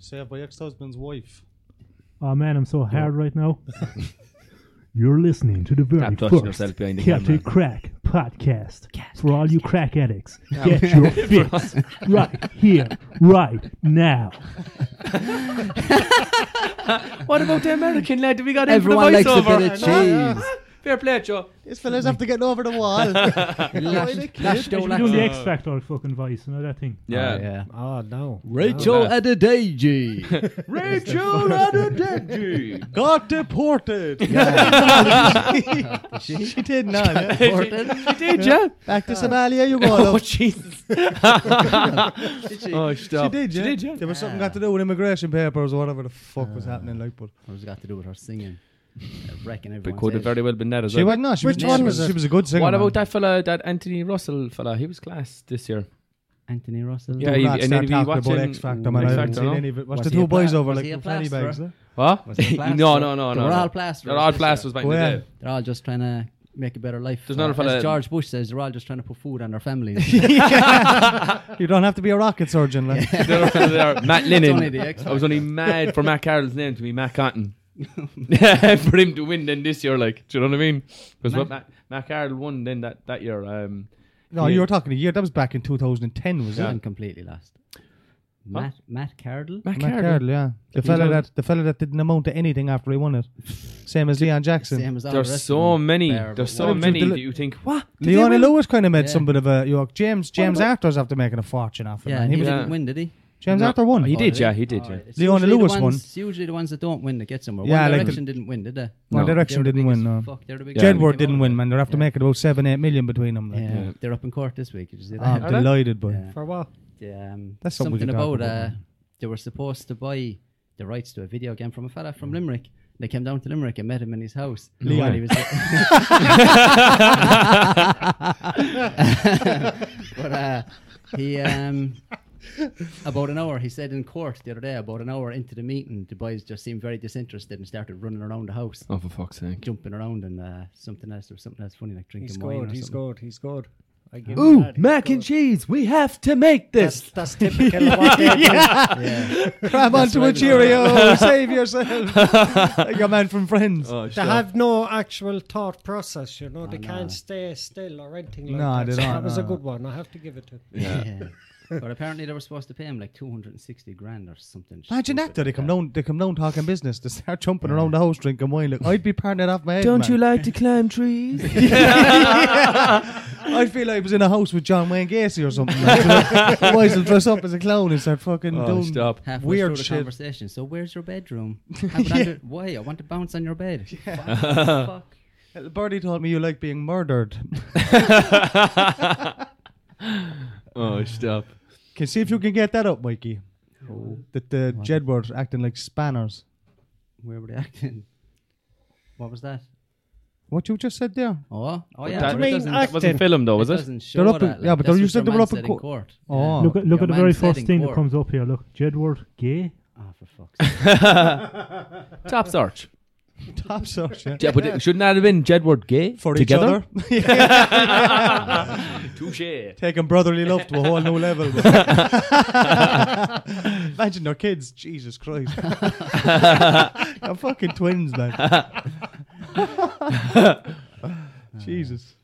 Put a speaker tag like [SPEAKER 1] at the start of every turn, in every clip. [SPEAKER 1] Saved by ex-husband's wife.
[SPEAKER 2] Oh man, I'm so hard right now. You're listening to the very
[SPEAKER 3] Stop touching
[SPEAKER 2] first
[SPEAKER 3] yourself behind the
[SPEAKER 2] Celtic
[SPEAKER 3] camera.
[SPEAKER 2] Crack podcast for all you crack addicts. Get your fix right here, right now.
[SPEAKER 3] What about the American lad that we got in for the
[SPEAKER 4] Everyone likes a
[SPEAKER 3] voiceover?
[SPEAKER 4] bit of
[SPEAKER 3] I know.
[SPEAKER 4] cheese.
[SPEAKER 3] Fair play, Joe.
[SPEAKER 1] This fella's after getting over the wall.
[SPEAKER 4] Lashed- lashed
[SPEAKER 2] They should
[SPEAKER 4] all
[SPEAKER 2] be doing the
[SPEAKER 4] that-
[SPEAKER 2] X Factor fucking voice, you know that thing.
[SPEAKER 3] Yeah.
[SPEAKER 4] Oh, yeah.
[SPEAKER 5] Oh no.
[SPEAKER 4] Rachel
[SPEAKER 3] Yeah.
[SPEAKER 4] Adedeji.
[SPEAKER 3] Rachel Adedeji.
[SPEAKER 1] Got deported. she, did not. yeah.
[SPEAKER 3] she did, yeah.
[SPEAKER 1] Back to Somalia, you go. love.
[SPEAKER 3] Jesus. oh,
[SPEAKER 1] She
[SPEAKER 3] stop.
[SPEAKER 1] did, yeah.
[SPEAKER 3] She did, yeah.
[SPEAKER 1] There was something got to do with immigration papers or whatever the fuck was happening, like, but
[SPEAKER 4] What has it got to do with her singing? I reckon
[SPEAKER 3] But
[SPEAKER 4] everyone
[SPEAKER 3] could have
[SPEAKER 4] says.
[SPEAKER 3] very well been that as
[SPEAKER 1] she
[SPEAKER 3] well.
[SPEAKER 1] was not. She
[SPEAKER 5] Which
[SPEAKER 1] was,
[SPEAKER 5] one
[SPEAKER 1] she
[SPEAKER 5] was it?
[SPEAKER 1] She was a good singer.
[SPEAKER 3] What about
[SPEAKER 1] man.
[SPEAKER 3] that fella, that Anthony Russell fella? He was class this year.
[SPEAKER 4] Anthony Russell.
[SPEAKER 3] Yeah,
[SPEAKER 1] Do
[SPEAKER 3] he-
[SPEAKER 1] not
[SPEAKER 3] and
[SPEAKER 1] start
[SPEAKER 3] then he
[SPEAKER 1] talking about
[SPEAKER 3] watching-
[SPEAKER 1] X Factor, man. I
[SPEAKER 3] X
[SPEAKER 1] haven't
[SPEAKER 3] Factor,
[SPEAKER 1] seen
[SPEAKER 3] no?
[SPEAKER 1] any of it. What's
[SPEAKER 4] Was
[SPEAKER 1] the
[SPEAKER 4] he
[SPEAKER 1] two
[SPEAKER 4] a
[SPEAKER 1] boys
[SPEAKER 4] pla-
[SPEAKER 1] over
[SPEAKER 4] was
[SPEAKER 1] like
[SPEAKER 4] he a
[SPEAKER 1] with fanny
[SPEAKER 4] plasterer?
[SPEAKER 1] bags? eh?
[SPEAKER 3] What?
[SPEAKER 4] Was he a
[SPEAKER 3] no,
[SPEAKER 4] plasterer?
[SPEAKER 3] no, no, no.
[SPEAKER 4] They were all
[SPEAKER 3] plasters.
[SPEAKER 4] plasterers
[SPEAKER 3] They're all
[SPEAKER 4] this year.
[SPEAKER 3] plasters back in the
[SPEAKER 1] Well,
[SPEAKER 3] day.
[SPEAKER 4] They're all just trying to make a better life.
[SPEAKER 3] There's another
[SPEAKER 4] Or
[SPEAKER 3] fella-
[SPEAKER 4] As George Bush says, they're all just trying to put food on their families.
[SPEAKER 1] You don't have to be a rocket surgeon, like.
[SPEAKER 3] They're all fella there. Matt
[SPEAKER 4] only
[SPEAKER 3] Lennon.
[SPEAKER 4] the X
[SPEAKER 3] I was only mad for Matt Carroll's name to be Matt Cotton. for him to win then this year, like, do you know what I mean? Because what Matt, Matt Carroll won then that, that year. Um,
[SPEAKER 1] No,
[SPEAKER 3] Yeah.
[SPEAKER 1] you were talking a year. That was back in 2010, was it?
[SPEAKER 4] I'm completely lost. Matt Matt Cardle.
[SPEAKER 3] Matt,
[SPEAKER 1] Matt
[SPEAKER 3] Carroll.
[SPEAKER 1] Cardle, yeah. The fella that the fella that didn't amount to anything after he won it. Same as Leon Jackson.
[SPEAKER 4] Same as all the
[SPEAKER 3] There's
[SPEAKER 4] rest
[SPEAKER 3] so
[SPEAKER 4] of them.
[SPEAKER 3] many.
[SPEAKER 4] Bear,
[SPEAKER 3] There's
[SPEAKER 4] but
[SPEAKER 3] so
[SPEAKER 4] one.
[SPEAKER 3] many
[SPEAKER 1] Dele-
[SPEAKER 3] that you think, what? Did they
[SPEAKER 1] Leona
[SPEAKER 3] win?
[SPEAKER 1] Lewis kind of made
[SPEAKER 4] Yeah.
[SPEAKER 1] some bit of a York. James James Arthur's after making a fortune off it.
[SPEAKER 4] Yeah,
[SPEAKER 1] man.
[SPEAKER 4] he
[SPEAKER 1] He was,
[SPEAKER 3] Yeah.
[SPEAKER 4] didn't win, did he?
[SPEAKER 1] James
[SPEAKER 3] No.
[SPEAKER 1] Arthur won.
[SPEAKER 3] He did,
[SPEAKER 4] did
[SPEAKER 3] yeah, he did, yeah.
[SPEAKER 4] Oh, It's
[SPEAKER 1] Leona
[SPEAKER 4] usually the
[SPEAKER 1] Lewis won.
[SPEAKER 4] ones- It's usually the ones that don't win that get somewhere.
[SPEAKER 1] Yeah,
[SPEAKER 4] One
[SPEAKER 1] like the-
[SPEAKER 4] Direction didn't win, did they?
[SPEAKER 1] One
[SPEAKER 3] No.
[SPEAKER 1] Direction
[SPEAKER 4] They're the
[SPEAKER 1] didn't
[SPEAKER 4] biggest-
[SPEAKER 1] win. No.
[SPEAKER 4] Fuck, they're the biggest team
[SPEAKER 1] Jedward
[SPEAKER 4] that came
[SPEAKER 1] didn't
[SPEAKER 4] out
[SPEAKER 1] win,
[SPEAKER 4] of
[SPEAKER 1] man. They're after
[SPEAKER 4] Yeah.
[SPEAKER 1] making about seven, eight million between them.
[SPEAKER 4] it.
[SPEAKER 1] Like.
[SPEAKER 4] Yeah,
[SPEAKER 3] Yeah.
[SPEAKER 4] they're up in court this week. Did you see
[SPEAKER 1] Oh,
[SPEAKER 4] that?
[SPEAKER 1] I'm
[SPEAKER 3] Are they?
[SPEAKER 1] delighted, boy.
[SPEAKER 4] Yeah.
[SPEAKER 5] For what?
[SPEAKER 4] um,
[SPEAKER 1] That's something we
[SPEAKER 4] something
[SPEAKER 1] could talk
[SPEAKER 4] about,
[SPEAKER 1] about.
[SPEAKER 4] uh, they were supposed to buy the rights to a video game from a fella from Limerick. They came down to Limerick and met him in his house.
[SPEAKER 1] Mm. Leon.
[SPEAKER 4] And he was but uh, he, um, about an hour, he said in court the other day, about an hour into the meeting, the boys just seemed very disinterested and started running around the house,
[SPEAKER 3] Oh, for fuck's sake.
[SPEAKER 4] jumping around and uh, something else. There was something else funny like
[SPEAKER 5] He
[SPEAKER 4] drinking wine.
[SPEAKER 5] scored.
[SPEAKER 4] or
[SPEAKER 5] He
[SPEAKER 4] something.
[SPEAKER 5] scored. He scored. I give him
[SPEAKER 3] Ooh,
[SPEAKER 5] that, he
[SPEAKER 3] mac and
[SPEAKER 5] scored.
[SPEAKER 3] cheese. We have to make this.
[SPEAKER 5] That's, that's typical. of what they do.
[SPEAKER 4] Yeah.
[SPEAKER 1] Grab onto a
[SPEAKER 4] right.
[SPEAKER 1] Cheerio. save yourself. Like Your man from Friends.
[SPEAKER 3] Oh,
[SPEAKER 5] They have no actual thought process, you know. They
[SPEAKER 4] no.
[SPEAKER 5] can't stay still or anything like
[SPEAKER 1] No,
[SPEAKER 5] that.
[SPEAKER 1] they
[SPEAKER 5] so
[SPEAKER 1] don't,
[SPEAKER 5] that was a
[SPEAKER 1] no.
[SPEAKER 5] good one. I have to give it to. him.
[SPEAKER 3] Yeah.
[SPEAKER 4] Yeah. but apparently they were supposed to pay him like 260 grand or something.
[SPEAKER 1] Imagine that,
[SPEAKER 4] stupid
[SPEAKER 1] though. They
[SPEAKER 4] like
[SPEAKER 1] come down, they come down talking business. They start jumping around the house drinking wine. Like, I'd be parting it off my head. man.
[SPEAKER 3] like to climb trees?
[SPEAKER 1] I'd feel like I was in a house with John Wayne Gacy or something. Like, that. Otherwise, I'll dress up as a clown and start fucking
[SPEAKER 3] oh,
[SPEAKER 1] doing
[SPEAKER 3] stop.
[SPEAKER 4] Halfway
[SPEAKER 1] weird
[SPEAKER 4] through the
[SPEAKER 1] shit.
[SPEAKER 4] conversation. So where's your bedroom? Have it under- Why? I want to bounce on your bed. Fuck.
[SPEAKER 1] Birdie told me you like being murdered.
[SPEAKER 3] Oh, stop.
[SPEAKER 1] Can see if you can get that up, Mikey.
[SPEAKER 3] Oh.
[SPEAKER 1] That the Jedward acting like spanners.
[SPEAKER 4] Where were they acting? What was that?
[SPEAKER 1] What you just said there?
[SPEAKER 4] Oh, oh yeah. but
[SPEAKER 3] That- What
[SPEAKER 4] it
[SPEAKER 3] do
[SPEAKER 5] you
[SPEAKER 4] doesn't,
[SPEAKER 5] mean
[SPEAKER 3] That wasn't
[SPEAKER 5] Acting.
[SPEAKER 3] film, though, was
[SPEAKER 4] it
[SPEAKER 3] it?
[SPEAKER 4] doesn't
[SPEAKER 1] They're
[SPEAKER 4] show
[SPEAKER 1] up in-
[SPEAKER 4] that. like,
[SPEAKER 1] yeah, but
[SPEAKER 4] that's
[SPEAKER 1] they
[SPEAKER 4] what
[SPEAKER 1] said they
[SPEAKER 4] your
[SPEAKER 1] were
[SPEAKER 4] man
[SPEAKER 1] up in
[SPEAKER 4] said
[SPEAKER 1] court.
[SPEAKER 4] court.
[SPEAKER 1] Oh.
[SPEAKER 2] Look at look
[SPEAKER 4] Your
[SPEAKER 2] at the
[SPEAKER 4] man
[SPEAKER 2] very
[SPEAKER 4] said in
[SPEAKER 2] first thing that
[SPEAKER 4] court.
[SPEAKER 2] comes up here. Look, Jedward gay.
[SPEAKER 4] Ah, for fuck's sake.
[SPEAKER 3] Top search.
[SPEAKER 1] Top search. Yeah.
[SPEAKER 3] Yeah, but it- shouldn't that have been Jedward Gay
[SPEAKER 1] For
[SPEAKER 3] together?
[SPEAKER 1] each other. Yeah.
[SPEAKER 3] Touche.
[SPEAKER 1] Taking brotherly love to a whole new level. Imagine their kids. Jesus Christ. They're fucking twins, man. Jesus.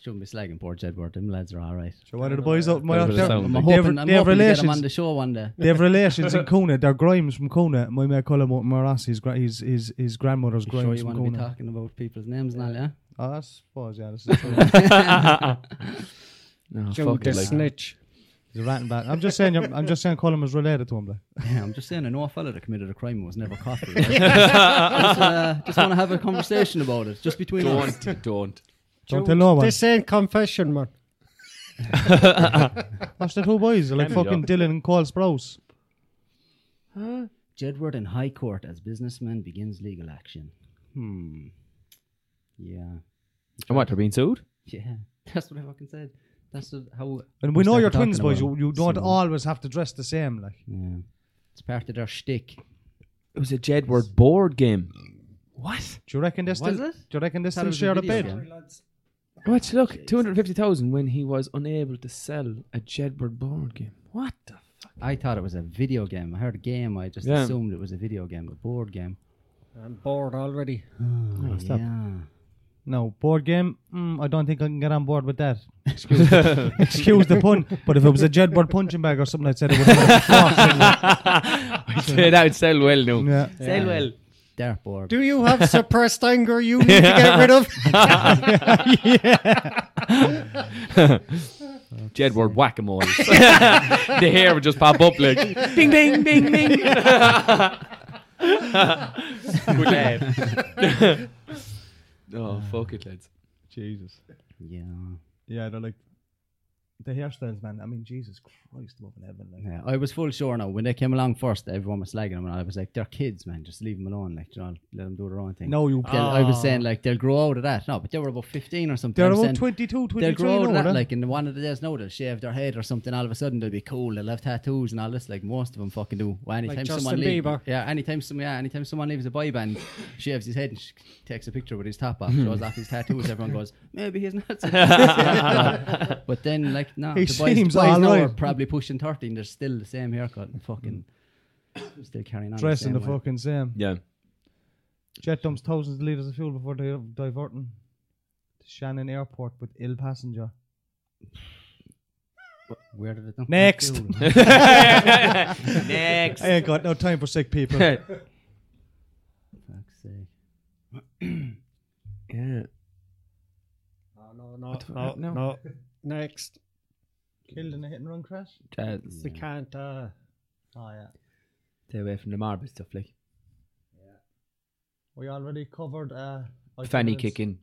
[SPEAKER 4] Shouldn't be slagging poor Jedward. Them lads are all right.
[SPEAKER 1] So one of the boys up my
[SPEAKER 3] Bit of a sound.
[SPEAKER 4] I'm
[SPEAKER 3] They
[SPEAKER 4] hoping,
[SPEAKER 1] have-
[SPEAKER 4] I'm
[SPEAKER 1] they have
[SPEAKER 4] hoping to get him
[SPEAKER 1] relations.
[SPEAKER 4] on the show one day.
[SPEAKER 1] They have relations in Kona. They're Grimes from Kona. My mate Colin Morass, his, gra- his, his, his grandmother's
[SPEAKER 4] You sure
[SPEAKER 1] Grimes
[SPEAKER 4] you
[SPEAKER 1] from
[SPEAKER 4] want to be
[SPEAKER 1] Kona.
[SPEAKER 4] talking about people's names now, yeah?
[SPEAKER 1] Oh, I suppose, yeah. This is
[SPEAKER 3] No,
[SPEAKER 5] Joe
[SPEAKER 3] fuck
[SPEAKER 5] the
[SPEAKER 3] it, like.
[SPEAKER 5] snitch.
[SPEAKER 1] he's a rat and bat. I'm just saying, you're- I'm just saying Colin was related to him. Like.
[SPEAKER 4] Yeah, I'm just saying, I know a fella that committed a crime and was never caught. for it. I just, uh, just want to have a conversation about it, just between us.
[SPEAKER 3] Don't, don't.
[SPEAKER 1] Don't
[SPEAKER 5] Joe,
[SPEAKER 1] tell no one.
[SPEAKER 5] This ain't confession, man.
[SPEAKER 1] That's the two boys. They're like
[SPEAKER 3] Canada.
[SPEAKER 1] fucking Dylan and Cole Sprouse.
[SPEAKER 4] Jedward in High Court as businessman begins legal action. Hmm. Yeah.
[SPEAKER 3] And what, they're being sued?
[SPEAKER 4] Yeah. That's what I fucking said. That's what- how.
[SPEAKER 1] And we know
[SPEAKER 4] started
[SPEAKER 1] you're twins,
[SPEAKER 4] talking
[SPEAKER 1] boys. You,
[SPEAKER 4] about
[SPEAKER 1] you don't
[SPEAKER 4] soon.
[SPEAKER 1] always have to dress the same. Like
[SPEAKER 4] Yeah. It's part of their shtick.
[SPEAKER 3] It was a Jedward board game. What?
[SPEAKER 1] Do you reckon they still?
[SPEAKER 4] Was
[SPEAKER 1] Do
[SPEAKER 4] it?
[SPEAKER 1] you reckon they
[SPEAKER 4] Thought it
[SPEAKER 1] still
[SPEAKER 4] was a
[SPEAKER 1] share a
[SPEAKER 4] video
[SPEAKER 1] bed?
[SPEAKER 4] game.
[SPEAKER 3] What? Look, 250,000 when he was unable to sell a Jedward board game. What the fuck?
[SPEAKER 4] I thought it was a video game. I heard a game. I just
[SPEAKER 3] Yeah.
[SPEAKER 4] assumed it was a video game, a board game.
[SPEAKER 5] I'm bored already.
[SPEAKER 1] No, Oh, stop.
[SPEAKER 4] Yeah.
[SPEAKER 1] No, board game, mm, I don't think I can get on board with that. Excuse the, excuse the pun, but if it was a Jedward punching bag or something, I'd said it would have
[SPEAKER 3] I say that would sell well now.
[SPEAKER 1] been yeah.
[SPEAKER 3] Sell well.
[SPEAKER 4] Dartboard.
[SPEAKER 5] Do you have suppressed anger you need to get rid of?
[SPEAKER 3] Jedward whack a mole. the hair would just pop up like ding ding ding ding. Good lad. oh fuck it, lads.
[SPEAKER 1] Jesus.
[SPEAKER 4] Yeah.
[SPEAKER 1] Yeah, they're like the hairstyles, man. I mean, Jesus Christ, above in heaven. Like.
[SPEAKER 4] yeah. I was full sure now. When they came along first, everyone was slagging them, and I was like, "They're kids, man. Just leave them alone. Like, you know, let them do their own thing."
[SPEAKER 1] No, you.
[SPEAKER 4] Then I was saying like they'll grow out of that. No, but they were about fifteen or something.
[SPEAKER 1] They're
[SPEAKER 4] I'm
[SPEAKER 1] about
[SPEAKER 4] saying
[SPEAKER 1] 22, 23
[SPEAKER 4] They'll grow out
[SPEAKER 1] now,
[SPEAKER 4] of that,
[SPEAKER 1] aren't they?
[SPEAKER 4] like in one of the days, no, they'll shave their head or something. All of a sudden, they'll be cool. They'll have tattoos and all this, like most of them fucking do. Well, anytime
[SPEAKER 5] Justin
[SPEAKER 4] someone leaves,
[SPEAKER 5] Bieber.
[SPEAKER 4] yeah, anytime some, yeah, anytime someone leaves a boy band, shaves his head and sh- takes a picture with his top
[SPEAKER 1] Hmm.
[SPEAKER 4] off, shows off his tattoos. Everyone goes, maybe he's not. so bad." but then, like, no,
[SPEAKER 1] He
[SPEAKER 4] the boys, the
[SPEAKER 1] seems
[SPEAKER 4] boys now
[SPEAKER 1] alright.
[SPEAKER 4] are probably pushing thirty, and they're still the same haircut and fucking still carrying on.
[SPEAKER 1] Hmm. dressing
[SPEAKER 4] the,
[SPEAKER 1] the
[SPEAKER 4] same way.
[SPEAKER 1] fucking same.
[SPEAKER 3] Yeah.
[SPEAKER 1] Jet dumps thousands of litres of fuel before they diverting to Shannon Airport with ill passenger.
[SPEAKER 4] Where did it come
[SPEAKER 1] Next.
[SPEAKER 4] Cool.
[SPEAKER 3] Next.
[SPEAKER 1] I ain't got no time for sick people.
[SPEAKER 4] Fuck's sake.
[SPEAKER 3] yeah.
[SPEAKER 5] No, no,
[SPEAKER 3] no,
[SPEAKER 5] no,
[SPEAKER 3] no.
[SPEAKER 5] no, Next.
[SPEAKER 1] Killed in a hit and run crash.
[SPEAKER 3] That's-
[SPEAKER 5] We can't. Uh,
[SPEAKER 1] Oh yeah.
[SPEAKER 3] Stay away from the marble stuff, like
[SPEAKER 1] We already covered. Uh,
[SPEAKER 3] fanny
[SPEAKER 1] itinerants.
[SPEAKER 3] kicking.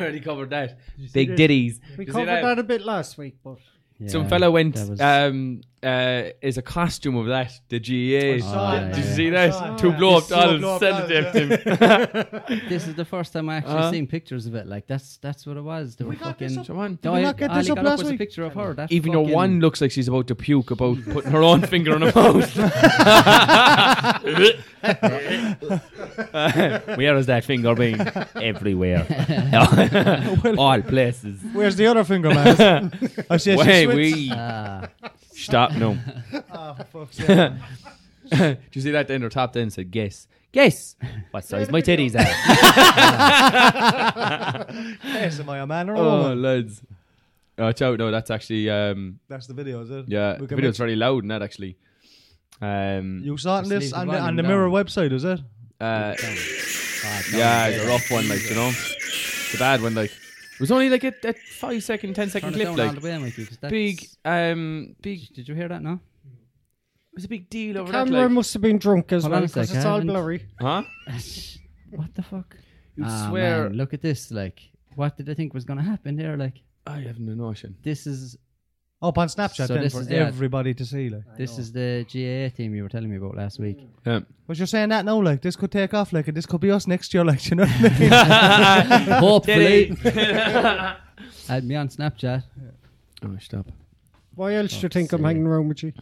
[SPEAKER 3] Already covered that.
[SPEAKER 1] see
[SPEAKER 3] Big
[SPEAKER 1] this?
[SPEAKER 3] ditties.
[SPEAKER 5] we
[SPEAKER 3] Does it
[SPEAKER 5] covered
[SPEAKER 3] have-
[SPEAKER 5] that a bit last week, but
[SPEAKER 4] Yeah,
[SPEAKER 3] Some fella went
[SPEAKER 4] that was-
[SPEAKER 3] um uh is a costume of that, the GEA.
[SPEAKER 1] I saw
[SPEAKER 4] Ah,
[SPEAKER 1] it,
[SPEAKER 4] yeah.
[SPEAKER 3] Did
[SPEAKER 1] man.
[SPEAKER 3] you see
[SPEAKER 1] I
[SPEAKER 3] that?
[SPEAKER 1] saw it.
[SPEAKER 3] Two blow up
[SPEAKER 1] Two blow
[SPEAKER 3] dolls
[SPEAKER 1] up
[SPEAKER 3] sent it
[SPEAKER 1] dolls,
[SPEAKER 3] to him.
[SPEAKER 4] This is the first time I actually
[SPEAKER 3] Uh-huh.
[SPEAKER 4] seen pictures of it. Like that's that's what it was. They were
[SPEAKER 1] got
[SPEAKER 4] fucking.
[SPEAKER 1] this
[SPEAKER 3] Come on.
[SPEAKER 1] Did
[SPEAKER 4] No,
[SPEAKER 1] we
[SPEAKER 4] I,
[SPEAKER 1] not get
[SPEAKER 4] all
[SPEAKER 1] this
[SPEAKER 4] I
[SPEAKER 1] up
[SPEAKER 4] got
[SPEAKER 1] last
[SPEAKER 4] was a
[SPEAKER 1] week?
[SPEAKER 4] picture of her. That
[SPEAKER 3] Even though
[SPEAKER 4] fucking-
[SPEAKER 3] one looks like she's about to puke about putting her own finger on her mouth. Where is that finger being? Everywhere. All places.
[SPEAKER 1] Where's the other finger, man? I said,
[SPEAKER 3] Wait,
[SPEAKER 1] she switched.
[SPEAKER 3] we
[SPEAKER 4] Ah,
[SPEAKER 3] stop no.
[SPEAKER 1] Ah, fuck's sake, man.
[SPEAKER 3] Do you see that in her top ten said guess. Guess what size my titties are.
[SPEAKER 1] Yes, am I a man or a
[SPEAKER 3] oh
[SPEAKER 1] woman?
[SPEAKER 3] lads. Watch out, no, that's actually um
[SPEAKER 1] That's the video, is it?
[SPEAKER 3] yeah,
[SPEAKER 1] We
[SPEAKER 3] the
[SPEAKER 1] can
[SPEAKER 3] video's
[SPEAKER 1] make-
[SPEAKER 3] very loud in that actually. Um
[SPEAKER 1] You saw it in
[SPEAKER 4] Just
[SPEAKER 1] this
[SPEAKER 4] leave the
[SPEAKER 1] on the,
[SPEAKER 4] volume
[SPEAKER 1] on the
[SPEAKER 4] down.
[SPEAKER 1] mirror website, is it?
[SPEAKER 3] uh,
[SPEAKER 4] God, no.
[SPEAKER 3] Yeah, it's a rough one, like, you know. The bad one, like. It was only like a, a five second, ten second
[SPEAKER 4] Turn it
[SPEAKER 3] clip,
[SPEAKER 4] down all
[SPEAKER 3] like.
[SPEAKER 4] the way, Mikey, 'cause that's-
[SPEAKER 3] Big, um, big. It
[SPEAKER 4] Did you hear that? No.
[SPEAKER 3] was a big deal over that,
[SPEAKER 5] camera
[SPEAKER 3] like.
[SPEAKER 5] must have been drunk as
[SPEAKER 4] Hold
[SPEAKER 5] well
[SPEAKER 4] on a sec,
[SPEAKER 5] because it's
[SPEAKER 4] I
[SPEAKER 5] all
[SPEAKER 4] haven't-
[SPEAKER 5] blurry.
[SPEAKER 3] Huh?
[SPEAKER 4] what the fuck?
[SPEAKER 3] You
[SPEAKER 4] Ah,
[SPEAKER 3] swear.
[SPEAKER 4] man, look at this. Like, what did I think was gonna happen there? Like,
[SPEAKER 3] I have no notion.
[SPEAKER 4] this is
[SPEAKER 1] Up on Snapchat
[SPEAKER 4] So
[SPEAKER 1] then
[SPEAKER 4] this
[SPEAKER 1] for
[SPEAKER 4] is the ad.
[SPEAKER 1] everybody to see. Like,
[SPEAKER 4] this is the GAA team you were telling me about last week.
[SPEAKER 3] Um,
[SPEAKER 1] but you're saying that now, like this could take off, like, and this could be us next year, like, you know what I mean?
[SPEAKER 4] Hopefully, add me on Snapchat.
[SPEAKER 3] oh, stop.
[SPEAKER 5] Why else do you think I'm hanging around with you?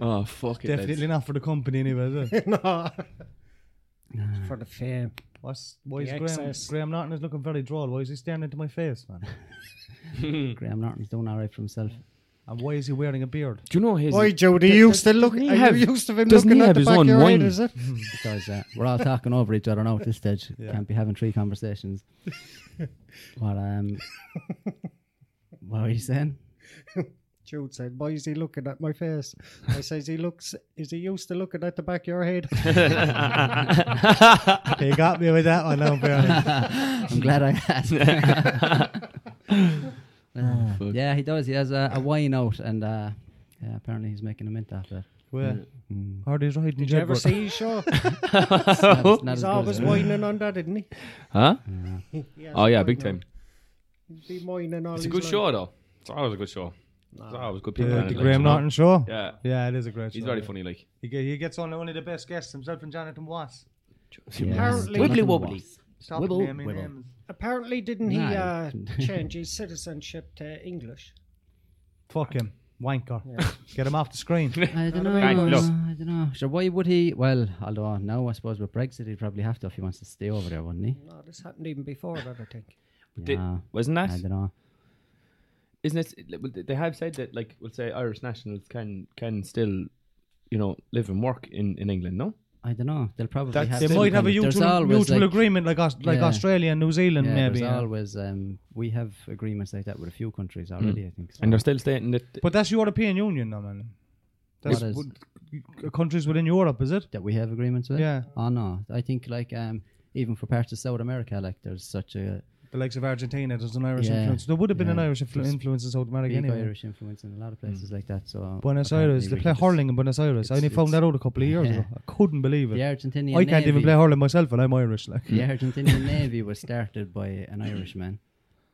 [SPEAKER 3] Oh, fuck it. lads.
[SPEAKER 1] Definitely not for the company, anyway. Is it?
[SPEAKER 5] no. For the fame.
[SPEAKER 1] What's why is
[SPEAKER 5] The
[SPEAKER 1] Graham?
[SPEAKER 5] excess.
[SPEAKER 1] Graham Norton is looking very droll. Why is he staring into my face, man?
[SPEAKER 3] Hmm.
[SPEAKER 4] Graham Norton's doing all right for himself.
[SPEAKER 1] And why is he wearing a beard?
[SPEAKER 3] Do you know his.
[SPEAKER 5] Why, Joe, do
[SPEAKER 3] Does-
[SPEAKER 5] you
[SPEAKER 3] does-
[SPEAKER 5] still look? Are
[SPEAKER 3] doesn't
[SPEAKER 5] you
[SPEAKER 3] he have-
[SPEAKER 5] used to him
[SPEAKER 3] doesn't he
[SPEAKER 5] looking
[SPEAKER 3] have
[SPEAKER 5] at the
[SPEAKER 3] his
[SPEAKER 5] back
[SPEAKER 3] own
[SPEAKER 5] of your head,
[SPEAKER 3] wine?
[SPEAKER 5] is it?
[SPEAKER 4] Because uh, we're all talking over each other now at this stage.
[SPEAKER 1] Yeah.
[SPEAKER 4] Can't be having three conversations. but um, what were you saying?
[SPEAKER 5] Jude said, Why is he looking at my face? I says, He looks, is he used to looking at the back of your head?
[SPEAKER 1] He got me with that one, now, Bernie.
[SPEAKER 4] I'm glad I asked.
[SPEAKER 5] Oh,
[SPEAKER 4] Uh, yeah, he does. He has a, a wine out, and uh, yeah, apparently he's making a mint off it.
[SPEAKER 1] Where? Hard he's riding
[SPEAKER 5] Did you ever
[SPEAKER 1] Jedward.
[SPEAKER 5] see his show?
[SPEAKER 4] It's not- it's not as
[SPEAKER 5] He's
[SPEAKER 4] good
[SPEAKER 5] always
[SPEAKER 4] as it was.
[SPEAKER 5] whining on that, isn't he?
[SPEAKER 3] Huh?
[SPEAKER 5] He has
[SPEAKER 3] Oh, yeah,
[SPEAKER 5] wine
[SPEAKER 3] big
[SPEAKER 5] on.
[SPEAKER 3] time.
[SPEAKER 5] He'd Be whining all
[SPEAKER 3] It's a
[SPEAKER 5] his
[SPEAKER 3] good
[SPEAKER 5] life.
[SPEAKER 3] show, though. It's always a good show. It's always good people.
[SPEAKER 1] The,
[SPEAKER 3] on
[SPEAKER 1] the
[SPEAKER 3] it, like,
[SPEAKER 1] Graham
[SPEAKER 3] you know?
[SPEAKER 1] Norton show.
[SPEAKER 3] Yeah.
[SPEAKER 1] Yeah, it is a great
[SPEAKER 3] He's
[SPEAKER 1] show.
[SPEAKER 3] very
[SPEAKER 1] yeah.
[SPEAKER 3] funny, like.
[SPEAKER 1] He, ge- he gets on one of the best guests, himself and Jonathan Watts.
[SPEAKER 5] Apparently-
[SPEAKER 4] Jonathan
[SPEAKER 3] Wibbly
[SPEAKER 4] Watts.
[SPEAKER 3] wobbly.
[SPEAKER 1] Stop
[SPEAKER 4] Wibble,
[SPEAKER 1] naming
[SPEAKER 4] wibble.
[SPEAKER 1] names.
[SPEAKER 5] Apparently, didn't he
[SPEAKER 4] Nah,
[SPEAKER 5] uh,
[SPEAKER 4] he-
[SPEAKER 5] change his citizenship to English?
[SPEAKER 1] Fuck him. Wanker. Get him off the screen.
[SPEAKER 4] I don't know.
[SPEAKER 3] Right, look.
[SPEAKER 4] I don't know. Sure, why would he? Well, although now I suppose with Brexit he'd probably have to if he wants to stay over there, wouldn't he?
[SPEAKER 5] No, this happened even before that, I think.
[SPEAKER 3] Did-
[SPEAKER 4] Yeah,
[SPEAKER 3] Wasn't
[SPEAKER 4] I
[SPEAKER 3] that?
[SPEAKER 4] don't know.
[SPEAKER 3] isn't it? well, They have said that, like, we'll say Irish nationals can can still, you know, live and work in in England. No,
[SPEAKER 4] I don't know. They'll probably
[SPEAKER 6] That's-
[SPEAKER 4] have.
[SPEAKER 1] They
[SPEAKER 4] some
[SPEAKER 1] might have a
[SPEAKER 4] kind of- there's
[SPEAKER 1] mutual,
[SPEAKER 4] always,
[SPEAKER 1] mutual
[SPEAKER 4] like-
[SPEAKER 1] agreement like Aus- like
[SPEAKER 4] Yeah.
[SPEAKER 1] Australia and New Zealand,
[SPEAKER 4] yeah,
[SPEAKER 1] maybe.
[SPEAKER 4] There's
[SPEAKER 1] yeah.
[SPEAKER 4] always um, we have agreements like that with a few countries
[SPEAKER 1] Hmm.
[SPEAKER 4] already. I think. So.
[SPEAKER 3] and they're still stating that.
[SPEAKER 1] But that's European Union, now, man. That's
[SPEAKER 4] What is-
[SPEAKER 1] w- countries within Europe, is it?
[SPEAKER 4] that we have agreements with.
[SPEAKER 1] Yeah.
[SPEAKER 4] Oh no, I think like um even for parts of South America, like there's such a
[SPEAKER 1] The likes of Argentina, there's an Irish
[SPEAKER 4] Yeah.
[SPEAKER 1] influence. There would have been an
[SPEAKER 4] Yeah.
[SPEAKER 1] Irish influ- influence in South America
[SPEAKER 4] big
[SPEAKER 1] anyway.
[SPEAKER 4] Irish influence in a lot of places like that. So
[SPEAKER 1] Hmm. Buenos
[SPEAKER 4] apparently
[SPEAKER 1] Aires, they
[SPEAKER 4] we
[SPEAKER 1] play
[SPEAKER 4] can just-
[SPEAKER 1] hurling in Buenos Aires. I only
[SPEAKER 4] it's-
[SPEAKER 1] found that out a couple of years
[SPEAKER 4] yeah.
[SPEAKER 1] ago. I couldn't believe
[SPEAKER 4] The
[SPEAKER 1] it.
[SPEAKER 4] Argentinian.
[SPEAKER 1] I can't even
[SPEAKER 4] Navy-
[SPEAKER 1] play hurling myself, and I'm Irish. Like,
[SPEAKER 4] The Argentinian Navy was started by an Irishman,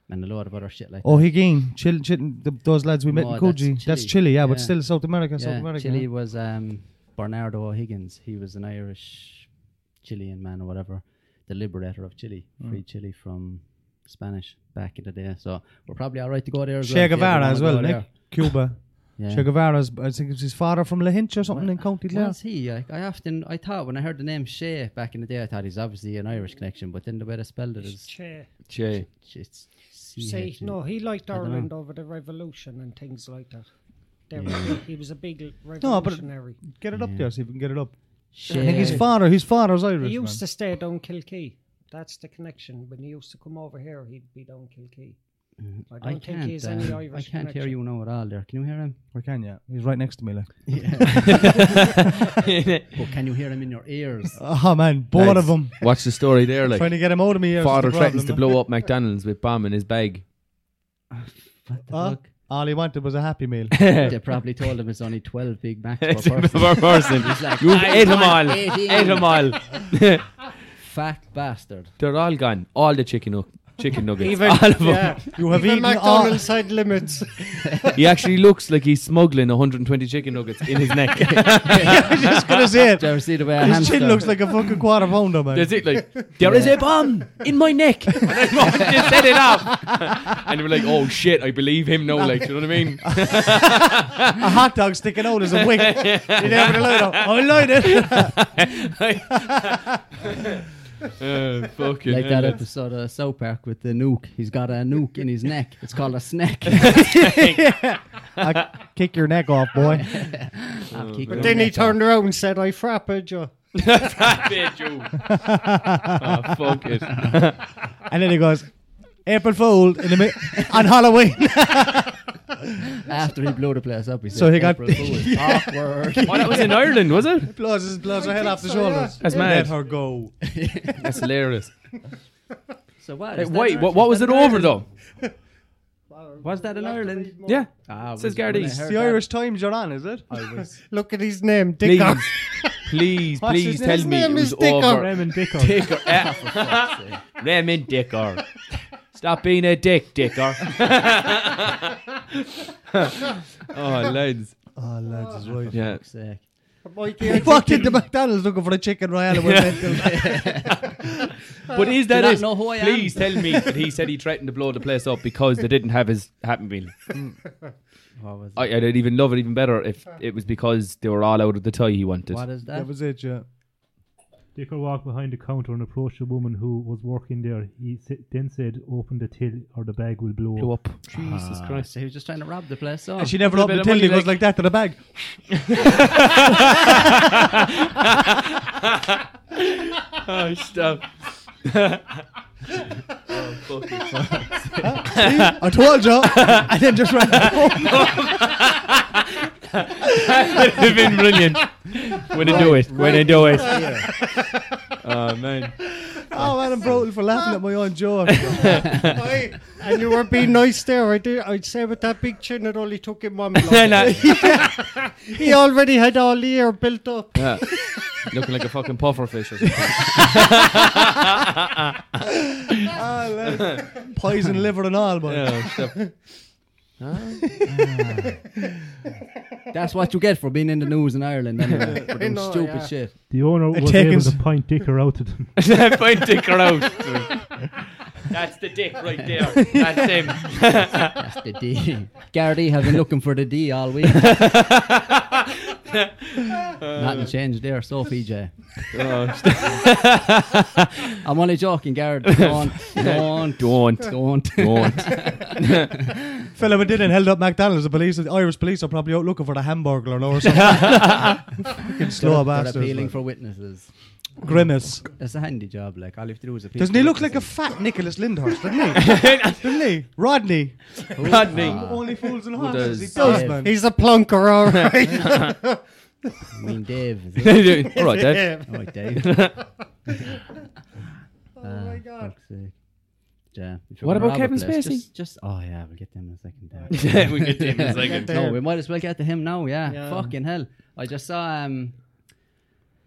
[SPEAKER 4] and a lot of other shit like.
[SPEAKER 1] oh, Higgin, Chil- Chil- th- those lads we met
[SPEAKER 4] No,
[SPEAKER 1] in
[SPEAKER 4] Oh, that's
[SPEAKER 1] Coogee. That's,
[SPEAKER 4] Chile.
[SPEAKER 1] Chile, yeah, but
[SPEAKER 4] Yeah.
[SPEAKER 1] still South America,
[SPEAKER 4] that.
[SPEAKER 1] South
[SPEAKER 4] Yeah,
[SPEAKER 1] America.
[SPEAKER 4] Chile was um, Bernardo O'Higgins. He was an Irish Chilean man or whatever, the liberator of Chile,
[SPEAKER 1] Hmm.
[SPEAKER 4] freed Chile from Spanish back in the day. So we're probably all right to go there. As well
[SPEAKER 1] Che
[SPEAKER 4] if you ever
[SPEAKER 1] Guevara
[SPEAKER 4] wanna
[SPEAKER 1] as well,
[SPEAKER 4] go
[SPEAKER 1] Nick.
[SPEAKER 4] there.
[SPEAKER 1] Cuba.
[SPEAKER 4] Yeah.
[SPEAKER 1] Che Guevara's, I think it's his father from La Hinch or something in County Clare.
[SPEAKER 4] Was he? Like, I often, I thought when I heard the name Shea back in the day, I thought he's obviously an Irish connection, but then the way they spelled it is,
[SPEAKER 5] Che.
[SPEAKER 3] Che.
[SPEAKER 4] it's
[SPEAKER 5] See,
[SPEAKER 4] C-H-E.
[SPEAKER 5] no, he liked
[SPEAKER 4] dunno.
[SPEAKER 5] Ireland over the revolution and things like that. There was- he was a big
[SPEAKER 1] but-
[SPEAKER 5] revolutionary.
[SPEAKER 1] Get it up
[SPEAKER 4] Yeah.
[SPEAKER 1] there, see if we can get it up.
[SPEAKER 4] Shea.
[SPEAKER 1] I think his father, his father's Irish.
[SPEAKER 5] he
[SPEAKER 1] man.
[SPEAKER 5] used to stay down Kilkee. That's the connection. When he used to come over here, he'd be down Kilkee. I don't
[SPEAKER 4] Mm, I
[SPEAKER 5] think he's
[SPEAKER 4] can't,
[SPEAKER 5] any
[SPEAKER 4] um, I
[SPEAKER 5] Irish
[SPEAKER 4] can't hear
[SPEAKER 5] connection.
[SPEAKER 4] you now at all there. Can you hear him?
[SPEAKER 1] We can, yeah. He's right next to me, like.
[SPEAKER 4] But can you hear him in your ears?
[SPEAKER 1] Oh man, both of them.
[SPEAKER 3] Watch the story there. Like,
[SPEAKER 1] Trying to get him out of me. Here is the
[SPEAKER 3] father threatens
[SPEAKER 1] problem,
[SPEAKER 3] to
[SPEAKER 1] man.
[SPEAKER 3] blow up McDonald's with bomb in his bag.
[SPEAKER 4] What the
[SPEAKER 1] Huh?
[SPEAKER 4] fuck?
[SPEAKER 1] All he wanted was a happy meal.
[SPEAKER 4] They probably told him it's only 12 Big Macs per person.
[SPEAKER 3] per person. You've ate them all.
[SPEAKER 4] Eighteen.
[SPEAKER 3] Ate them all.
[SPEAKER 4] Fat bastard.
[SPEAKER 3] They're all gone. All the chicken nu- chicken nuggets.
[SPEAKER 5] Even-
[SPEAKER 3] all of them.
[SPEAKER 5] yeah.
[SPEAKER 1] You have
[SPEAKER 5] Even
[SPEAKER 1] eaten
[SPEAKER 5] McDonald's had limits.
[SPEAKER 3] He actually looks like he's smuggling 120 chicken nuggets in his neck.
[SPEAKER 1] all. I was just gonna say
[SPEAKER 4] Did you
[SPEAKER 1] it.
[SPEAKER 4] ever see the way a
[SPEAKER 1] His
[SPEAKER 4] hamster?
[SPEAKER 1] chin looks like a fucking quarter pounder, man.
[SPEAKER 3] That's it. Like there is a bomb in my neck. And I'm like, just set it up. And we're like, oh shit, I believe him now. Like, do you know what I mean?
[SPEAKER 1] A hot dog sticking out as a wing. you never light up. I light it.
[SPEAKER 3] Uh, fucking
[SPEAKER 4] like that
[SPEAKER 3] hell.
[SPEAKER 4] episode of South Park with the nuke. He's got a nuke in his neck. It's called a snack.
[SPEAKER 1] I kick your neck off, boy.
[SPEAKER 4] I'll keep
[SPEAKER 5] But
[SPEAKER 4] your
[SPEAKER 5] then he
[SPEAKER 4] neck off.
[SPEAKER 5] turned around and said, I frapped you.
[SPEAKER 3] Bit you. oh, fuck it. Oh,
[SPEAKER 1] And then he goes, April Fool in the mi- on Halloween.
[SPEAKER 4] After he blew the place up, he said,
[SPEAKER 1] So he got-
[SPEAKER 4] "April Fool." awkward.
[SPEAKER 3] Oh, that was in Ireland, was it?
[SPEAKER 1] blows his blows her head off the
[SPEAKER 5] so,
[SPEAKER 1] shoulders.
[SPEAKER 5] yeah.
[SPEAKER 3] That's
[SPEAKER 1] Let
[SPEAKER 3] mad.
[SPEAKER 1] her go.
[SPEAKER 3] That's hilarious.
[SPEAKER 4] So what?
[SPEAKER 3] Like,
[SPEAKER 4] is that
[SPEAKER 3] wait,
[SPEAKER 4] an
[SPEAKER 3] what, what was it over though?
[SPEAKER 4] Was that in Ireland?
[SPEAKER 3] Yeah.
[SPEAKER 4] Ah,
[SPEAKER 3] Says
[SPEAKER 4] when- when I
[SPEAKER 3] Gardaí.
[SPEAKER 4] heard
[SPEAKER 1] The
[SPEAKER 4] that,
[SPEAKER 1] Irish Times you're on, is it?
[SPEAKER 4] I was-
[SPEAKER 5] Look at his name,
[SPEAKER 3] Please,
[SPEAKER 5] Dicker.
[SPEAKER 3] please,
[SPEAKER 1] What's his
[SPEAKER 3] please
[SPEAKER 1] name?
[SPEAKER 3] tell
[SPEAKER 1] His
[SPEAKER 3] me
[SPEAKER 5] name
[SPEAKER 3] it was
[SPEAKER 5] is Dickard.
[SPEAKER 3] over.
[SPEAKER 2] Raymond Dickard.
[SPEAKER 3] Dicker. eh, Raymond Dicker. Stop being a dick, Dicker. oh, lads.
[SPEAKER 1] Oh,
[SPEAKER 3] Ah.
[SPEAKER 1] lads, is right.
[SPEAKER 3] Yeah.
[SPEAKER 4] Sick.
[SPEAKER 5] Mikey, I
[SPEAKER 1] He walked into McDonald's looking for a chicken royale. and went mental.
[SPEAKER 3] But is that
[SPEAKER 4] Do not
[SPEAKER 3] it?
[SPEAKER 4] know who I am.
[SPEAKER 3] Please tell me that he said he threatened to blow the place up because they didn't have his happy meal.
[SPEAKER 4] What was
[SPEAKER 3] I, I'd even love it even better if it was because they were all out of the tie he wanted.
[SPEAKER 4] What is that?
[SPEAKER 1] That was it, yeah.
[SPEAKER 2] Dicker walked behind the counter and approached a woman who was working there. He sa- then said, "Open the till, or the bag will blow,
[SPEAKER 3] Blow
[SPEAKER 2] up."
[SPEAKER 3] up. Jesus
[SPEAKER 4] Ah, so he was just trying to rob the place. So
[SPEAKER 1] And she never
[SPEAKER 3] a
[SPEAKER 1] opened
[SPEAKER 3] bit
[SPEAKER 1] the
[SPEAKER 3] of
[SPEAKER 1] till. He
[SPEAKER 3] money,
[SPEAKER 1] goes
[SPEAKER 3] like-
[SPEAKER 1] like that to the bag.
[SPEAKER 3] Oh, stop. oh, fucking.
[SPEAKER 1] I told you. And then just ran home.
[SPEAKER 3] It'd have been brilliant. When I do it. When I do it.
[SPEAKER 4] Here.
[SPEAKER 3] Oh, man.
[SPEAKER 1] Oh, man, I'm brutal for laughing at my own joke.
[SPEAKER 5] Aye, and you were being nice there. I did, I'd say with that big chin, it only took him one blow.
[SPEAKER 3] Then I-
[SPEAKER 5] he already had all the air built up.
[SPEAKER 3] Yeah. Looking like a fucking puffer fish or something.
[SPEAKER 1] Oh, lad. Poison liver and all, but
[SPEAKER 3] Yeah, stop.
[SPEAKER 4] That's what you get for being in the news in Ireland anyway. For doing
[SPEAKER 5] know,
[SPEAKER 4] stupid
[SPEAKER 5] yeah.
[SPEAKER 4] shit.
[SPEAKER 2] The owner
[SPEAKER 1] It
[SPEAKER 2] was
[SPEAKER 1] takes-
[SPEAKER 2] able to point Dicker out to them.
[SPEAKER 3] Find Dicker out. That's the dick right there. That's him.
[SPEAKER 4] That's the D. Gardy have been looking for the D all week. Nothing changed there, so PJ.
[SPEAKER 3] Oh, st-
[SPEAKER 4] I'm only joking, Garrett. Don't, don't,
[SPEAKER 3] don't.
[SPEAKER 4] don't.
[SPEAKER 3] Don't.
[SPEAKER 1] Fella went in and held up McDonald's. The police, the Irish police, are probably out looking for the hamburger now or something. Fucking slow
[SPEAKER 4] They're
[SPEAKER 1] bastards.
[SPEAKER 4] appealing
[SPEAKER 1] man.
[SPEAKER 4] for witnesses.
[SPEAKER 1] Grimace.
[SPEAKER 4] It's a handy job. Like all you have to do is appeal.
[SPEAKER 1] Doesn't
[SPEAKER 4] for
[SPEAKER 1] he look like a
[SPEAKER 4] witnesses.
[SPEAKER 1] fat Nicholas Lindhurst? Doesn't he? Doesn't he? Rodney.
[SPEAKER 3] Rodney.
[SPEAKER 4] Ah,
[SPEAKER 1] Only fools and horses.
[SPEAKER 3] does-
[SPEAKER 1] He does,
[SPEAKER 4] Yeah.
[SPEAKER 1] man.
[SPEAKER 5] He's a plunker, all right.
[SPEAKER 4] I mean, Dave. Is it?
[SPEAKER 3] All right, Dad.
[SPEAKER 4] All right, Dave. Ah,
[SPEAKER 5] oh my god.
[SPEAKER 4] Fuck's sake. Yeah. if
[SPEAKER 3] What
[SPEAKER 4] you're gonna
[SPEAKER 3] about
[SPEAKER 4] rob a
[SPEAKER 3] Kevin
[SPEAKER 4] place,
[SPEAKER 3] Spacey?
[SPEAKER 4] Just, just- oh yeah, we'll get them in a second. Dave.
[SPEAKER 3] Yeah, we get to him in a second.
[SPEAKER 5] Get
[SPEAKER 4] No,
[SPEAKER 5] there.
[SPEAKER 4] we might as well get to him now. Yeah.
[SPEAKER 5] Yeah.
[SPEAKER 4] Fucking hell. I just saw um,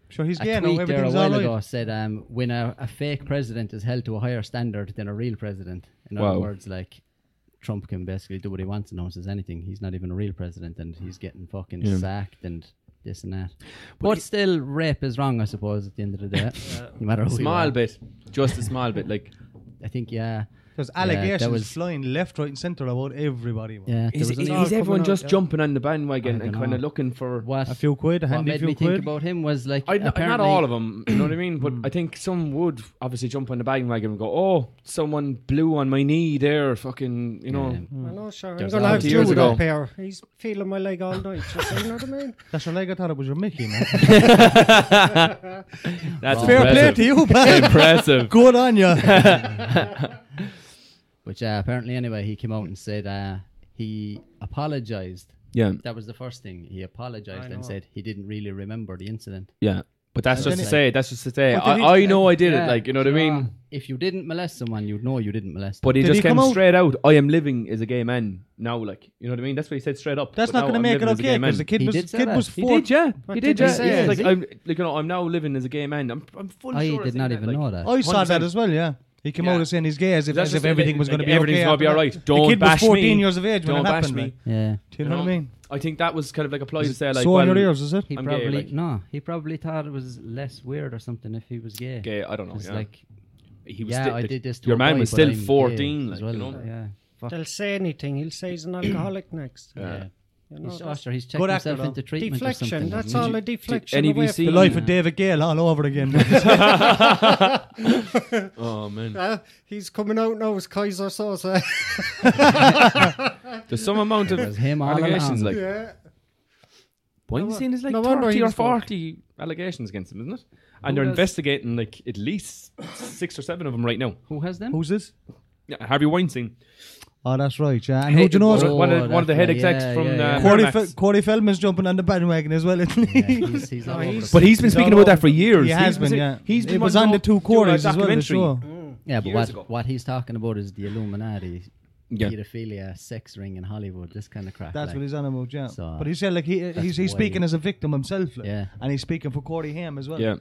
[SPEAKER 1] Sure, he's
[SPEAKER 4] a
[SPEAKER 1] gay now.
[SPEAKER 4] tweet there a
[SPEAKER 1] Everything's all
[SPEAKER 4] while
[SPEAKER 1] right.
[SPEAKER 4] ago said um, when a, a fake president is held to a higher standard than a real president. In other
[SPEAKER 3] Wow.
[SPEAKER 4] words, like Trump can basically do what he wants and no one says anything. He's not even a real president, and he's getting fucking sacked and this and that. But, still, rape is wrong, I suppose. At the end of the day,
[SPEAKER 1] Uh,
[SPEAKER 4] no matter who. you
[SPEAKER 3] Small
[SPEAKER 4] are.
[SPEAKER 3] bit. Just a small bit. Like,
[SPEAKER 4] I think yeah,
[SPEAKER 1] There's
[SPEAKER 4] Yeah, there
[SPEAKER 1] allegations
[SPEAKER 4] was-
[SPEAKER 1] flying left, right, and centre about everybody. Man.
[SPEAKER 4] yeah. there
[SPEAKER 3] is,
[SPEAKER 4] was
[SPEAKER 3] is
[SPEAKER 4] an-
[SPEAKER 3] everyone
[SPEAKER 5] coming
[SPEAKER 3] just
[SPEAKER 5] out, yeah.
[SPEAKER 3] jumping on the bandwagon
[SPEAKER 4] I
[SPEAKER 3] and
[SPEAKER 4] dunno.
[SPEAKER 3] kind of looking for.
[SPEAKER 4] what
[SPEAKER 1] A few quid, a
[SPEAKER 4] what
[SPEAKER 1] handy
[SPEAKER 4] made
[SPEAKER 1] few
[SPEAKER 4] me
[SPEAKER 1] quid.
[SPEAKER 4] think about him was like
[SPEAKER 3] I, Hmm. not, not
[SPEAKER 4] apparently-
[SPEAKER 3] all of them, you know what I mean? But I think some would obviously jump on the bandwagon and go, oh, someone blew on my knee there, fucking, you know.
[SPEAKER 4] Yeah.
[SPEAKER 5] I know, sure. I'm
[SPEAKER 4] There's
[SPEAKER 5] gonna have
[SPEAKER 3] 20 years
[SPEAKER 5] Jude
[SPEAKER 3] ago.
[SPEAKER 5] up here. He's feeling my leg all night. Just, you know what I mean?
[SPEAKER 1] That's your leg. I thought it was your Mickey, man.
[SPEAKER 3] That's
[SPEAKER 4] Wrong.
[SPEAKER 1] Fair play to you, man.
[SPEAKER 3] Impressive.
[SPEAKER 1] Good on you.
[SPEAKER 4] Which uh, apparently, anyway, he came out and said uh, he apologized.
[SPEAKER 3] yeah,
[SPEAKER 4] That was the first thing. He
[SPEAKER 5] I
[SPEAKER 4] apologized
[SPEAKER 5] know.
[SPEAKER 4] and said he didn't really remember the incident.
[SPEAKER 3] yeah. But that's
[SPEAKER 1] And then
[SPEAKER 3] just to
[SPEAKER 1] it-
[SPEAKER 3] say, that's just to say,
[SPEAKER 1] But did
[SPEAKER 3] I,
[SPEAKER 1] he-
[SPEAKER 3] I know I did
[SPEAKER 4] Yeah,
[SPEAKER 3] it, like, you know what I
[SPEAKER 4] so,
[SPEAKER 3] mean?
[SPEAKER 4] uh, If you didn't molest someone, you'd know you didn't molest.
[SPEAKER 3] But he
[SPEAKER 1] Did
[SPEAKER 3] just
[SPEAKER 1] he
[SPEAKER 3] came
[SPEAKER 1] come out?
[SPEAKER 3] straight out. I am living as a gay man now, like you know what I mean. That's what he said straight up.
[SPEAKER 1] That's
[SPEAKER 3] But
[SPEAKER 1] not going to
[SPEAKER 3] now I'm
[SPEAKER 1] make it
[SPEAKER 3] living as a gay
[SPEAKER 1] okay because
[SPEAKER 3] man.
[SPEAKER 1] the kid
[SPEAKER 4] He
[SPEAKER 1] was
[SPEAKER 4] did say
[SPEAKER 1] kid
[SPEAKER 4] that.
[SPEAKER 1] was
[SPEAKER 3] He
[SPEAKER 1] four.
[SPEAKER 3] did, yeah.
[SPEAKER 5] What
[SPEAKER 3] he
[SPEAKER 5] did
[SPEAKER 3] did,
[SPEAKER 5] he
[SPEAKER 3] yeah.
[SPEAKER 5] say?
[SPEAKER 3] He's
[SPEAKER 4] Is
[SPEAKER 3] like,
[SPEAKER 4] he?
[SPEAKER 3] I'm, like, you know, I'm now living as a gay man. I'm, I'm full
[SPEAKER 4] I
[SPEAKER 3] sure.
[SPEAKER 4] did
[SPEAKER 3] said
[SPEAKER 4] not
[SPEAKER 3] that,
[SPEAKER 4] even
[SPEAKER 3] like-
[SPEAKER 4] know that.
[SPEAKER 1] I saw that
[SPEAKER 3] 100%.
[SPEAKER 1] as well. Yeah, he came
[SPEAKER 3] Yeah.
[SPEAKER 1] out as saying he's gay, as if,
[SPEAKER 3] That's
[SPEAKER 1] as
[SPEAKER 3] just
[SPEAKER 1] if
[SPEAKER 3] like-
[SPEAKER 1] everything was
[SPEAKER 3] like
[SPEAKER 1] going to be
[SPEAKER 3] everything's
[SPEAKER 1] okay
[SPEAKER 3] gonna be
[SPEAKER 1] after
[SPEAKER 3] alright.
[SPEAKER 1] that.
[SPEAKER 3] Don't
[SPEAKER 1] the kid
[SPEAKER 3] bash
[SPEAKER 1] was 14
[SPEAKER 3] me.
[SPEAKER 1] years of age when
[SPEAKER 3] Don't
[SPEAKER 1] it
[SPEAKER 3] bash
[SPEAKER 1] happened.
[SPEAKER 3] me.
[SPEAKER 1] like.
[SPEAKER 4] yeah,
[SPEAKER 1] Do you know what I mean?
[SPEAKER 3] I think that was kind of like a ploy to say, like,
[SPEAKER 1] so in
[SPEAKER 3] well,
[SPEAKER 1] your ears, is it?
[SPEAKER 4] he
[SPEAKER 3] I'm gay,
[SPEAKER 4] probably
[SPEAKER 3] like-
[SPEAKER 4] no. He probably thought it was less weird or something if he was gay.
[SPEAKER 3] gay. I don't know.
[SPEAKER 4] It's
[SPEAKER 3] Yeah.
[SPEAKER 4] like
[SPEAKER 3] he was
[SPEAKER 4] yeah,
[SPEAKER 3] still-
[SPEAKER 4] I
[SPEAKER 3] like,
[SPEAKER 4] did this. To
[SPEAKER 3] Your
[SPEAKER 4] a
[SPEAKER 3] man
[SPEAKER 4] boy,
[SPEAKER 3] was
[SPEAKER 4] but
[SPEAKER 3] still
[SPEAKER 4] I'm gay
[SPEAKER 3] 14, like,
[SPEAKER 4] as well.
[SPEAKER 3] you know.
[SPEAKER 4] Yeah, fuck.
[SPEAKER 5] They'll say anything. He'll say he's an alcoholic next.
[SPEAKER 4] yeah.
[SPEAKER 5] You know,
[SPEAKER 4] He's, oh,
[SPEAKER 5] that's
[SPEAKER 4] sure, he's checked
[SPEAKER 1] Good actor,
[SPEAKER 4] himself
[SPEAKER 1] though.
[SPEAKER 4] into treatment or
[SPEAKER 5] deflection.
[SPEAKER 4] something.
[SPEAKER 5] That's
[SPEAKER 4] hasn't he?
[SPEAKER 5] all a deflection. away
[SPEAKER 3] NEBC
[SPEAKER 1] The
[SPEAKER 5] from-
[SPEAKER 1] life of David Gale all over again.
[SPEAKER 3] Oh man,
[SPEAKER 5] Uh, he's coming out now as Kaiser eh? Sosa.
[SPEAKER 3] there's some amount of
[SPEAKER 4] was him all
[SPEAKER 3] allegations
[SPEAKER 4] along.
[SPEAKER 3] like.
[SPEAKER 5] yeah.
[SPEAKER 3] Why
[SPEAKER 5] No
[SPEAKER 3] you
[SPEAKER 5] wo-
[SPEAKER 3] saying there's like
[SPEAKER 5] no wonder
[SPEAKER 3] 30
[SPEAKER 5] he
[SPEAKER 3] or
[SPEAKER 5] was fucked.
[SPEAKER 3] 40 allegations against him, isn't it? And they're
[SPEAKER 4] does-
[SPEAKER 3] investigating like at least six or seven of them right now.
[SPEAKER 4] Who has them?
[SPEAKER 1] Who's this?
[SPEAKER 3] Yeah, Harvey Weinstein.
[SPEAKER 1] Oh, that's right. Yeah, and
[SPEAKER 3] Hey,
[SPEAKER 1] who do you know?
[SPEAKER 3] one,
[SPEAKER 1] is-
[SPEAKER 3] of- one of, one of the
[SPEAKER 4] Oh,
[SPEAKER 3] head
[SPEAKER 4] that's right.
[SPEAKER 3] execs
[SPEAKER 4] Yeah,
[SPEAKER 3] from
[SPEAKER 4] yeah,
[SPEAKER 3] uh,
[SPEAKER 4] yeah.
[SPEAKER 1] Corey,
[SPEAKER 3] Miramax.
[SPEAKER 1] Fel- Corey Feldman's jumping on the bandwagon as well, isn't
[SPEAKER 4] Yeah,
[SPEAKER 1] he?
[SPEAKER 4] he's, he's all
[SPEAKER 5] No,
[SPEAKER 4] over
[SPEAKER 5] he's-
[SPEAKER 4] the-
[SPEAKER 3] But he's been
[SPEAKER 1] He's
[SPEAKER 3] speaking
[SPEAKER 1] all
[SPEAKER 3] about that
[SPEAKER 1] over-
[SPEAKER 3] for years.
[SPEAKER 1] He has
[SPEAKER 3] He's been,
[SPEAKER 1] been, yeah.
[SPEAKER 3] He's been
[SPEAKER 1] it was
[SPEAKER 3] wanting
[SPEAKER 1] on
[SPEAKER 3] to
[SPEAKER 1] the two
[SPEAKER 3] do a
[SPEAKER 1] quarters as well. The
[SPEAKER 3] documentary.
[SPEAKER 1] show.
[SPEAKER 4] Yeah, but
[SPEAKER 3] Years
[SPEAKER 4] what,
[SPEAKER 3] ago.
[SPEAKER 4] what he's talking about is the Illuminati,
[SPEAKER 3] Yeah.
[SPEAKER 4] pedophilia, sex ring in Hollywood, this kind of crap.
[SPEAKER 1] That's
[SPEAKER 4] like.
[SPEAKER 1] what he's on about, yeah.
[SPEAKER 4] So,
[SPEAKER 1] but he said like he he's, he's
[SPEAKER 4] way-
[SPEAKER 1] speaking as a victim himself, like,
[SPEAKER 4] Yeah.
[SPEAKER 1] and he's speaking for Corey Ham as well.
[SPEAKER 3] Yeah.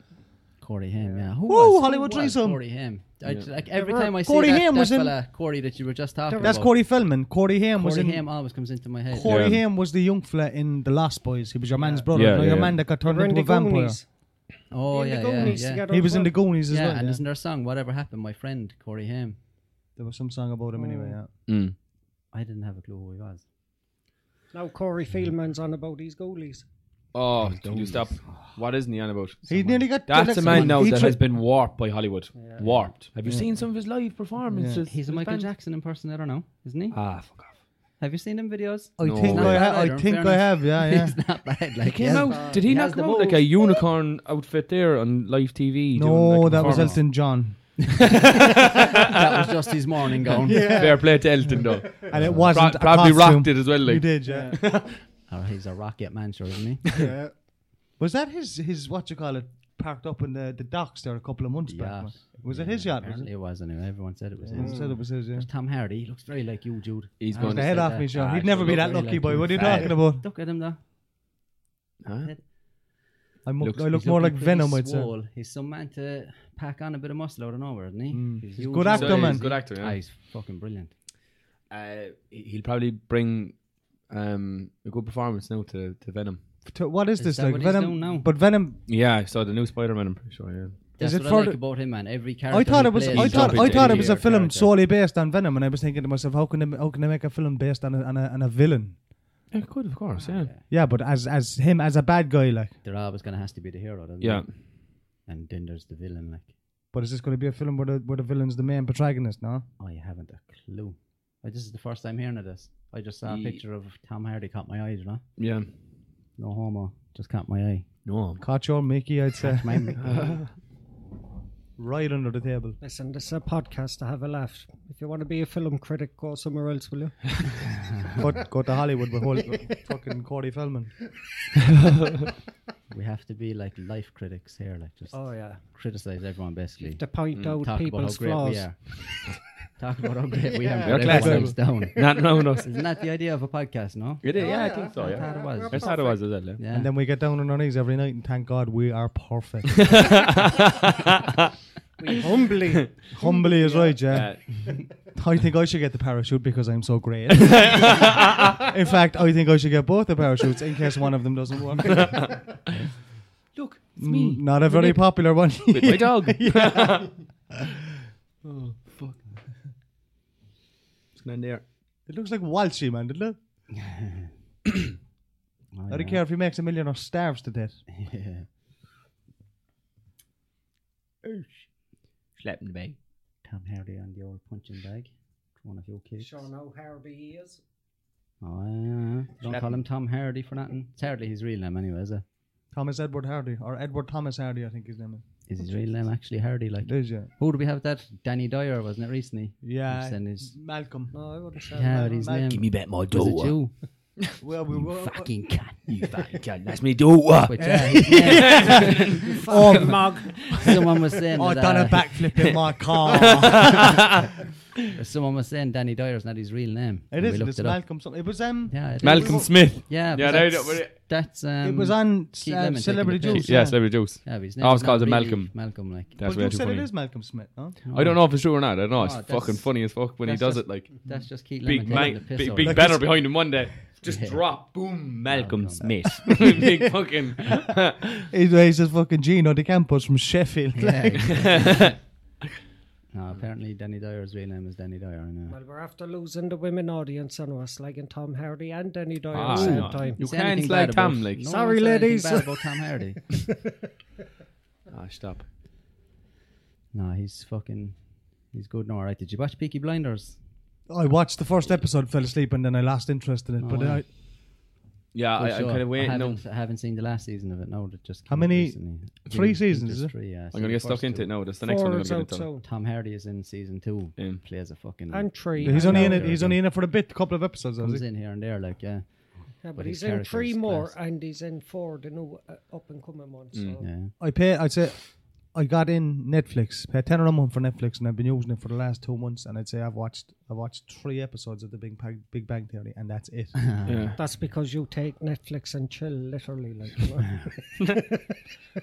[SPEAKER 4] Corey Haim, yeah. Who
[SPEAKER 1] Woo,
[SPEAKER 4] was,
[SPEAKER 1] Hollywood
[SPEAKER 4] who was
[SPEAKER 1] threesome.
[SPEAKER 4] Corey Haim. I,
[SPEAKER 3] Yeah.
[SPEAKER 4] j- like every
[SPEAKER 5] were-
[SPEAKER 4] time I
[SPEAKER 1] Corey
[SPEAKER 4] see that,
[SPEAKER 1] Haim
[SPEAKER 4] that
[SPEAKER 1] was in-
[SPEAKER 4] fella, Corey that you were just talking
[SPEAKER 1] That's
[SPEAKER 4] about.
[SPEAKER 1] Corey Feldman. Corey Ham was
[SPEAKER 4] Corey
[SPEAKER 1] in.
[SPEAKER 4] Haim always comes into my head.
[SPEAKER 1] Corey
[SPEAKER 3] Yeah.
[SPEAKER 1] Haim was the young fella in The Last Boys. He was your man's brother,
[SPEAKER 3] Yeah,
[SPEAKER 1] no,
[SPEAKER 3] yeah,
[SPEAKER 1] your
[SPEAKER 3] yeah.
[SPEAKER 1] man that got turned
[SPEAKER 5] We're in
[SPEAKER 1] into
[SPEAKER 5] the
[SPEAKER 1] a vampire.
[SPEAKER 5] Goonies.
[SPEAKER 4] Oh
[SPEAKER 5] In
[SPEAKER 4] yeah,
[SPEAKER 5] the
[SPEAKER 4] yeah,
[SPEAKER 5] Goonies
[SPEAKER 4] yeah.
[SPEAKER 5] together
[SPEAKER 1] He
[SPEAKER 5] as
[SPEAKER 1] was in
[SPEAKER 5] well.
[SPEAKER 1] the Goonies as
[SPEAKER 4] Yeah,
[SPEAKER 1] well.
[SPEAKER 4] and
[SPEAKER 1] yeah.
[SPEAKER 4] isn't there a song? Whatever happened, my friend Corey Haim.
[SPEAKER 1] There was some song about him anyway. Yeah.
[SPEAKER 3] Mm.
[SPEAKER 4] I didn't have a clue who he was.
[SPEAKER 5] Now Corey Fieldman's on about these goalies.
[SPEAKER 3] Oh, can you stop? What is Neon about?
[SPEAKER 1] He nearly got.
[SPEAKER 3] That's a man now
[SPEAKER 1] he
[SPEAKER 3] that
[SPEAKER 1] tri-
[SPEAKER 3] has been warped by Hollywood. Warped. Have you seen some of his live
[SPEAKER 4] He's
[SPEAKER 3] performances?
[SPEAKER 4] a
[SPEAKER 3] His
[SPEAKER 4] Michael
[SPEAKER 3] band-
[SPEAKER 4] Jackson impersonator now, isn't
[SPEAKER 1] Uh,
[SPEAKER 4] he?
[SPEAKER 3] Ah, fuck off.
[SPEAKER 4] have you seen him videos?
[SPEAKER 1] I
[SPEAKER 3] No.
[SPEAKER 1] think
[SPEAKER 3] Not
[SPEAKER 1] I,
[SPEAKER 4] bad
[SPEAKER 1] ha- I
[SPEAKER 4] either, in
[SPEAKER 1] think I
[SPEAKER 4] fairness.
[SPEAKER 1] have. Yeah, Oh, yeah.
[SPEAKER 4] He's not bad. Like
[SPEAKER 3] Came
[SPEAKER 4] yes.
[SPEAKER 3] out. Did he,
[SPEAKER 4] He
[SPEAKER 3] not
[SPEAKER 4] has
[SPEAKER 3] come
[SPEAKER 4] the
[SPEAKER 3] out like
[SPEAKER 4] moves.
[SPEAKER 3] a unicorn outfit there on live TV?
[SPEAKER 1] no,
[SPEAKER 3] doing, like, a
[SPEAKER 1] that was
[SPEAKER 3] performance?
[SPEAKER 1] Elton John,
[SPEAKER 4] that was just his morning gown.
[SPEAKER 3] Fair play to Elton though.
[SPEAKER 1] and it wasn't.
[SPEAKER 3] Pro-
[SPEAKER 1] a
[SPEAKER 3] probably
[SPEAKER 1] costume.
[SPEAKER 3] rocked it as well. Like.
[SPEAKER 1] He did. Yeah.
[SPEAKER 4] Or Oh, he's a rocket man, sure, isn't he?
[SPEAKER 5] Yeah.
[SPEAKER 1] was that his his what you call it? Parked up in the, the docks there a couple of months back.
[SPEAKER 4] Yacht.
[SPEAKER 1] man. Was it
[SPEAKER 4] Yeah,
[SPEAKER 1] his yacht? Was
[SPEAKER 4] Apparently
[SPEAKER 1] it?
[SPEAKER 4] it was anyway. Everyone said it was
[SPEAKER 1] He
[SPEAKER 4] his.
[SPEAKER 1] said it was his. Yeah.
[SPEAKER 4] There's Tom Hardy. He looks very like you, Jude.
[SPEAKER 3] He's
[SPEAKER 4] I was
[SPEAKER 3] going
[SPEAKER 1] The
[SPEAKER 4] gonna
[SPEAKER 3] to
[SPEAKER 1] head
[SPEAKER 4] say
[SPEAKER 1] off
[SPEAKER 4] that.
[SPEAKER 1] me, sure.
[SPEAKER 3] Ah,
[SPEAKER 1] He'd never
[SPEAKER 3] sure,
[SPEAKER 1] be
[SPEAKER 3] look
[SPEAKER 1] that
[SPEAKER 4] very
[SPEAKER 1] lucky,
[SPEAKER 4] like
[SPEAKER 1] boy.
[SPEAKER 4] him.
[SPEAKER 1] What are you
[SPEAKER 3] Fat.
[SPEAKER 1] talking about?
[SPEAKER 4] Look at him though.
[SPEAKER 3] Huh?
[SPEAKER 1] I'm,
[SPEAKER 3] Looks-
[SPEAKER 1] I
[SPEAKER 4] He's
[SPEAKER 1] look more
[SPEAKER 4] looking
[SPEAKER 1] like
[SPEAKER 4] pretty
[SPEAKER 1] Venom, I'd say.
[SPEAKER 4] swole. He's some man to pack on a bit of muscle out of nowhere, isn't he?
[SPEAKER 1] Mm. He's a
[SPEAKER 4] huge
[SPEAKER 1] good
[SPEAKER 4] as
[SPEAKER 1] actor,
[SPEAKER 4] well,
[SPEAKER 1] man.
[SPEAKER 4] isn't he?
[SPEAKER 3] Good actor, yeah.
[SPEAKER 4] Ah, he's fucking brilliant.
[SPEAKER 3] Uh, he- he'll probably bring um, a good performance now to, to Venom.
[SPEAKER 1] To- What is
[SPEAKER 4] Is
[SPEAKER 1] this
[SPEAKER 4] that
[SPEAKER 1] like?
[SPEAKER 4] what he's doing now?
[SPEAKER 1] Venom, but Venom.
[SPEAKER 3] Yeah, I saw the new Spider Man, I'm pretty sure, yeah.
[SPEAKER 4] That's
[SPEAKER 1] it
[SPEAKER 4] what I
[SPEAKER 1] for
[SPEAKER 4] like
[SPEAKER 1] the-
[SPEAKER 4] about him, man. Every character.
[SPEAKER 1] I thought
[SPEAKER 4] he
[SPEAKER 1] it was.
[SPEAKER 4] plays,
[SPEAKER 1] I
[SPEAKER 3] he's
[SPEAKER 1] thought.
[SPEAKER 3] jumping
[SPEAKER 1] I
[SPEAKER 3] to
[SPEAKER 1] thought it
[SPEAKER 3] any
[SPEAKER 1] was a
[SPEAKER 4] other
[SPEAKER 1] film
[SPEAKER 4] character.
[SPEAKER 1] solely based on Venom, and I was thinking to myself, how can they, how can they make a film based on a, on a, on a villain?
[SPEAKER 3] It could, of course, yeah.
[SPEAKER 1] Yeah, but as as him as a bad guy, like.
[SPEAKER 4] There always gonna has to be the hero, doesn't
[SPEAKER 3] Yeah.
[SPEAKER 4] there? And then there's the villain. Like,
[SPEAKER 1] But is this going to be a film where the where the villain's the main protagonist? No.
[SPEAKER 4] oh, you haven't a clue. Like, this is the first time hearing of this. I just saw a picture of Tom Hardy caught my eye. You know,
[SPEAKER 3] Yeah.
[SPEAKER 4] no homo, just caught my eye.
[SPEAKER 3] No.
[SPEAKER 1] Caught your Mickey, I'd say.
[SPEAKER 4] My Mickey.
[SPEAKER 1] right under the table.
[SPEAKER 5] Listen, this is a podcast to have a laugh. If you want to be a film critic, go somewhere else, will you?
[SPEAKER 1] go, go to Hollywood with whole, fucking Corey Feldman.
[SPEAKER 4] we have to be like life critics here, like just
[SPEAKER 5] Oh yeah.
[SPEAKER 4] criticize everyone basically.
[SPEAKER 5] To point out
[SPEAKER 4] Talk about how
[SPEAKER 5] people's
[SPEAKER 4] great
[SPEAKER 5] flaws.
[SPEAKER 4] we are. Talk about how great we are.
[SPEAKER 5] Yeah.
[SPEAKER 4] but
[SPEAKER 3] We're class
[SPEAKER 4] everyone comes down.
[SPEAKER 3] Not round us.
[SPEAKER 4] Isn't that the idea of a podcast? No.
[SPEAKER 3] It is. Yeah, I think so.
[SPEAKER 4] That's how
[SPEAKER 3] Yeah.
[SPEAKER 4] it was.
[SPEAKER 3] That's how it was as well. Yeah.
[SPEAKER 4] Yeah.
[SPEAKER 1] And then we get down on our knees every night and thank God we are perfect.
[SPEAKER 5] We humbly.
[SPEAKER 1] Humbly is right, yeah.
[SPEAKER 3] Uh,
[SPEAKER 1] I think I should get the parachute because I'm so great. in fact, I think I should get both the parachutes in case one of them doesn't work.
[SPEAKER 3] Look, it's
[SPEAKER 1] Mm, Not a very popular one.
[SPEAKER 3] with my dog. oh fuck! It's gone there.
[SPEAKER 1] It looks like Walshy, man, doesn't it?
[SPEAKER 4] Oh,
[SPEAKER 1] I don't
[SPEAKER 4] yeah.
[SPEAKER 1] care if he makes a million or starves to death.
[SPEAKER 4] Yeah.
[SPEAKER 3] Slapping the bag.
[SPEAKER 4] Tom Hardy on the old punching bag. One of your kids.
[SPEAKER 5] Sean O'Harvey is.
[SPEAKER 4] Oh, yeah. Don't
[SPEAKER 3] Slap
[SPEAKER 4] call him Tom Hardy for nothing. It's hardly his real name anyway, is it?
[SPEAKER 1] Thomas Edward Hardy, or Edward Thomas Hardy, I think his name is.
[SPEAKER 4] Is his real name actually Hardy? Like,
[SPEAKER 1] It is, yeah.
[SPEAKER 4] who do we have that? Danny Dyer, wasn't it recently?
[SPEAKER 1] Yeah.
[SPEAKER 4] Send his-
[SPEAKER 1] Malcolm.
[SPEAKER 5] No, I wouldn't say
[SPEAKER 4] Yeah,
[SPEAKER 5] that.
[SPEAKER 4] but his name.
[SPEAKER 6] Give me back my
[SPEAKER 4] was
[SPEAKER 6] daughter.
[SPEAKER 4] it you?
[SPEAKER 1] Well, we were.
[SPEAKER 4] Fucking uh, cunt.
[SPEAKER 6] You fucking cunt. That's me daughter.
[SPEAKER 4] But yeah, his name-
[SPEAKER 1] Oh, mug.
[SPEAKER 4] someone was saying.
[SPEAKER 1] I
[SPEAKER 4] that,
[SPEAKER 1] done a
[SPEAKER 4] uh,
[SPEAKER 1] backflip in my car.
[SPEAKER 4] Someone was saying Danny Dyer's not his real name.
[SPEAKER 1] it
[SPEAKER 4] and we
[SPEAKER 1] isn't.
[SPEAKER 4] looked
[SPEAKER 1] It's
[SPEAKER 4] it up.
[SPEAKER 1] Malcolm. Something. It was um.
[SPEAKER 4] Yeah, it is.
[SPEAKER 3] Malcolm Smith.
[SPEAKER 4] Yeah,
[SPEAKER 3] Yeah,
[SPEAKER 4] but
[SPEAKER 3] they
[SPEAKER 4] that's,
[SPEAKER 3] don't- but
[SPEAKER 4] that's um,
[SPEAKER 1] It was on
[SPEAKER 4] Keith
[SPEAKER 1] uh,
[SPEAKER 4] Lemon taking
[SPEAKER 1] Celebrity
[SPEAKER 4] the piss.
[SPEAKER 1] Juice.
[SPEAKER 3] Yeah, celebrity juice.
[SPEAKER 4] yeah, but his
[SPEAKER 3] I
[SPEAKER 4] name's
[SPEAKER 3] always Oh, called
[SPEAKER 4] not
[SPEAKER 3] him
[SPEAKER 4] really
[SPEAKER 3] Malcolm.
[SPEAKER 4] Malcolm, like
[SPEAKER 3] That's
[SPEAKER 1] but
[SPEAKER 3] way
[SPEAKER 1] you
[SPEAKER 3] too
[SPEAKER 1] said
[SPEAKER 3] funny.
[SPEAKER 1] it is Malcolm Smith, huh?
[SPEAKER 3] I don't know if it's true or not. I don't know. It's
[SPEAKER 4] Oh, that's-
[SPEAKER 3] fucking funny as fuck when he
[SPEAKER 4] that's
[SPEAKER 3] does
[SPEAKER 4] just-
[SPEAKER 3] it. Like
[SPEAKER 4] that's just Keith
[SPEAKER 3] big,
[SPEAKER 4] Lemon taking
[SPEAKER 3] ma-
[SPEAKER 4] the piss
[SPEAKER 3] big,
[SPEAKER 4] out
[SPEAKER 3] big
[SPEAKER 4] of
[SPEAKER 3] banner
[SPEAKER 4] us.
[SPEAKER 3] behind him one day. Just
[SPEAKER 4] Yeah.
[SPEAKER 3] drop, boom,
[SPEAKER 6] Malcolm Smith.
[SPEAKER 3] big fucking. Ah,
[SPEAKER 1] He's, he's just fucking Gino De Campos from Sheffield.
[SPEAKER 4] Yeah.
[SPEAKER 3] yeah,
[SPEAKER 4] no, apparently Danny Dyer's real name is Danny Dyer. I know.
[SPEAKER 5] Well, we're after losing the women audience and us, like in Tom Hardy and Danny Dyer
[SPEAKER 3] Ah,
[SPEAKER 5] at the same
[SPEAKER 3] no.
[SPEAKER 5] time.
[SPEAKER 3] You
[SPEAKER 4] Say
[SPEAKER 3] can't
[SPEAKER 4] anything
[SPEAKER 3] slag
[SPEAKER 4] bad
[SPEAKER 3] Tom,
[SPEAKER 4] about-
[SPEAKER 3] like.
[SPEAKER 4] no one
[SPEAKER 5] Sorry,
[SPEAKER 4] said anything
[SPEAKER 5] ladies.
[SPEAKER 4] Bad about Tom Hardy.
[SPEAKER 3] ah, stop.
[SPEAKER 4] no, he's fucking. He's good. No, all right. Did you watch Peaky Blinders?
[SPEAKER 1] I watched the first episode, fell asleep, and then I lost interest in it. but
[SPEAKER 4] wow.
[SPEAKER 1] I,
[SPEAKER 3] Yeah,
[SPEAKER 4] Good
[SPEAKER 3] I, I'm
[SPEAKER 4] show.
[SPEAKER 3] kind of waiting. now.
[SPEAKER 4] haven't, I haven't seen the last season of it. No, that just
[SPEAKER 1] How
[SPEAKER 4] came out
[SPEAKER 1] many-
[SPEAKER 4] recently. I
[SPEAKER 1] three
[SPEAKER 4] think
[SPEAKER 1] seasons,
[SPEAKER 4] there's
[SPEAKER 1] is it?
[SPEAKER 4] Three, yeah.
[SPEAKER 3] I'm gonna get stuck into it now. That's the next one I'm gonna
[SPEAKER 5] Four is
[SPEAKER 3] get
[SPEAKER 5] out
[SPEAKER 3] done.
[SPEAKER 5] soon.
[SPEAKER 4] Tom Hardy is in season two.
[SPEAKER 3] Yeah.
[SPEAKER 4] Plays a fucking.
[SPEAKER 5] And three.
[SPEAKER 1] he's
[SPEAKER 5] I
[SPEAKER 1] only
[SPEAKER 5] know.
[SPEAKER 1] in it. He's only in it for a bit, couple of episodes. Has
[SPEAKER 4] comes
[SPEAKER 1] he?
[SPEAKER 4] in here and there, like yeah,
[SPEAKER 5] Yeah, but,
[SPEAKER 4] but his
[SPEAKER 5] he's in three
[SPEAKER 4] character's
[SPEAKER 5] more,
[SPEAKER 4] class.
[SPEAKER 5] and he's in four, the new uh, up and coming one. So
[SPEAKER 4] yeah.
[SPEAKER 1] I pay. I'd say I got in Netflix. Pay ten or a month for Netflix, and I've been using it for the last two months. And I'd say I've watched. I watched three episodes of the Big Bang, Big Bang Theory, and that's it.
[SPEAKER 5] that's because you take Netflix and chill, literally. Like, you know.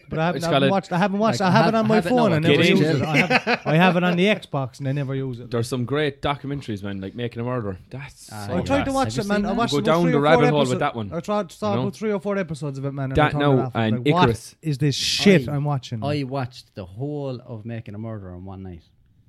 [SPEAKER 1] But I haven't,
[SPEAKER 3] It's
[SPEAKER 1] I
[SPEAKER 3] got
[SPEAKER 1] haven't
[SPEAKER 3] a-
[SPEAKER 1] watched. I haven't watched.
[SPEAKER 4] like,
[SPEAKER 1] I have it
[SPEAKER 4] have-
[SPEAKER 1] on my
[SPEAKER 4] have it
[SPEAKER 1] phone.
[SPEAKER 4] now,
[SPEAKER 1] I never
[SPEAKER 3] get
[SPEAKER 1] use
[SPEAKER 3] in.
[SPEAKER 1] it. I have, I have it on the Xbox, and I never use it.
[SPEAKER 3] There's some great documentaries, man, like Making a Murderer. That's
[SPEAKER 4] Ah,
[SPEAKER 3] so
[SPEAKER 1] I
[SPEAKER 4] yeah.
[SPEAKER 1] tried
[SPEAKER 3] class.
[SPEAKER 1] to watch
[SPEAKER 4] Have
[SPEAKER 1] it,
[SPEAKER 4] you
[SPEAKER 1] man.
[SPEAKER 4] seen
[SPEAKER 1] I
[SPEAKER 4] that?
[SPEAKER 1] watched
[SPEAKER 3] Go
[SPEAKER 1] about
[SPEAKER 3] down
[SPEAKER 1] three
[SPEAKER 3] the
[SPEAKER 1] or four
[SPEAKER 3] rabbit hole with
[SPEAKER 1] episodes-
[SPEAKER 3] that one.
[SPEAKER 1] I tried to start
[SPEAKER 3] You know?
[SPEAKER 1] about three or four episodes of it, man. and I
[SPEAKER 3] That
[SPEAKER 1] turned it
[SPEAKER 3] now
[SPEAKER 1] off. I was
[SPEAKER 3] and
[SPEAKER 1] like, what
[SPEAKER 3] Icarus.
[SPEAKER 1] is this shit
[SPEAKER 4] I-
[SPEAKER 1] I'm watching?
[SPEAKER 3] Mm.
[SPEAKER 4] I watched the whole of Making a Murderer in one night.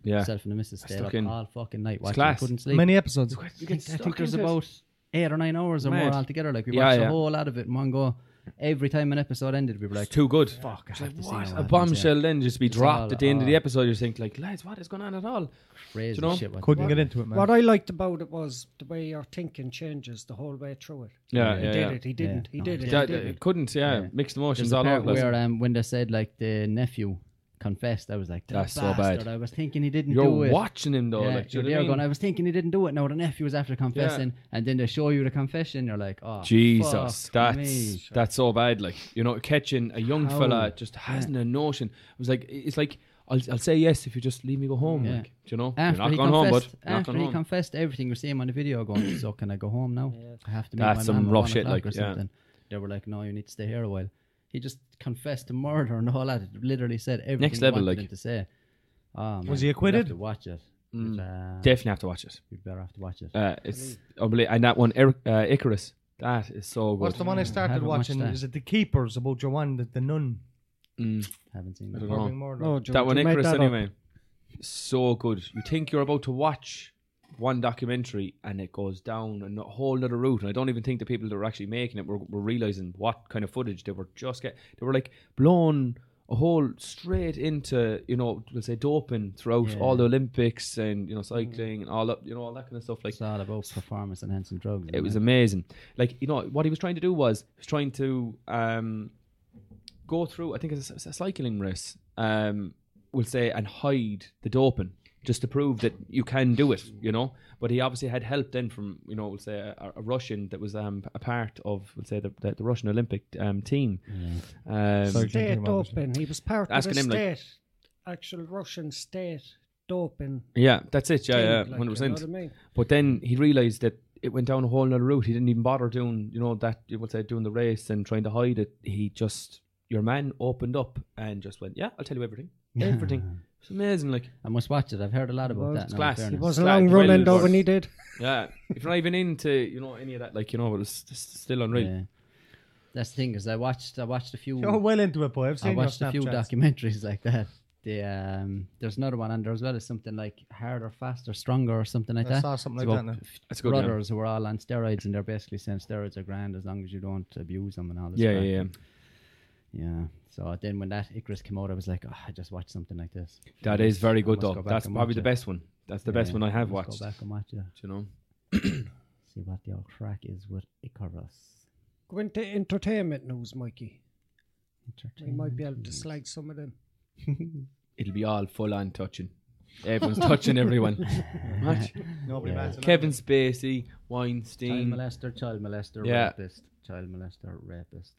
[SPEAKER 3] Yeah.
[SPEAKER 4] Myself and the missus stayed
[SPEAKER 3] stuck
[SPEAKER 4] up
[SPEAKER 3] in.
[SPEAKER 4] all fucking night watching.
[SPEAKER 3] class.
[SPEAKER 4] Couldn't sleep.
[SPEAKER 1] Many episodes.
[SPEAKER 4] I think, I think there's about eight or nine hours or more
[SPEAKER 3] Mad.
[SPEAKER 4] altogether. Like we
[SPEAKER 3] Yeah,
[SPEAKER 4] watched
[SPEAKER 3] yeah.
[SPEAKER 4] a whole lot of it in one go. Every time an episode ended, we were like,
[SPEAKER 3] Too good. Fuck.
[SPEAKER 4] I have to see
[SPEAKER 3] What? A bombshell then just be dropped
[SPEAKER 4] all-
[SPEAKER 3] at the end of
[SPEAKER 4] oh.
[SPEAKER 3] the episode. You think like, lads, what is going on at all?
[SPEAKER 4] Crazy
[SPEAKER 3] Do you know?
[SPEAKER 4] shit. went
[SPEAKER 1] Couldn't
[SPEAKER 4] down.
[SPEAKER 1] get into it, man.
[SPEAKER 5] what I liked about it was the way your thinking changes the whole way through it.
[SPEAKER 3] Yeah,
[SPEAKER 5] he
[SPEAKER 3] yeah,
[SPEAKER 5] did
[SPEAKER 3] yeah.
[SPEAKER 5] it. He didn't. He
[SPEAKER 4] No,
[SPEAKER 5] did
[SPEAKER 4] he
[SPEAKER 5] it.
[SPEAKER 3] Yeah,
[SPEAKER 5] He
[SPEAKER 3] yeah,
[SPEAKER 5] did it.
[SPEAKER 3] couldn't. Yeah,
[SPEAKER 4] Yeah.
[SPEAKER 3] mixed
[SPEAKER 4] There's
[SPEAKER 3] emotions
[SPEAKER 4] a
[SPEAKER 3] all over.
[SPEAKER 4] part
[SPEAKER 3] the place.
[SPEAKER 4] where um, when they said like the nephew confessed, I was like,
[SPEAKER 3] That's so
[SPEAKER 4] bastard,
[SPEAKER 3] bad.
[SPEAKER 4] I was thinking he didn't do
[SPEAKER 3] You're
[SPEAKER 4] it.
[SPEAKER 3] watching him though.
[SPEAKER 4] Yeah,
[SPEAKER 3] like, do
[SPEAKER 4] you're
[SPEAKER 3] you know
[SPEAKER 4] there
[SPEAKER 3] what I mean?
[SPEAKER 4] going, I was thinking he didn't do it. No, the nephew was after confessing, and then they show you the confession. You're like, oh,
[SPEAKER 3] Jesus,
[SPEAKER 4] fuck
[SPEAKER 3] that's
[SPEAKER 4] me.
[SPEAKER 3] that's so bad. Like you know, catching a young
[SPEAKER 4] How?
[SPEAKER 3] fella just hasn't a notion. I was like, it's like I'll, I'll say yes if you just leave me go home.
[SPEAKER 4] Yeah.
[SPEAKER 3] Like do you know,
[SPEAKER 4] After
[SPEAKER 3] you're
[SPEAKER 4] he
[SPEAKER 3] not going home, bud.
[SPEAKER 4] confessed,
[SPEAKER 3] You're not
[SPEAKER 4] after
[SPEAKER 3] going
[SPEAKER 4] he
[SPEAKER 3] home.
[SPEAKER 4] confessed everything, we see him on the video going, so can I go home now? I have to meet
[SPEAKER 3] That's
[SPEAKER 4] my
[SPEAKER 3] some
[SPEAKER 4] mum at
[SPEAKER 3] rough
[SPEAKER 4] one
[SPEAKER 3] shit,
[SPEAKER 4] o'clock
[SPEAKER 3] like,
[SPEAKER 4] or
[SPEAKER 3] yeah.
[SPEAKER 4] something. They were like, no, you need to stay here a while. He just confessed to murder and all that. It literally said everything
[SPEAKER 3] Next
[SPEAKER 4] he
[SPEAKER 3] level,
[SPEAKER 4] wanted
[SPEAKER 3] like.
[SPEAKER 4] him to say. Oh, man,
[SPEAKER 1] he
[SPEAKER 4] you'd
[SPEAKER 1] acquitted?
[SPEAKER 4] have to watch it.
[SPEAKER 3] Mm.
[SPEAKER 4] You'd, uh,
[SPEAKER 3] Definitely have to watch it.
[SPEAKER 4] you'd better have to watch it.
[SPEAKER 3] Uh, it's unbelievable. And that one, Eric, uh, Icarus, that is so good.
[SPEAKER 1] What's the one I started
[SPEAKER 4] haven't watched
[SPEAKER 1] watching?
[SPEAKER 4] that.
[SPEAKER 1] Is it The Keepers about your one, the, the nun?
[SPEAKER 3] Mm,
[SPEAKER 4] Haven't seen
[SPEAKER 3] I
[SPEAKER 4] it.
[SPEAKER 3] don't
[SPEAKER 1] Robin
[SPEAKER 5] Oh,
[SPEAKER 3] know.
[SPEAKER 1] Murdoch?
[SPEAKER 5] No, Joe,
[SPEAKER 3] That one,
[SPEAKER 5] you made
[SPEAKER 3] Icarus,
[SPEAKER 5] that up.
[SPEAKER 3] anyway. So good. You think you're about to watch one documentary and it goes down a no- whole other route. And I don't even think the people that were actually making it were, were realizing what kind of footage they were just getting. They were like blown a whole straight into you know we'll say doping throughout all the Olympics and you know cycling and all that you know all that kind of stuff like
[SPEAKER 4] It's all about performance enhancing drugs.
[SPEAKER 3] it
[SPEAKER 4] isn't
[SPEAKER 3] was amazing. Like you know what he was trying to do was he was trying to um, go through. I think it's a, it's a cycling race. Um, we'll say and hide the doping just to prove that you can do it. You know, but he obviously had help then from you know we'll say a, a Russian that was um, a part of we'll say the, the, the Russian Olympic um, team. Um,
[SPEAKER 1] Sorry.
[SPEAKER 5] State
[SPEAKER 1] Drinking him, obviously.
[SPEAKER 5] doping. He was part
[SPEAKER 3] Asking
[SPEAKER 5] of the
[SPEAKER 3] him, like-
[SPEAKER 5] state, actual Russian state doping.
[SPEAKER 3] Yeah, that's it. Yeah,
[SPEAKER 5] thing, like,
[SPEAKER 3] yeah,
[SPEAKER 5] you
[SPEAKER 3] hundred
[SPEAKER 5] know
[SPEAKER 3] percent.
[SPEAKER 5] what I mean?
[SPEAKER 3] But then he realized that it went down a whole other route. He didn't even bother doing, you know, that you would say doing the race and trying to hide it. He just your man opened up and just went, yeah, I'll tell you everything, everything. It's amazing, like
[SPEAKER 4] I must watch it. I've heard a lot about
[SPEAKER 5] Well,
[SPEAKER 4] that.
[SPEAKER 5] it's
[SPEAKER 4] now, in
[SPEAKER 3] class. It
[SPEAKER 4] fairness.
[SPEAKER 5] It was a
[SPEAKER 3] Glad
[SPEAKER 5] long
[SPEAKER 3] you
[SPEAKER 5] run
[SPEAKER 3] went
[SPEAKER 5] end though
[SPEAKER 3] first.
[SPEAKER 5] when he did.
[SPEAKER 3] yeah. if you're not even into, you know, any of that, like you know, it's, it's still unreal.
[SPEAKER 4] Yeah. That's the thing is I watched I watched a few
[SPEAKER 1] You're Oh, well into it, boy. I've seen
[SPEAKER 4] I watched
[SPEAKER 1] your
[SPEAKER 4] a few
[SPEAKER 1] Snapchats.
[SPEAKER 4] documentaries like that. The, um, there's another one on there as well as something like harder, faster, stronger or something like
[SPEAKER 1] I
[SPEAKER 4] that.
[SPEAKER 1] saw something
[SPEAKER 4] eh? It's
[SPEAKER 1] like
[SPEAKER 4] about
[SPEAKER 1] that now.
[SPEAKER 4] f-
[SPEAKER 3] That's a good one.
[SPEAKER 4] Brothers who are all on steroids and they're basically saying steroids are grand as long as you don't abuse them and all this.
[SPEAKER 3] Yeah,
[SPEAKER 4] crap.
[SPEAKER 3] yeah, yeah.
[SPEAKER 4] Yeah. So then when that Icarus came out, I was like, oh, I just watched something like this.
[SPEAKER 3] That is very good
[SPEAKER 4] must
[SPEAKER 3] though.
[SPEAKER 4] go back
[SPEAKER 3] That's
[SPEAKER 4] and
[SPEAKER 3] probably
[SPEAKER 4] watch
[SPEAKER 3] the
[SPEAKER 4] it.
[SPEAKER 3] best one. That's the best
[SPEAKER 4] Yeah,
[SPEAKER 3] one I have
[SPEAKER 4] must
[SPEAKER 3] watched.
[SPEAKER 4] Go back and watch it.
[SPEAKER 3] You know,
[SPEAKER 4] See what the old crack is with Icarus.
[SPEAKER 5] Go into entertainment news, Mikey. We might be able to
[SPEAKER 4] Entertainment.
[SPEAKER 5] slag some of them.
[SPEAKER 3] it'll be all full on touching. Everyone's touching everyone. Watch.
[SPEAKER 1] Nobody
[SPEAKER 4] Yeah.
[SPEAKER 1] bats an eye.
[SPEAKER 3] Kevin Spacey,
[SPEAKER 4] Child
[SPEAKER 3] Weinstein,
[SPEAKER 4] molester, child molester,
[SPEAKER 3] Yeah.
[SPEAKER 4] rapist, child molester, rapist.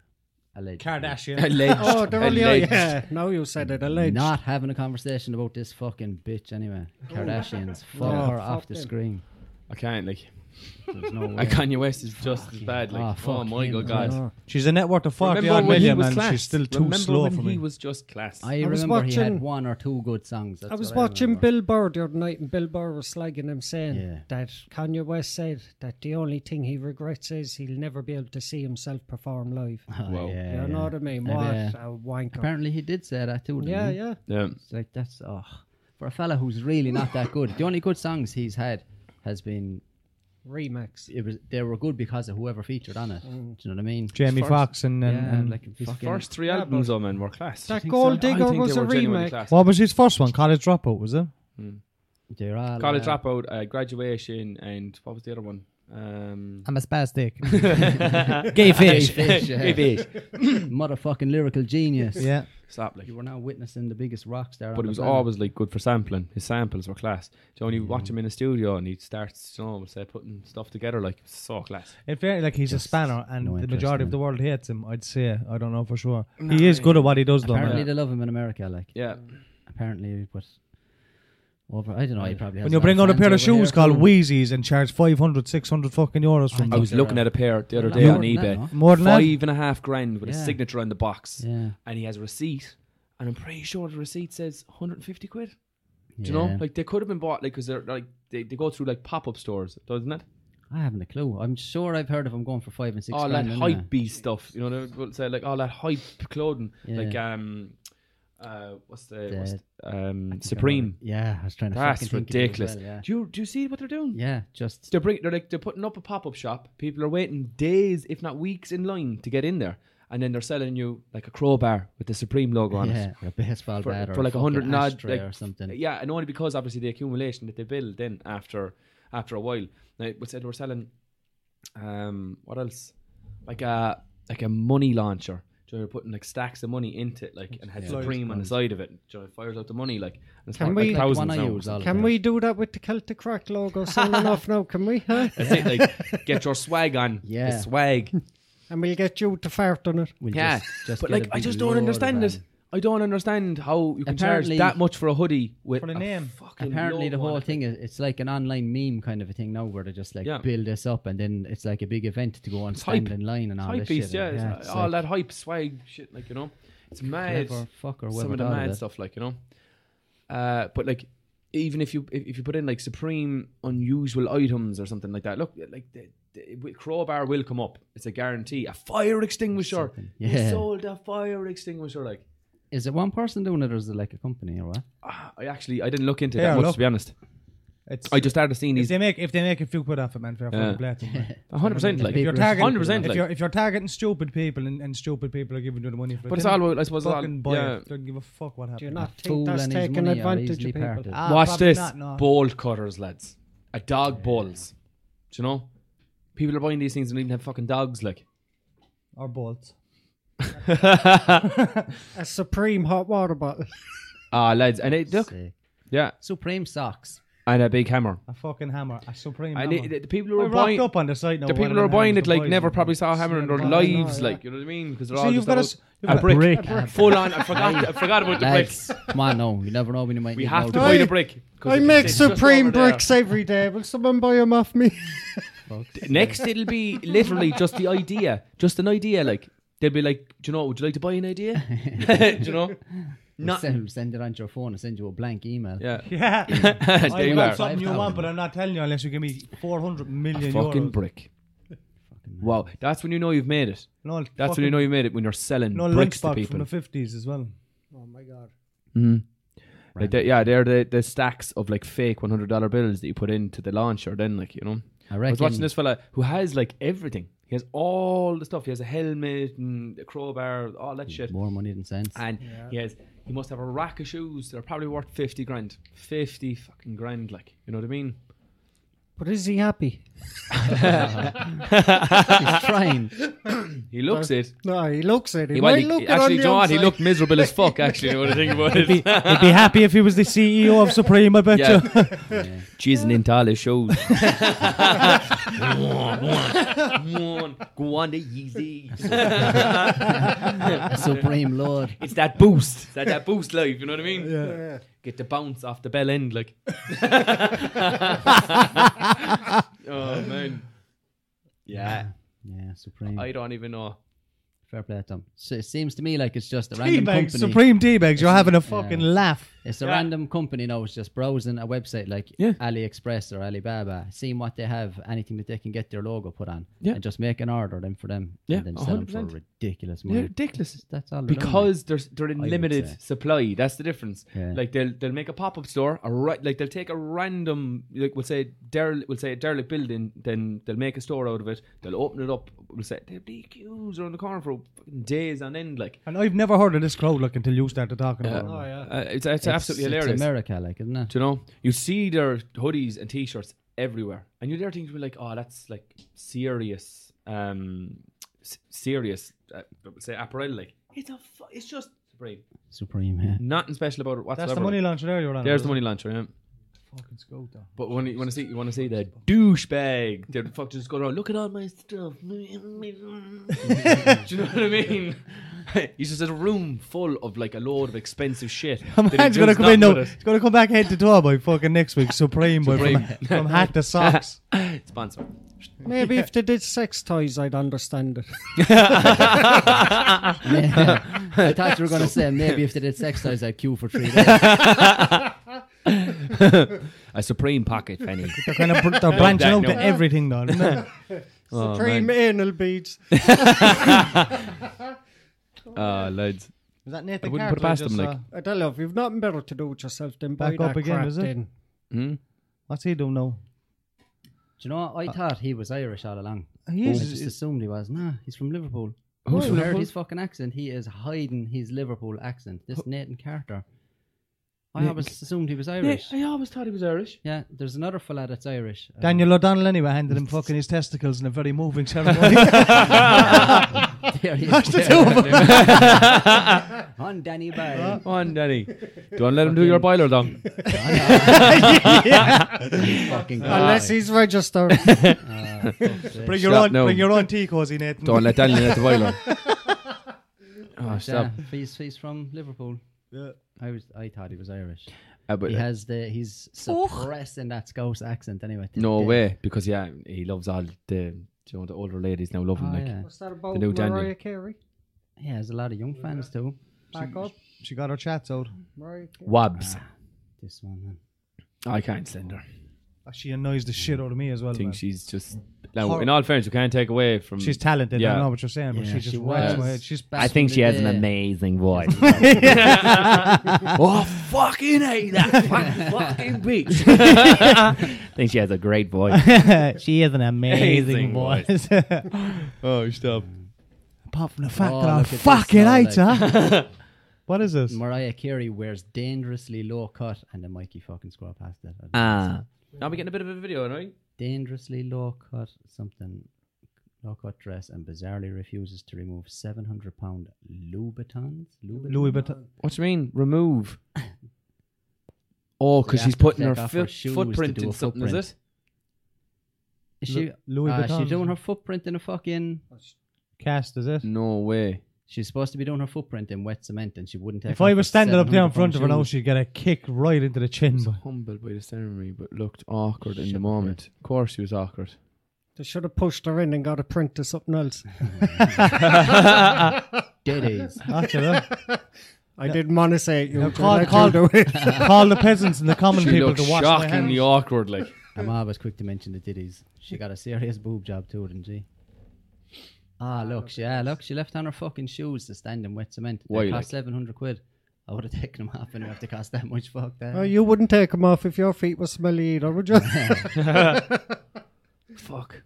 [SPEAKER 4] Alleged.
[SPEAKER 1] Kardashian.
[SPEAKER 3] alleged,
[SPEAKER 5] Oh, they're only
[SPEAKER 3] alleged.
[SPEAKER 5] yeah. Now you said it alleged.
[SPEAKER 4] Not having a conversation about this fucking bitch anyway. Kardashians. Fuck
[SPEAKER 5] Oh. Yeah,
[SPEAKER 4] her
[SPEAKER 5] fuck
[SPEAKER 4] off the
[SPEAKER 5] them.
[SPEAKER 4] screen.
[SPEAKER 3] I can't like.
[SPEAKER 4] There's no way.
[SPEAKER 3] And Kanye West is just as bad.
[SPEAKER 4] Ah,
[SPEAKER 3] Like, oh,
[SPEAKER 4] fuck
[SPEAKER 3] my
[SPEAKER 4] him.
[SPEAKER 3] god, god.
[SPEAKER 1] She's a net worth of 40
[SPEAKER 3] Remember
[SPEAKER 1] odd
[SPEAKER 3] when he
[SPEAKER 1] million,
[SPEAKER 3] was
[SPEAKER 1] and
[SPEAKER 3] class?
[SPEAKER 1] she's still too
[SPEAKER 3] Remember
[SPEAKER 1] slow
[SPEAKER 3] when
[SPEAKER 1] for
[SPEAKER 3] he
[SPEAKER 1] me.
[SPEAKER 3] was just class.
[SPEAKER 4] I,
[SPEAKER 5] I was
[SPEAKER 4] remember he had
[SPEAKER 5] watching-
[SPEAKER 4] one or two good songs. That's
[SPEAKER 5] I was
[SPEAKER 4] what
[SPEAKER 5] watching
[SPEAKER 4] remember.
[SPEAKER 5] Billboard the other night, and Billboard was slagging him saying
[SPEAKER 4] Yeah.
[SPEAKER 5] that Kanye West said that the only thing he regrets is he'll never be able to see himself perform live.
[SPEAKER 4] Oh,
[SPEAKER 3] Wow.
[SPEAKER 4] yeah,
[SPEAKER 5] you know
[SPEAKER 4] yeah.
[SPEAKER 5] what I mean?
[SPEAKER 4] And,
[SPEAKER 5] What
[SPEAKER 4] uh,
[SPEAKER 5] a wanker.
[SPEAKER 4] Apparently he did say that too. didn't
[SPEAKER 5] yeah,
[SPEAKER 4] he?
[SPEAKER 5] yeah.
[SPEAKER 3] yeah.
[SPEAKER 4] It's like that's oh, for a fella who's really not that good. The only good songs he's had has been
[SPEAKER 5] Remix.
[SPEAKER 4] it was they were good because of whoever featured on it. Do
[SPEAKER 5] Mm.
[SPEAKER 4] you know what I mean?
[SPEAKER 1] Jamie
[SPEAKER 3] First-
[SPEAKER 1] Foxx and, and,
[SPEAKER 4] yeah,
[SPEAKER 1] and
[SPEAKER 4] like
[SPEAKER 3] His
[SPEAKER 4] fucking-
[SPEAKER 3] first three albums, oh man, were class.
[SPEAKER 5] That
[SPEAKER 4] think
[SPEAKER 5] Gold
[SPEAKER 4] so?
[SPEAKER 3] I
[SPEAKER 5] Digger
[SPEAKER 3] think
[SPEAKER 5] was
[SPEAKER 3] they
[SPEAKER 5] a
[SPEAKER 3] were genuinely
[SPEAKER 5] remake.
[SPEAKER 3] class.
[SPEAKER 1] what was his first one? College Dropout, was it?
[SPEAKER 4] they're all,
[SPEAKER 3] College
[SPEAKER 4] uh,
[SPEAKER 3] dropout, uh, graduation, and what was the other one? Um,
[SPEAKER 1] I'm a spastic.
[SPEAKER 4] Gay
[SPEAKER 3] fish.
[SPEAKER 4] yeah. Motherfucking lyrical genius.
[SPEAKER 1] yeah.
[SPEAKER 3] stop like.
[SPEAKER 4] You were now witnessing the biggest rock star. on
[SPEAKER 3] But
[SPEAKER 4] the
[SPEAKER 3] he was
[SPEAKER 4] planet.
[SPEAKER 3] always like good for sampling. His samples were class. So when you watch him in the studio and he starts, you know, we'll say putting stuff together, like so class.
[SPEAKER 1] In fairness, like he's a
[SPEAKER 4] Just
[SPEAKER 1] spanner, and
[SPEAKER 4] no
[SPEAKER 1] the
[SPEAKER 4] interest
[SPEAKER 1] majority of
[SPEAKER 4] in it.
[SPEAKER 1] the world hates him. I'd say. I don't know for sure. he is good at what he does, though.
[SPEAKER 4] Apparently
[SPEAKER 1] man.
[SPEAKER 4] they love him in America, like
[SPEAKER 3] Yeah,
[SPEAKER 4] apparently, but over I don't know. He probably has
[SPEAKER 1] When you
[SPEAKER 4] lot
[SPEAKER 1] bring out a
[SPEAKER 4] fans
[SPEAKER 1] pair
[SPEAKER 4] over
[SPEAKER 1] of shoes
[SPEAKER 4] here,
[SPEAKER 1] called
[SPEAKER 4] too.
[SPEAKER 1] Wheezy's and charge 500, 600 fucking euros from
[SPEAKER 4] I
[SPEAKER 3] I
[SPEAKER 1] them,
[SPEAKER 3] was looking at a pair the other
[SPEAKER 4] Well,
[SPEAKER 3] day
[SPEAKER 4] more
[SPEAKER 3] on
[SPEAKER 4] than that,
[SPEAKER 3] eBay.
[SPEAKER 4] no?
[SPEAKER 1] More than that?
[SPEAKER 3] Five and a half grand with
[SPEAKER 4] Yeah.
[SPEAKER 3] a signature on the box,
[SPEAKER 4] yeah,
[SPEAKER 3] and he has a receipt. And I'm pretty sure the receipt says 150 quid. Do you know?
[SPEAKER 4] yeah.
[SPEAKER 3] Like they could have been bought, like because they're like they, they go through like pop up stores, doesn't it?
[SPEAKER 4] I haven't a clue. I'm sure I've heard of him going for five and six.
[SPEAKER 3] all that
[SPEAKER 4] grand, anyway.
[SPEAKER 3] Oh, hype stuff, you know, they would say like all that hype clothing, like um, uh, what's the, what's
[SPEAKER 4] The-
[SPEAKER 3] the um
[SPEAKER 4] think I
[SPEAKER 3] Supreme?
[SPEAKER 4] know that. Yeah, I was trying to.
[SPEAKER 3] That's
[SPEAKER 4] fucking think of it as
[SPEAKER 3] ridiculous.
[SPEAKER 4] well, yeah.
[SPEAKER 3] Do you do you see what they're doing?
[SPEAKER 4] yeah, just
[SPEAKER 3] They're bring, they're like they're putting up a pop up shop. People are waiting days, if not weeks, in line to get in there, and then they're selling you like a crowbar with the Supreme logo on
[SPEAKER 4] yeah,
[SPEAKER 3] it.
[SPEAKER 4] or a baseball
[SPEAKER 3] For,
[SPEAKER 4] bat or
[SPEAKER 3] for like a
[SPEAKER 4] fucking
[SPEAKER 3] hundred and odd,
[SPEAKER 4] ashtray
[SPEAKER 3] like,
[SPEAKER 4] or something.
[SPEAKER 3] Yeah, and only because obviously the accumulation that they build then after after a while. Like we said, we're selling um what else? Like a like a money launcher. So you're putting like stacks of money into it, like and had
[SPEAKER 1] Flies
[SPEAKER 3] Supreme on the side of it. So it fires out the money, like. And it's
[SPEAKER 5] Can
[SPEAKER 3] worth,
[SPEAKER 5] we-
[SPEAKER 3] like
[SPEAKER 4] Like the
[SPEAKER 3] thousands
[SPEAKER 4] one I
[SPEAKER 3] now.
[SPEAKER 4] use, all of
[SPEAKER 5] Can
[SPEAKER 4] it.
[SPEAKER 5] we do that with the Celtic Crack logo soon enough now? Can we? Huh?
[SPEAKER 3] That's it, like get your swag on.
[SPEAKER 4] Yeah.
[SPEAKER 3] the swag.
[SPEAKER 5] And we'll get you to fart on it.
[SPEAKER 4] We'll
[SPEAKER 3] Yeah,
[SPEAKER 4] just- just
[SPEAKER 3] but
[SPEAKER 4] get a
[SPEAKER 3] like I
[SPEAKER 4] big
[SPEAKER 3] just don't
[SPEAKER 4] load of
[SPEAKER 3] understand it.
[SPEAKER 4] them.
[SPEAKER 3] I don't understand how you can
[SPEAKER 4] Apparently-
[SPEAKER 3] charge that much for a hoodie with
[SPEAKER 1] For the
[SPEAKER 3] a
[SPEAKER 1] name.
[SPEAKER 3] fucking
[SPEAKER 4] Apparently, the
[SPEAKER 3] logo on
[SPEAKER 4] whole
[SPEAKER 3] it.
[SPEAKER 4] thing is it's like an online meme kind of a thing now, where they just like
[SPEAKER 3] Yeah.
[SPEAKER 4] build this up, and then it's like a big event to go and
[SPEAKER 3] hype.
[SPEAKER 4] stand in line and all
[SPEAKER 3] hype
[SPEAKER 4] this
[SPEAKER 3] beast,
[SPEAKER 4] shit.
[SPEAKER 3] yeah,
[SPEAKER 4] and-
[SPEAKER 3] it's
[SPEAKER 4] it's
[SPEAKER 3] oh, all
[SPEAKER 4] like
[SPEAKER 3] that hype swag shit, like you know, it's mad.
[SPEAKER 4] clever fucker,
[SPEAKER 3] Some
[SPEAKER 4] whoever
[SPEAKER 3] of the
[SPEAKER 4] thought
[SPEAKER 3] mad
[SPEAKER 4] it.
[SPEAKER 3] stuff, like you know, uh, but like even if you if, if you put in like supreme unusual items or something like that, look like the, the wi- crowbar will come up. It's a guarantee. A fire extinguisher.
[SPEAKER 4] yeah.
[SPEAKER 3] You sold a fire extinguisher. Like
[SPEAKER 4] Is it one person doing it, or is it like a company or what?
[SPEAKER 3] ah, I actually I didn't look into
[SPEAKER 1] Yeah,
[SPEAKER 3] that much
[SPEAKER 1] look.
[SPEAKER 3] to be honest.
[SPEAKER 1] It's
[SPEAKER 3] I just started seeing
[SPEAKER 1] if
[SPEAKER 3] these
[SPEAKER 1] they make if they make a few quid off it, man, fair
[SPEAKER 3] Yeah.
[SPEAKER 1] fucking glad to 'em, man.
[SPEAKER 3] hundred percent like
[SPEAKER 1] If you're
[SPEAKER 4] People-
[SPEAKER 1] targeting,
[SPEAKER 3] 100%
[SPEAKER 1] if
[SPEAKER 3] like-
[SPEAKER 1] you're if you're targeting stupid people and, and stupid people are giving you the money for it,
[SPEAKER 3] But it's
[SPEAKER 1] then
[SPEAKER 3] all about I suppose it's all,
[SPEAKER 1] fucking buy
[SPEAKER 3] yeah.
[SPEAKER 1] it. Don't give a fuck what
[SPEAKER 5] Do you
[SPEAKER 1] happened.
[SPEAKER 5] not think
[SPEAKER 4] Fool
[SPEAKER 5] that's
[SPEAKER 4] and his
[SPEAKER 5] taking
[SPEAKER 4] money are
[SPEAKER 5] advantage
[SPEAKER 4] easily
[SPEAKER 5] of people?
[SPEAKER 4] parted.
[SPEAKER 1] Ah,
[SPEAKER 3] Watch
[SPEAKER 1] probably
[SPEAKER 3] this.
[SPEAKER 1] not, no.
[SPEAKER 3] Bowl cutters, lads. A dog bowls. Do you know? People are buying these things and even have fucking dogs like
[SPEAKER 1] or bolts.
[SPEAKER 5] A supreme hot water bottle.
[SPEAKER 3] Ah lads. And it look
[SPEAKER 4] Sick.
[SPEAKER 3] yeah.
[SPEAKER 4] Supreme socks.
[SPEAKER 3] And a big hammer.
[SPEAKER 1] A fucking hammer, a supreme
[SPEAKER 3] And
[SPEAKER 1] hammer.
[SPEAKER 3] it, the people who
[SPEAKER 1] We're
[SPEAKER 3] are
[SPEAKER 1] rocked
[SPEAKER 3] buying
[SPEAKER 1] up on the site now.
[SPEAKER 3] the
[SPEAKER 1] one of
[SPEAKER 3] people who are
[SPEAKER 1] them
[SPEAKER 3] buying
[SPEAKER 1] hammers
[SPEAKER 3] it
[SPEAKER 1] the
[SPEAKER 3] like
[SPEAKER 1] boys
[SPEAKER 3] never
[SPEAKER 1] and-
[SPEAKER 3] probably saw a hammer in their
[SPEAKER 5] Yeah, probably
[SPEAKER 3] lives,
[SPEAKER 5] not, yeah.
[SPEAKER 3] like you know what I mean? Because they're
[SPEAKER 1] So
[SPEAKER 3] all
[SPEAKER 1] you've
[SPEAKER 3] just
[SPEAKER 1] got a
[SPEAKER 3] about-
[SPEAKER 1] s- you've
[SPEAKER 2] A
[SPEAKER 1] got a-
[SPEAKER 2] brick.
[SPEAKER 3] full on. I forgot. I forgot about the brick.
[SPEAKER 4] Lads, come on now. You never know when you might
[SPEAKER 3] We
[SPEAKER 4] need
[SPEAKER 3] have
[SPEAKER 4] loads
[SPEAKER 3] to
[SPEAKER 4] of
[SPEAKER 3] buy the
[SPEAKER 5] Right.
[SPEAKER 3] brick. 'cause
[SPEAKER 5] I
[SPEAKER 3] it-
[SPEAKER 5] make
[SPEAKER 3] it's just
[SPEAKER 5] supreme
[SPEAKER 3] over there.
[SPEAKER 5] bricks every day. Will someone buy them off me?
[SPEAKER 3] Next, it'll be literally just the idea, just an idea. Like they'll be like, do you know? Would you like to buy an idea? do you know?
[SPEAKER 4] We'll send, send it onto your phone and send you a blank email.
[SPEAKER 3] Yeah.
[SPEAKER 1] Yeah.
[SPEAKER 3] there
[SPEAKER 1] I
[SPEAKER 3] you
[SPEAKER 1] know
[SPEAKER 3] are.
[SPEAKER 1] something you
[SPEAKER 4] 5,000.
[SPEAKER 1] want, but I'm not telling you unless you give me 400 million
[SPEAKER 3] Fucking
[SPEAKER 1] euros.
[SPEAKER 3] brick. Wow, that's when you know you've made it.
[SPEAKER 1] No,
[SPEAKER 3] That's when you know you made it when you're selling
[SPEAKER 1] no
[SPEAKER 3] bricks to
[SPEAKER 1] lunchbox from
[SPEAKER 3] people.
[SPEAKER 1] the 50s as well.
[SPEAKER 5] Oh my god.
[SPEAKER 3] Like they, yeah, they're the, the stacks of like fake one hundred dollar bills that you put into the launcher. Then like you know,
[SPEAKER 4] I
[SPEAKER 3] I was
[SPEAKER 4] reckon.
[SPEAKER 3] watching this fella who has like everything. He has all the stuff. He has a helmet and a crowbar, all
[SPEAKER 1] Mm.
[SPEAKER 3] that shit.
[SPEAKER 4] More money than sense.
[SPEAKER 3] and he has he must have a rack of shoes that are probably worth fifty grand, fifty fucking grand, like you know what I mean?
[SPEAKER 5] But is he happy?
[SPEAKER 4] He's trying.
[SPEAKER 3] He looks it.
[SPEAKER 5] No, he looks at it.
[SPEAKER 3] He,
[SPEAKER 5] He
[SPEAKER 3] well,
[SPEAKER 5] might
[SPEAKER 3] he-
[SPEAKER 5] look it
[SPEAKER 3] actually,
[SPEAKER 5] on the
[SPEAKER 3] John, he
[SPEAKER 5] outside.
[SPEAKER 3] looked miserable as fuck. Actually, you know what I think about it?
[SPEAKER 1] He'd be happy if he was the CEO of Supreme, I bet
[SPEAKER 3] Yeah,
[SPEAKER 1] you.
[SPEAKER 3] jizzing into all his shoes. go on, go on to Yeezy.
[SPEAKER 4] Supreme Lord.
[SPEAKER 3] It's that boost, it's that that boost life. You know what I mean?
[SPEAKER 5] Yeah.
[SPEAKER 3] Get the bounce off the bell end, like. oh man, yeah.
[SPEAKER 4] Yeah, Supreme.
[SPEAKER 3] I don't even know.
[SPEAKER 4] Fair play to them. So it seems to me like it's just a random
[SPEAKER 1] Teabags,
[SPEAKER 4] company.
[SPEAKER 1] Supreme Teabags, you're having a fucking laugh.
[SPEAKER 4] It's a
[SPEAKER 3] Yeah.
[SPEAKER 4] random company now. It's just browsing a website like
[SPEAKER 3] Yeah.
[SPEAKER 4] AliExpress or Alibaba, seeing what they have, anything that they can get their logo put on,
[SPEAKER 3] Yeah.
[SPEAKER 4] and just make an order then for them,
[SPEAKER 3] Yeah,
[SPEAKER 4] and then sell them for
[SPEAKER 3] 100%.
[SPEAKER 4] ridiculous
[SPEAKER 3] They're
[SPEAKER 4] money.
[SPEAKER 3] ridiculous.
[SPEAKER 4] That's all. they're doing, like.
[SPEAKER 3] Because they're they're in
[SPEAKER 4] I would say.
[SPEAKER 3] limited supply. That's the difference.
[SPEAKER 4] Yeah.
[SPEAKER 3] Like they'll they'll make a pop up store, a right like they'll take a random like we'll say derelict we'll say a derelict building, then they'll make a store out of it. They'll open it up. We'll say there'll be queues around the corner for fucking days on end. Like
[SPEAKER 1] And I've never heard of this crowd like until you started talking about it.
[SPEAKER 3] uh, it's, it's absolutely
[SPEAKER 4] it's
[SPEAKER 3] hilarious.
[SPEAKER 4] America, like, isn't it?
[SPEAKER 3] Do you know? You see their hoodies and t-shirts everywhere, and you're there thinking like, oh, that's like serious, um, s- serious. Uh, say apparel, like it's a, fu- it's just supreme.
[SPEAKER 4] Supreme. Yeah.
[SPEAKER 3] Nothing special about it whatsoever.
[SPEAKER 1] That's the money launcher there you're on.
[SPEAKER 3] There's the
[SPEAKER 1] isn't
[SPEAKER 3] money launcher. Yeah.
[SPEAKER 1] it? Fucking scooter.
[SPEAKER 3] But when you want to see, you want to see the douchebag. They fuck just go around. Look at all my stuff. Do you know what I mean? He's just in a room full of like a load of expensive shit. that he
[SPEAKER 1] Man's
[SPEAKER 3] does
[SPEAKER 1] gonna come in
[SPEAKER 3] not
[SPEAKER 1] now.
[SPEAKER 3] with
[SPEAKER 1] It's gonna come back head to toe by fucking next week. Supreme, boy, from,
[SPEAKER 3] Supreme.
[SPEAKER 1] from hat to socks.
[SPEAKER 3] it. Sponsor.
[SPEAKER 5] Maybe if they did sex toys, I'd understand it.
[SPEAKER 4] I thought you were going to say maybe if they did sex toys, I'd queue for three days.
[SPEAKER 3] A supreme pocket, Fanny.
[SPEAKER 1] They're kind of br- they're branching
[SPEAKER 3] that,
[SPEAKER 1] out
[SPEAKER 3] no.
[SPEAKER 1] to everything now. isn't it?
[SPEAKER 5] Supreme anal beads.
[SPEAKER 3] Ah, lads.
[SPEAKER 1] Is that Nathan
[SPEAKER 3] I wouldn't
[SPEAKER 1] Carter
[SPEAKER 3] put it past
[SPEAKER 1] just,
[SPEAKER 3] them, like-
[SPEAKER 1] uh,
[SPEAKER 5] I don't know if you've nothing better to do with yourself than buy
[SPEAKER 1] Back
[SPEAKER 5] that
[SPEAKER 1] up again,
[SPEAKER 5] crap
[SPEAKER 1] is it?
[SPEAKER 5] then.
[SPEAKER 3] Hmm?
[SPEAKER 1] what's he doing now?
[SPEAKER 4] Do you know what?
[SPEAKER 3] Uh,
[SPEAKER 4] I thought he was Irish all along.
[SPEAKER 1] He
[SPEAKER 4] I just
[SPEAKER 1] is. uh,
[SPEAKER 4] assumed he was. Nah, he's from Liverpool.
[SPEAKER 3] Who's
[SPEAKER 4] Who's
[SPEAKER 3] from
[SPEAKER 4] heard
[SPEAKER 3] Liverpool?
[SPEAKER 4] his fucking accent? He is hiding his Liverpool accent. This Nathan Carter. I
[SPEAKER 3] Nathan
[SPEAKER 4] always assumed he was
[SPEAKER 3] Yeah,
[SPEAKER 4] Irish. Yeah,
[SPEAKER 3] I always thought he was Irish.
[SPEAKER 4] there's another fella that's Irish. Uh,
[SPEAKER 1] Daniel O'Donnell anyway handed him fucking his testicles in a very moving ceremony.
[SPEAKER 4] there he is.
[SPEAKER 1] That's the two of them.
[SPEAKER 4] On Danny Byrne.
[SPEAKER 3] Come on, Danny. Don't let him do your boiler down.
[SPEAKER 4] fucking
[SPEAKER 3] Ah.
[SPEAKER 5] Unless he's registered.
[SPEAKER 1] Bring your
[SPEAKER 3] Stop
[SPEAKER 1] own,
[SPEAKER 3] now.
[SPEAKER 1] bring your own tea, cozy Nathan.
[SPEAKER 3] Don't let Danny let the boiler. Oh,
[SPEAKER 4] Yeah,
[SPEAKER 3] stop.
[SPEAKER 4] he's, he's from Liverpool.
[SPEAKER 1] Yeah.
[SPEAKER 4] I was I thought he was Irish.
[SPEAKER 3] Ah, but,
[SPEAKER 4] He
[SPEAKER 3] uh,
[SPEAKER 4] has the he's suppressing that Scouse accent anyway. to
[SPEAKER 3] no
[SPEAKER 4] the-
[SPEAKER 3] way, because yeah, he loves all the you know the older ladies now love him.
[SPEAKER 4] Oh,
[SPEAKER 3] like,
[SPEAKER 4] yeah.
[SPEAKER 5] What's that about
[SPEAKER 3] The new Daniel.
[SPEAKER 5] Mariah Carey?
[SPEAKER 4] yeah, there's a lot of young fans too.
[SPEAKER 5] Back up.
[SPEAKER 1] She got her chats out.
[SPEAKER 5] Mariah Carey.
[SPEAKER 3] Wabs.
[SPEAKER 4] This one, man.
[SPEAKER 3] I can't send her.
[SPEAKER 1] Ah, She annoys the shit out of me as well.
[SPEAKER 3] I think
[SPEAKER 1] man.
[SPEAKER 3] she's just Now,
[SPEAKER 1] Hor-
[SPEAKER 3] in all fairness, you can't take away from.
[SPEAKER 1] She's talented.
[SPEAKER 3] Yeah.
[SPEAKER 1] I know what you're saying, but
[SPEAKER 4] Yeah,
[SPEAKER 1] she just
[SPEAKER 4] she
[SPEAKER 1] whacks
[SPEAKER 4] was.
[SPEAKER 1] my head. She's
[SPEAKER 4] Back
[SPEAKER 6] I think
[SPEAKER 4] in
[SPEAKER 6] she
[SPEAKER 4] the
[SPEAKER 6] has an
[SPEAKER 4] day.
[SPEAKER 6] amazing voice. oh, fucking hate that fucking, fucking bitch. I think she has a great voice.
[SPEAKER 1] she has an amazing
[SPEAKER 3] Amazing
[SPEAKER 1] voice.
[SPEAKER 3] oh, stop.
[SPEAKER 1] Apart from the fact
[SPEAKER 4] Oh,
[SPEAKER 1] that I
[SPEAKER 4] look at this
[SPEAKER 1] fucking
[SPEAKER 4] now,
[SPEAKER 1] hate
[SPEAKER 4] like-
[SPEAKER 1] her. what is this?
[SPEAKER 4] Mariah Carey wears dangerously low cut, and then Mikey fucking scroll past that. I don't know what it
[SPEAKER 6] Ah,
[SPEAKER 4] says.
[SPEAKER 3] Now we're getting a bit of a video, right?
[SPEAKER 4] dangerously low cut something, low cut dress, and bizarrely refuses to remove seven hundred pound Louboutins.
[SPEAKER 1] Louis Vuitton.
[SPEAKER 3] What do you mean? Remove. Oh,
[SPEAKER 4] They
[SPEAKER 3] because
[SPEAKER 4] have
[SPEAKER 3] Oh, she's
[SPEAKER 4] to
[SPEAKER 3] putting her,
[SPEAKER 4] take off her
[SPEAKER 3] foot-
[SPEAKER 4] shoes
[SPEAKER 3] footprint
[SPEAKER 4] to do
[SPEAKER 3] in
[SPEAKER 4] a
[SPEAKER 3] something,
[SPEAKER 4] footprint.
[SPEAKER 3] is it?
[SPEAKER 4] Is she?
[SPEAKER 1] Louis
[SPEAKER 4] ah,
[SPEAKER 1] Vuitton.
[SPEAKER 4] she's doing her footprint in a fucking.
[SPEAKER 1] cast, is it?
[SPEAKER 3] No way.
[SPEAKER 4] She's supposed to be doing her footprint in wet cement, and she wouldn't take.
[SPEAKER 1] If I was standing up there in front of her now,
[SPEAKER 4] ocean.
[SPEAKER 1] she'd get a kick right into the chin.
[SPEAKER 3] was
[SPEAKER 1] But
[SPEAKER 3] humbled by the ceremony, but looked awkward in
[SPEAKER 4] Shit,
[SPEAKER 3] the
[SPEAKER 4] man.
[SPEAKER 3] moment. Of course, he was awkward.
[SPEAKER 5] They should have pushed her in and got a print to something else.
[SPEAKER 4] dead is.
[SPEAKER 1] that's it. eh?
[SPEAKER 5] I didn't want to say it. You
[SPEAKER 1] Now
[SPEAKER 5] but
[SPEAKER 1] call,
[SPEAKER 5] let
[SPEAKER 1] call,
[SPEAKER 5] you do it.
[SPEAKER 1] eh? call the peasants and the common
[SPEAKER 3] She
[SPEAKER 1] people
[SPEAKER 3] looked
[SPEAKER 1] to wash their hands.
[SPEAKER 3] shockingly awkward, like.
[SPEAKER 4] I'm always quick to mention the titties. She got a serious boob job too, didn't she? Ah, look, she, ah, look, she left on her fucking shoes to stand in wet cement. They
[SPEAKER 3] Why,
[SPEAKER 4] cost
[SPEAKER 3] like-
[SPEAKER 4] 700 quid. I would have taken them off and have to cost that much. Fuck that.
[SPEAKER 5] Oh, you wouldn't take them off if your feet were smelly either, would you?
[SPEAKER 3] Fuck.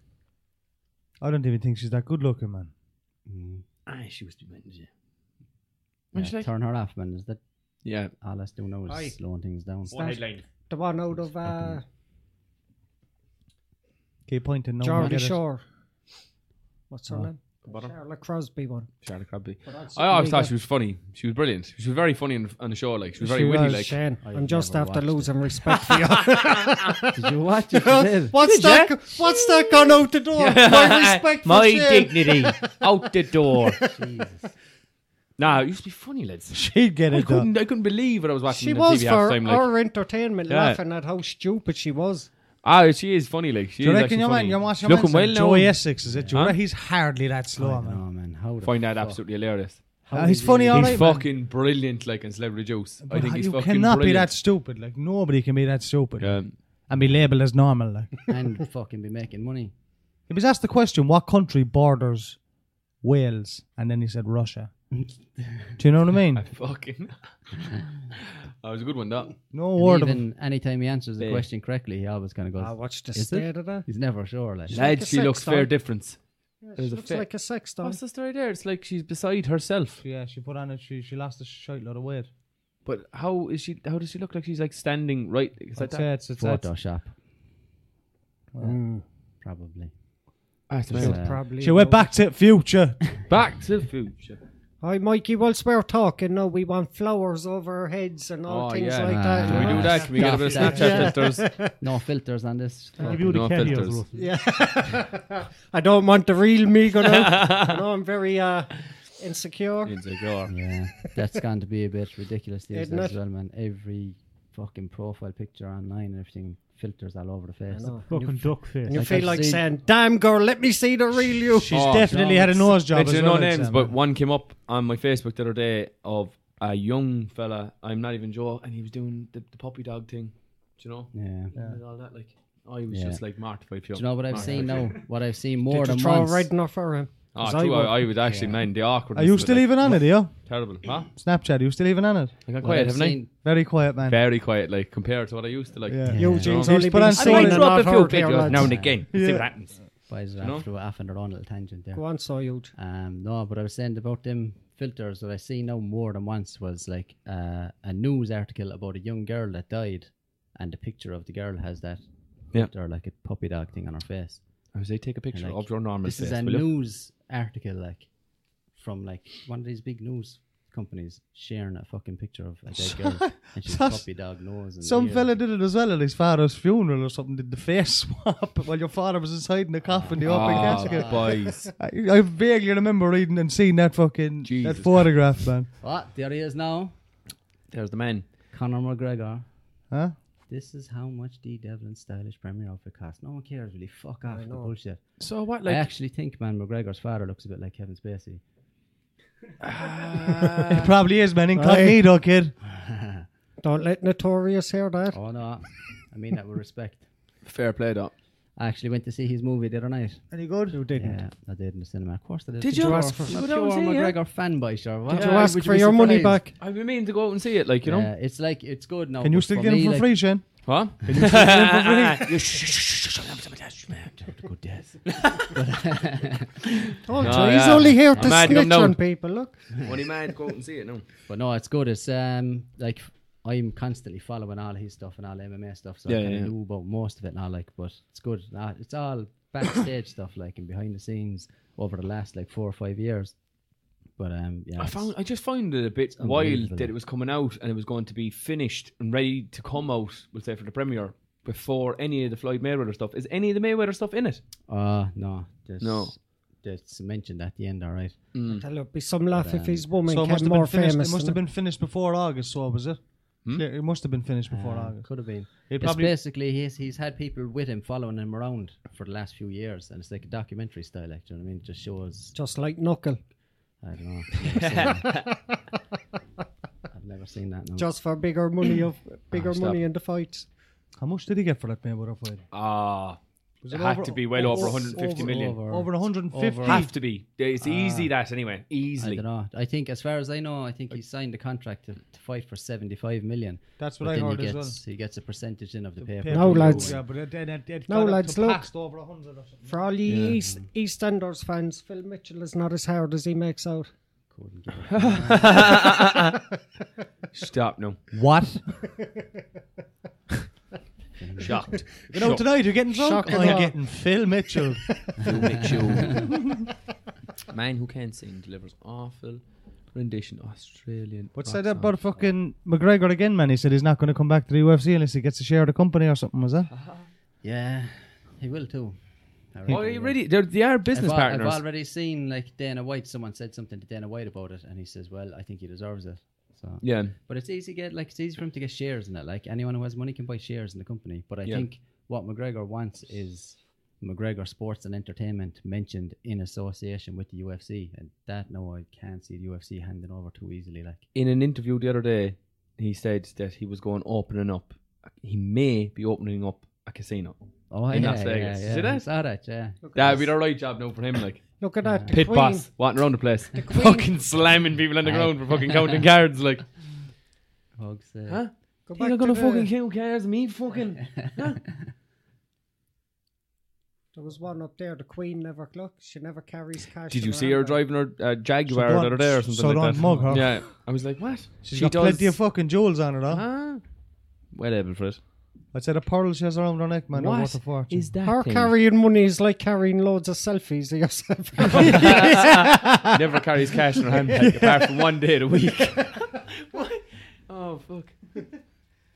[SPEAKER 1] I don't even think she's that good looking, man.
[SPEAKER 4] Mm.
[SPEAKER 6] I she was to be
[SPEAKER 4] Yeah,
[SPEAKER 3] she like-
[SPEAKER 4] turn her off, man. Is that
[SPEAKER 3] Yeah.
[SPEAKER 4] all that's doing now is
[SPEAKER 5] Aye.
[SPEAKER 4] slowing things down?
[SPEAKER 5] What headline? the one out of uh,
[SPEAKER 1] Keep pointing. No one
[SPEAKER 5] Jordan
[SPEAKER 1] get it.
[SPEAKER 5] Shore. What's her
[SPEAKER 4] Oh.
[SPEAKER 5] name? Charlotte Crosby one.
[SPEAKER 3] Charlotte Crabby.
[SPEAKER 5] But that's
[SPEAKER 3] I always
[SPEAKER 5] something
[SPEAKER 3] thought she was funny. She was brilliant. She was very funny on the, on the show. Like she was very
[SPEAKER 5] She
[SPEAKER 3] witty.
[SPEAKER 5] was,
[SPEAKER 3] like
[SPEAKER 5] Shane,
[SPEAKER 4] I've
[SPEAKER 5] I'm just
[SPEAKER 4] never
[SPEAKER 5] after
[SPEAKER 4] watched it.
[SPEAKER 5] losing respect for you.
[SPEAKER 4] Did you watch it? You did.
[SPEAKER 5] what's that? What's that gone out the door? My respect for
[SPEAKER 6] My
[SPEAKER 5] Shane.
[SPEAKER 6] dignity out the door.
[SPEAKER 4] Jesus.
[SPEAKER 3] nah, it used to be funny, lads.
[SPEAKER 1] She'd get
[SPEAKER 3] I
[SPEAKER 1] it done.
[SPEAKER 3] couldn't, I couldn't believe what I was watching
[SPEAKER 5] She
[SPEAKER 3] on
[SPEAKER 5] was
[SPEAKER 3] TV
[SPEAKER 5] for
[SPEAKER 3] half the time. Like,
[SPEAKER 5] our entertainment,
[SPEAKER 3] Yeah.
[SPEAKER 5] laughing at how stupid she was.
[SPEAKER 3] ah, she is funny. Like, she
[SPEAKER 1] Do you
[SPEAKER 3] is
[SPEAKER 1] reckon
[SPEAKER 3] actually
[SPEAKER 1] your man,
[SPEAKER 3] funny.
[SPEAKER 1] your man,
[SPEAKER 3] She's
[SPEAKER 1] your
[SPEAKER 3] looking
[SPEAKER 1] man's
[SPEAKER 3] well now.
[SPEAKER 1] Joey Essex, is it? Do you
[SPEAKER 3] Huh?
[SPEAKER 1] reckon he's hardly that slow,
[SPEAKER 4] Oh,
[SPEAKER 1] man.
[SPEAKER 4] man. How the
[SPEAKER 3] Find that
[SPEAKER 4] fuck-
[SPEAKER 3] absolutely hilarious.
[SPEAKER 4] how
[SPEAKER 1] Uh,
[SPEAKER 4] did
[SPEAKER 1] he's
[SPEAKER 4] you-
[SPEAKER 1] funny, Oh. all
[SPEAKER 3] he's
[SPEAKER 1] right, man.
[SPEAKER 3] fucking brilliant, like in Celebrity Juice. I
[SPEAKER 1] But
[SPEAKER 3] think he's
[SPEAKER 1] you
[SPEAKER 3] fucking
[SPEAKER 1] cannot be that
[SPEAKER 3] brilliant.
[SPEAKER 1] stupid. Like nobody can be that stupid
[SPEAKER 3] Um,
[SPEAKER 1] and be labelled as normal. Like
[SPEAKER 4] And fucking be making money.
[SPEAKER 1] he was asked the question, "What country borders Wales?" And then he said Russia. Do you know what I mean?
[SPEAKER 3] fucking. that was a good one, that.
[SPEAKER 1] No
[SPEAKER 4] And
[SPEAKER 1] word of it.
[SPEAKER 4] even anytime he answers the
[SPEAKER 3] Big.
[SPEAKER 4] question correctly, he always kind of goes,
[SPEAKER 5] I watched the
[SPEAKER 4] Is it?
[SPEAKER 5] state of that.
[SPEAKER 4] he's never sure. Like,
[SPEAKER 5] like a
[SPEAKER 3] Lad, she
[SPEAKER 5] sex
[SPEAKER 3] looks
[SPEAKER 5] doll.
[SPEAKER 3] fair difference.
[SPEAKER 5] She
[SPEAKER 3] There's a
[SPEAKER 5] looks
[SPEAKER 3] fit.
[SPEAKER 5] like a sex doll.
[SPEAKER 3] What's the story there? It's like she's beside herself.
[SPEAKER 1] Yeah, she put on it. She she lost a shitload of weight.
[SPEAKER 3] But how is she? How does she look like she's like standing right? Is that
[SPEAKER 1] I'd
[SPEAKER 3] that?
[SPEAKER 1] say it's, it's, it's,
[SPEAKER 4] Photoshop.
[SPEAKER 5] Mm.
[SPEAKER 4] Probably.
[SPEAKER 3] Ah, it's
[SPEAKER 4] Just,
[SPEAKER 3] amazing.
[SPEAKER 4] uh,
[SPEAKER 5] Probably.
[SPEAKER 1] she went
[SPEAKER 5] no.
[SPEAKER 1] back to Future.
[SPEAKER 3] Back to the future.
[SPEAKER 5] Hi, Mikey. Whilst we're talking, no, we want flowers over our heads and all
[SPEAKER 3] Oh,
[SPEAKER 5] things
[SPEAKER 3] yeah.
[SPEAKER 5] like
[SPEAKER 4] Ah.
[SPEAKER 5] that.
[SPEAKER 3] Can we
[SPEAKER 5] you
[SPEAKER 3] do
[SPEAKER 5] know?
[SPEAKER 3] that? Can we get a bit of Snapchat
[SPEAKER 5] Yeah.
[SPEAKER 3] filters?
[SPEAKER 4] No filters on this.
[SPEAKER 2] Give you
[SPEAKER 4] fucking-
[SPEAKER 2] the
[SPEAKER 3] No
[SPEAKER 2] cameos,
[SPEAKER 3] filters.
[SPEAKER 2] Russell.
[SPEAKER 5] Yeah. I don't want the real me going out. I know I'm very uh, insecure.
[SPEAKER 3] It's like, oh,
[SPEAKER 4] yeah, that's going to be a bit ridiculous these
[SPEAKER 5] Isn't
[SPEAKER 4] days as
[SPEAKER 5] it?
[SPEAKER 4] well, man. Every fucking profile picture online and everything filters all over the
[SPEAKER 5] I
[SPEAKER 4] face.
[SPEAKER 5] know. And you,
[SPEAKER 2] Fucking duck face.
[SPEAKER 5] and you
[SPEAKER 4] Like
[SPEAKER 5] feel
[SPEAKER 4] I've
[SPEAKER 5] like
[SPEAKER 4] seen-
[SPEAKER 5] saying, damn girl, let me see the real you.
[SPEAKER 1] She's
[SPEAKER 3] Oh,
[SPEAKER 1] definitely had a nose job. As
[SPEAKER 3] Mention
[SPEAKER 1] well, um,
[SPEAKER 3] no
[SPEAKER 1] I'd
[SPEAKER 3] names,
[SPEAKER 1] say,
[SPEAKER 3] but
[SPEAKER 1] man.
[SPEAKER 3] one came up on my Facebook the other day of a young fella. I'm not even Joe, and he was doing the, the puppy dog thing. Do you know?
[SPEAKER 4] Yeah.
[SPEAKER 1] Yeah.
[SPEAKER 3] And all that, like, I was
[SPEAKER 4] Yeah.
[SPEAKER 3] just like mortified.
[SPEAKER 4] Do you know what I've seen now? What I've seen more
[SPEAKER 5] Did you
[SPEAKER 4] than
[SPEAKER 5] throw
[SPEAKER 4] once.
[SPEAKER 5] right enough for him?
[SPEAKER 3] Oh,
[SPEAKER 5] 'Cause
[SPEAKER 3] true,
[SPEAKER 5] would.
[SPEAKER 3] I, I would actually, man, the awkwardness.
[SPEAKER 1] Are you
[SPEAKER 3] of it,
[SPEAKER 1] still
[SPEAKER 3] like,
[SPEAKER 1] even on it? Are you
[SPEAKER 3] Terrible, huh?
[SPEAKER 1] Snapchat? Are you still even on it?
[SPEAKER 3] I got
[SPEAKER 4] what I've
[SPEAKER 3] quiet, haven't I?
[SPEAKER 4] seen-
[SPEAKER 1] Very quiet, man.
[SPEAKER 3] Very quiet, like, compared to what I used to, like.
[SPEAKER 1] Yeah.
[SPEAKER 4] Yeah.
[SPEAKER 5] Eugene's
[SPEAKER 3] Yeah.
[SPEAKER 1] He's
[SPEAKER 5] only
[SPEAKER 1] put
[SPEAKER 5] been
[SPEAKER 1] on
[SPEAKER 5] seen
[SPEAKER 3] I might
[SPEAKER 1] Someone
[SPEAKER 5] and
[SPEAKER 1] in
[SPEAKER 3] drop
[SPEAKER 5] not
[SPEAKER 3] a few
[SPEAKER 5] heard here,
[SPEAKER 3] videos
[SPEAKER 5] lads.
[SPEAKER 3] now and again. See what happens.
[SPEAKER 4] Boys are
[SPEAKER 3] You know?
[SPEAKER 4] off, to, off on their own little tangent there.
[SPEAKER 5] Go on, so huge.
[SPEAKER 4] Um, no, but I was saying about them filters that I see now more than once was like uh, a news article about a young girl that died, and the picture of the girl has that
[SPEAKER 3] Yeah.
[SPEAKER 4] filter, like a puppy dog thing on her face.
[SPEAKER 3] I was like, take a picture
[SPEAKER 4] Like,
[SPEAKER 3] of your normal
[SPEAKER 4] this
[SPEAKER 3] face,
[SPEAKER 4] is a
[SPEAKER 3] will you?
[SPEAKER 4] news article, like from like one of these big news companies sharing a fucking picture of a dead girl, and she's
[SPEAKER 1] Sus-
[SPEAKER 4] puppy dog nose. And
[SPEAKER 1] Some
[SPEAKER 4] ears.
[SPEAKER 1] fella did it as well at his father's funeral or something. Did the face swap while your father was inside in the coffin, the open casket.
[SPEAKER 3] Ah, boys.
[SPEAKER 1] I, I vaguely remember reading and seeing that fucking
[SPEAKER 3] Jesus.
[SPEAKER 1] that photograph, man.
[SPEAKER 4] What? Ah, There he is now,
[SPEAKER 3] There's the man.
[SPEAKER 4] Conor McGregor.
[SPEAKER 1] Huh?
[SPEAKER 4] This is how much the Devlin stylish premier outfit costs. No one cares really. Fuck off with the bullshit.
[SPEAKER 3] So what,
[SPEAKER 4] I
[SPEAKER 3] like,
[SPEAKER 4] actually think, man, McGregor's father looks a bit like Kevin Spacey.
[SPEAKER 1] it probably is, man. Incognito, kid.
[SPEAKER 5] Don't let Notorious hear that.
[SPEAKER 4] Oh no, I mean that with respect.
[SPEAKER 3] fair play, though.
[SPEAKER 4] I actually went to see his movie the other night.
[SPEAKER 1] Any good? You didn't.
[SPEAKER 4] Yeah, I did in the cinema. Of course, I did.
[SPEAKER 3] Did
[SPEAKER 4] Pure-
[SPEAKER 3] you?
[SPEAKER 5] ask for-
[SPEAKER 4] I'm a
[SPEAKER 3] You don't
[SPEAKER 4] pure
[SPEAKER 3] see, yeah?
[SPEAKER 4] McGregor fanboy, sure. What?
[SPEAKER 3] Did
[SPEAKER 5] to
[SPEAKER 3] Uh,
[SPEAKER 5] ask
[SPEAKER 4] Would
[SPEAKER 5] for
[SPEAKER 4] be
[SPEAKER 5] your money
[SPEAKER 4] surprised?
[SPEAKER 5] back.
[SPEAKER 3] I've been meaning to go out and see it, like, you know?
[SPEAKER 4] Yeah, it's like it's good now.
[SPEAKER 1] Can you
[SPEAKER 4] but
[SPEAKER 1] still
[SPEAKER 4] for
[SPEAKER 1] get
[SPEAKER 4] me,
[SPEAKER 1] him for
[SPEAKER 4] like,
[SPEAKER 1] free, Shane?
[SPEAKER 3] What? You sh- sh- sh- sh- sh-
[SPEAKER 4] Good days.
[SPEAKER 5] Oh,
[SPEAKER 3] No,
[SPEAKER 5] so he's
[SPEAKER 3] yeah.
[SPEAKER 5] only here
[SPEAKER 3] A
[SPEAKER 5] to
[SPEAKER 3] man come
[SPEAKER 5] snitch
[SPEAKER 3] down.
[SPEAKER 5] on people. Look,
[SPEAKER 3] Only man go out and see it now.
[SPEAKER 4] But no, it's good. It's um like I'm constantly following all his stuff and all MMA stuff, so
[SPEAKER 3] Yeah,
[SPEAKER 4] I kind
[SPEAKER 3] yeah,
[SPEAKER 4] of
[SPEAKER 3] yeah.
[SPEAKER 4] knew about most of it and all. Like, but it's good. Nah, It's all backstage stuff, like and behind the scenes over the last like four or five years. But um, yeah,
[SPEAKER 3] I
[SPEAKER 4] it's-
[SPEAKER 3] found I just found it a bit
[SPEAKER 4] unbelievable.
[SPEAKER 3] wild that it was coming out and it was going to be finished and ready to come out, we'll say for the premiere, before any of the Floyd Mayweather stuff. Is any of the Mayweather stuff in it?
[SPEAKER 4] uh no, just
[SPEAKER 3] No.
[SPEAKER 4] That's mentioned at the end, all right.
[SPEAKER 3] Hmm.
[SPEAKER 5] there'll be some laugh if his woman
[SPEAKER 1] So it must
[SPEAKER 5] came
[SPEAKER 1] have
[SPEAKER 5] more
[SPEAKER 1] been finished.
[SPEAKER 5] famous.
[SPEAKER 1] It must
[SPEAKER 5] than
[SPEAKER 1] have been finished before August. So was it?
[SPEAKER 4] Hmm?
[SPEAKER 1] Clear- It must have been finished before August.
[SPEAKER 4] Could have Mm, been.
[SPEAKER 1] It
[SPEAKER 4] It's
[SPEAKER 1] probably-
[SPEAKER 4] basically he's he's had people with him following him around for the last few years, and it's like a documentary style. Like, do you know what I mean? It just shows.
[SPEAKER 5] just like knuckle,
[SPEAKER 4] I don't know. I've never seen that. I've never seen that. No.
[SPEAKER 5] just for bigger money of
[SPEAKER 3] Hmm.
[SPEAKER 5] bigger money in the fights.
[SPEAKER 1] How much did he get for that Mayweather fight?
[SPEAKER 3] Ah,
[SPEAKER 1] Was
[SPEAKER 3] it
[SPEAKER 1] it
[SPEAKER 3] had
[SPEAKER 1] over-
[SPEAKER 3] to be well over 150 million.
[SPEAKER 4] over-
[SPEAKER 1] Over 150.
[SPEAKER 3] Have to be. It's easy that anyway.
[SPEAKER 4] I
[SPEAKER 3] Easily.
[SPEAKER 4] don't know. I think, as far as I know, I think he signed a contract to, to fight for seventy-five million.
[SPEAKER 1] That's
[SPEAKER 4] but
[SPEAKER 1] what I
[SPEAKER 4] then
[SPEAKER 1] heard
[SPEAKER 4] he
[SPEAKER 1] as
[SPEAKER 4] gets
[SPEAKER 1] well.
[SPEAKER 4] he gets a percentage in of the, paper.
[SPEAKER 5] No, lads.
[SPEAKER 1] Yeah, but it, it, it, it
[SPEAKER 5] No,
[SPEAKER 1] got up
[SPEAKER 5] lads,
[SPEAKER 1] to
[SPEAKER 5] look.
[SPEAKER 1] past over 100 or something.
[SPEAKER 5] For all ye East EastEnders fans, Phil Mitchell is not as hard as he makes out.
[SPEAKER 3] Stop now.
[SPEAKER 1] What?
[SPEAKER 3] Shocked.
[SPEAKER 1] You know, tonight you're getting drunk.
[SPEAKER 5] Shocked
[SPEAKER 1] I'm
[SPEAKER 5] at all.
[SPEAKER 1] getting Phil Mitchell.
[SPEAKER 3] Man who can't sing delivers awful rendition of Australian.
[SPEAKER 1] But
[SPEAKER 3] rock
[SPEAKER 1] said
[SPEAKER 3] song.
[SPEAKER 1] about fucking McGregor again, man. He said he's not going to come back to the UFC unless he gets a share of the company or something, was
[SPEAKER 4] Uh-huh.
[SPEAKER 1] that?
[SPEAKER 4] Yeah, he will too. I reckon
[SPEAKER 3] Oh,
[SPEAKER 4] he
[SPEAKER 3] you
[SPEAKER 4] will.
[SPEAKER 3] really? They're, they are
[SPEAKER 4] I've
[SPEAKER 3] business
[SPEAKER 4] al-
[SPEAKER 3] partners.
[SPEAKER 4] I've already seen like Dana White. Someone said something to Dana White about it, and he says, "Well, I think he deserves it." So
[SPEAKER 3] yeah.
[SPEAKER 4] But it's easy to get like it's easy for him to get shares in it. Like anyone who has money can buy shares in the company. But I
[SPEAKER 3] Yeah.
[SPEAKER 4] think what McGregor wants is McGregor Sports and Entertainment mentioned in association with the UFC, and that no, I can't see the UFC handing over too easily. Like
[SPEAKER 3] in an interview the other day, he said that he was going opening up. He may be opening up a casino.
[SPEAKER 4] oh
[SPEAKER 3] In
[SPEAKER 4] yeah,
[SPEAKER 3] Las
[SPEAKER 4] yeah,
[SPEAKER 3] Vegas.
[SPEAKER 4] yeah,
[SPEAKER 3] See
[SPEAKER 4] I
[SPEAKER 3] that?
[SPEAKER 4] saw that, yeah.
[SPEAKER 3] That would be the right job now for him, like
[SPEAKER 5] Look at that, the
[SPEAKER 3] pit
[SPEAKER 5] Queen.
[SPEAKER 3] boss walking around the place, fucking slamming people on the ground for fucking counting cards. Like,
[SPEAKER 4] Hugs, uh,
[SPEAKER 3] huh?
[SPEAKER 5] Go
[SPEAKER 3] Think I'm
[SPEAKER 5] back to
[SPEAKER 3] gonna
[SPEAKER 5] the-
[SPEAKER 3] fucking count cards? Me fucking?
[SPEAKER 5] There was one up there. The Queen never clocks. She never carries cash.
[SPEAKER 3] Did
[SPEAKER 5] in
[SPEAKER 3] you see her
[SPEAKER 5] handbag.
[SPEAKER 3] driving her uh, Jaguar
[SPEAKER 1] So
[SPEAKER 3] the other day or
[SPEAKER 1] don't-
[SPEAKER 3] something
[SPEAKER 1] so
[SPEAKER 3] like
[SPEAKER 1] don't
[SPEAKER 3] that?
[SPEAKER 1] mug her.
[SPEAKER 3] Yeah, I was like, what?
[SPEAKER 1] She's got plenty of fucking jewels on her, though.
[SPEAKER 4] Uh-huh.
[SPEAKER 3] Huh? Well able for it.
[SPEAKER 1] I'd say the pearl she has around her neck, man, are worth a fortune.
[SPEAKER 3] is that?
[SPEAKER 5] Her
[SPEAKER 3] thing?
[SPEAKER 5] carrying money is like carrying loads of selfies of yourself.
[SPEAKER 3] Never carries cash in her handbag apart from one day a week. what? Oh fuck.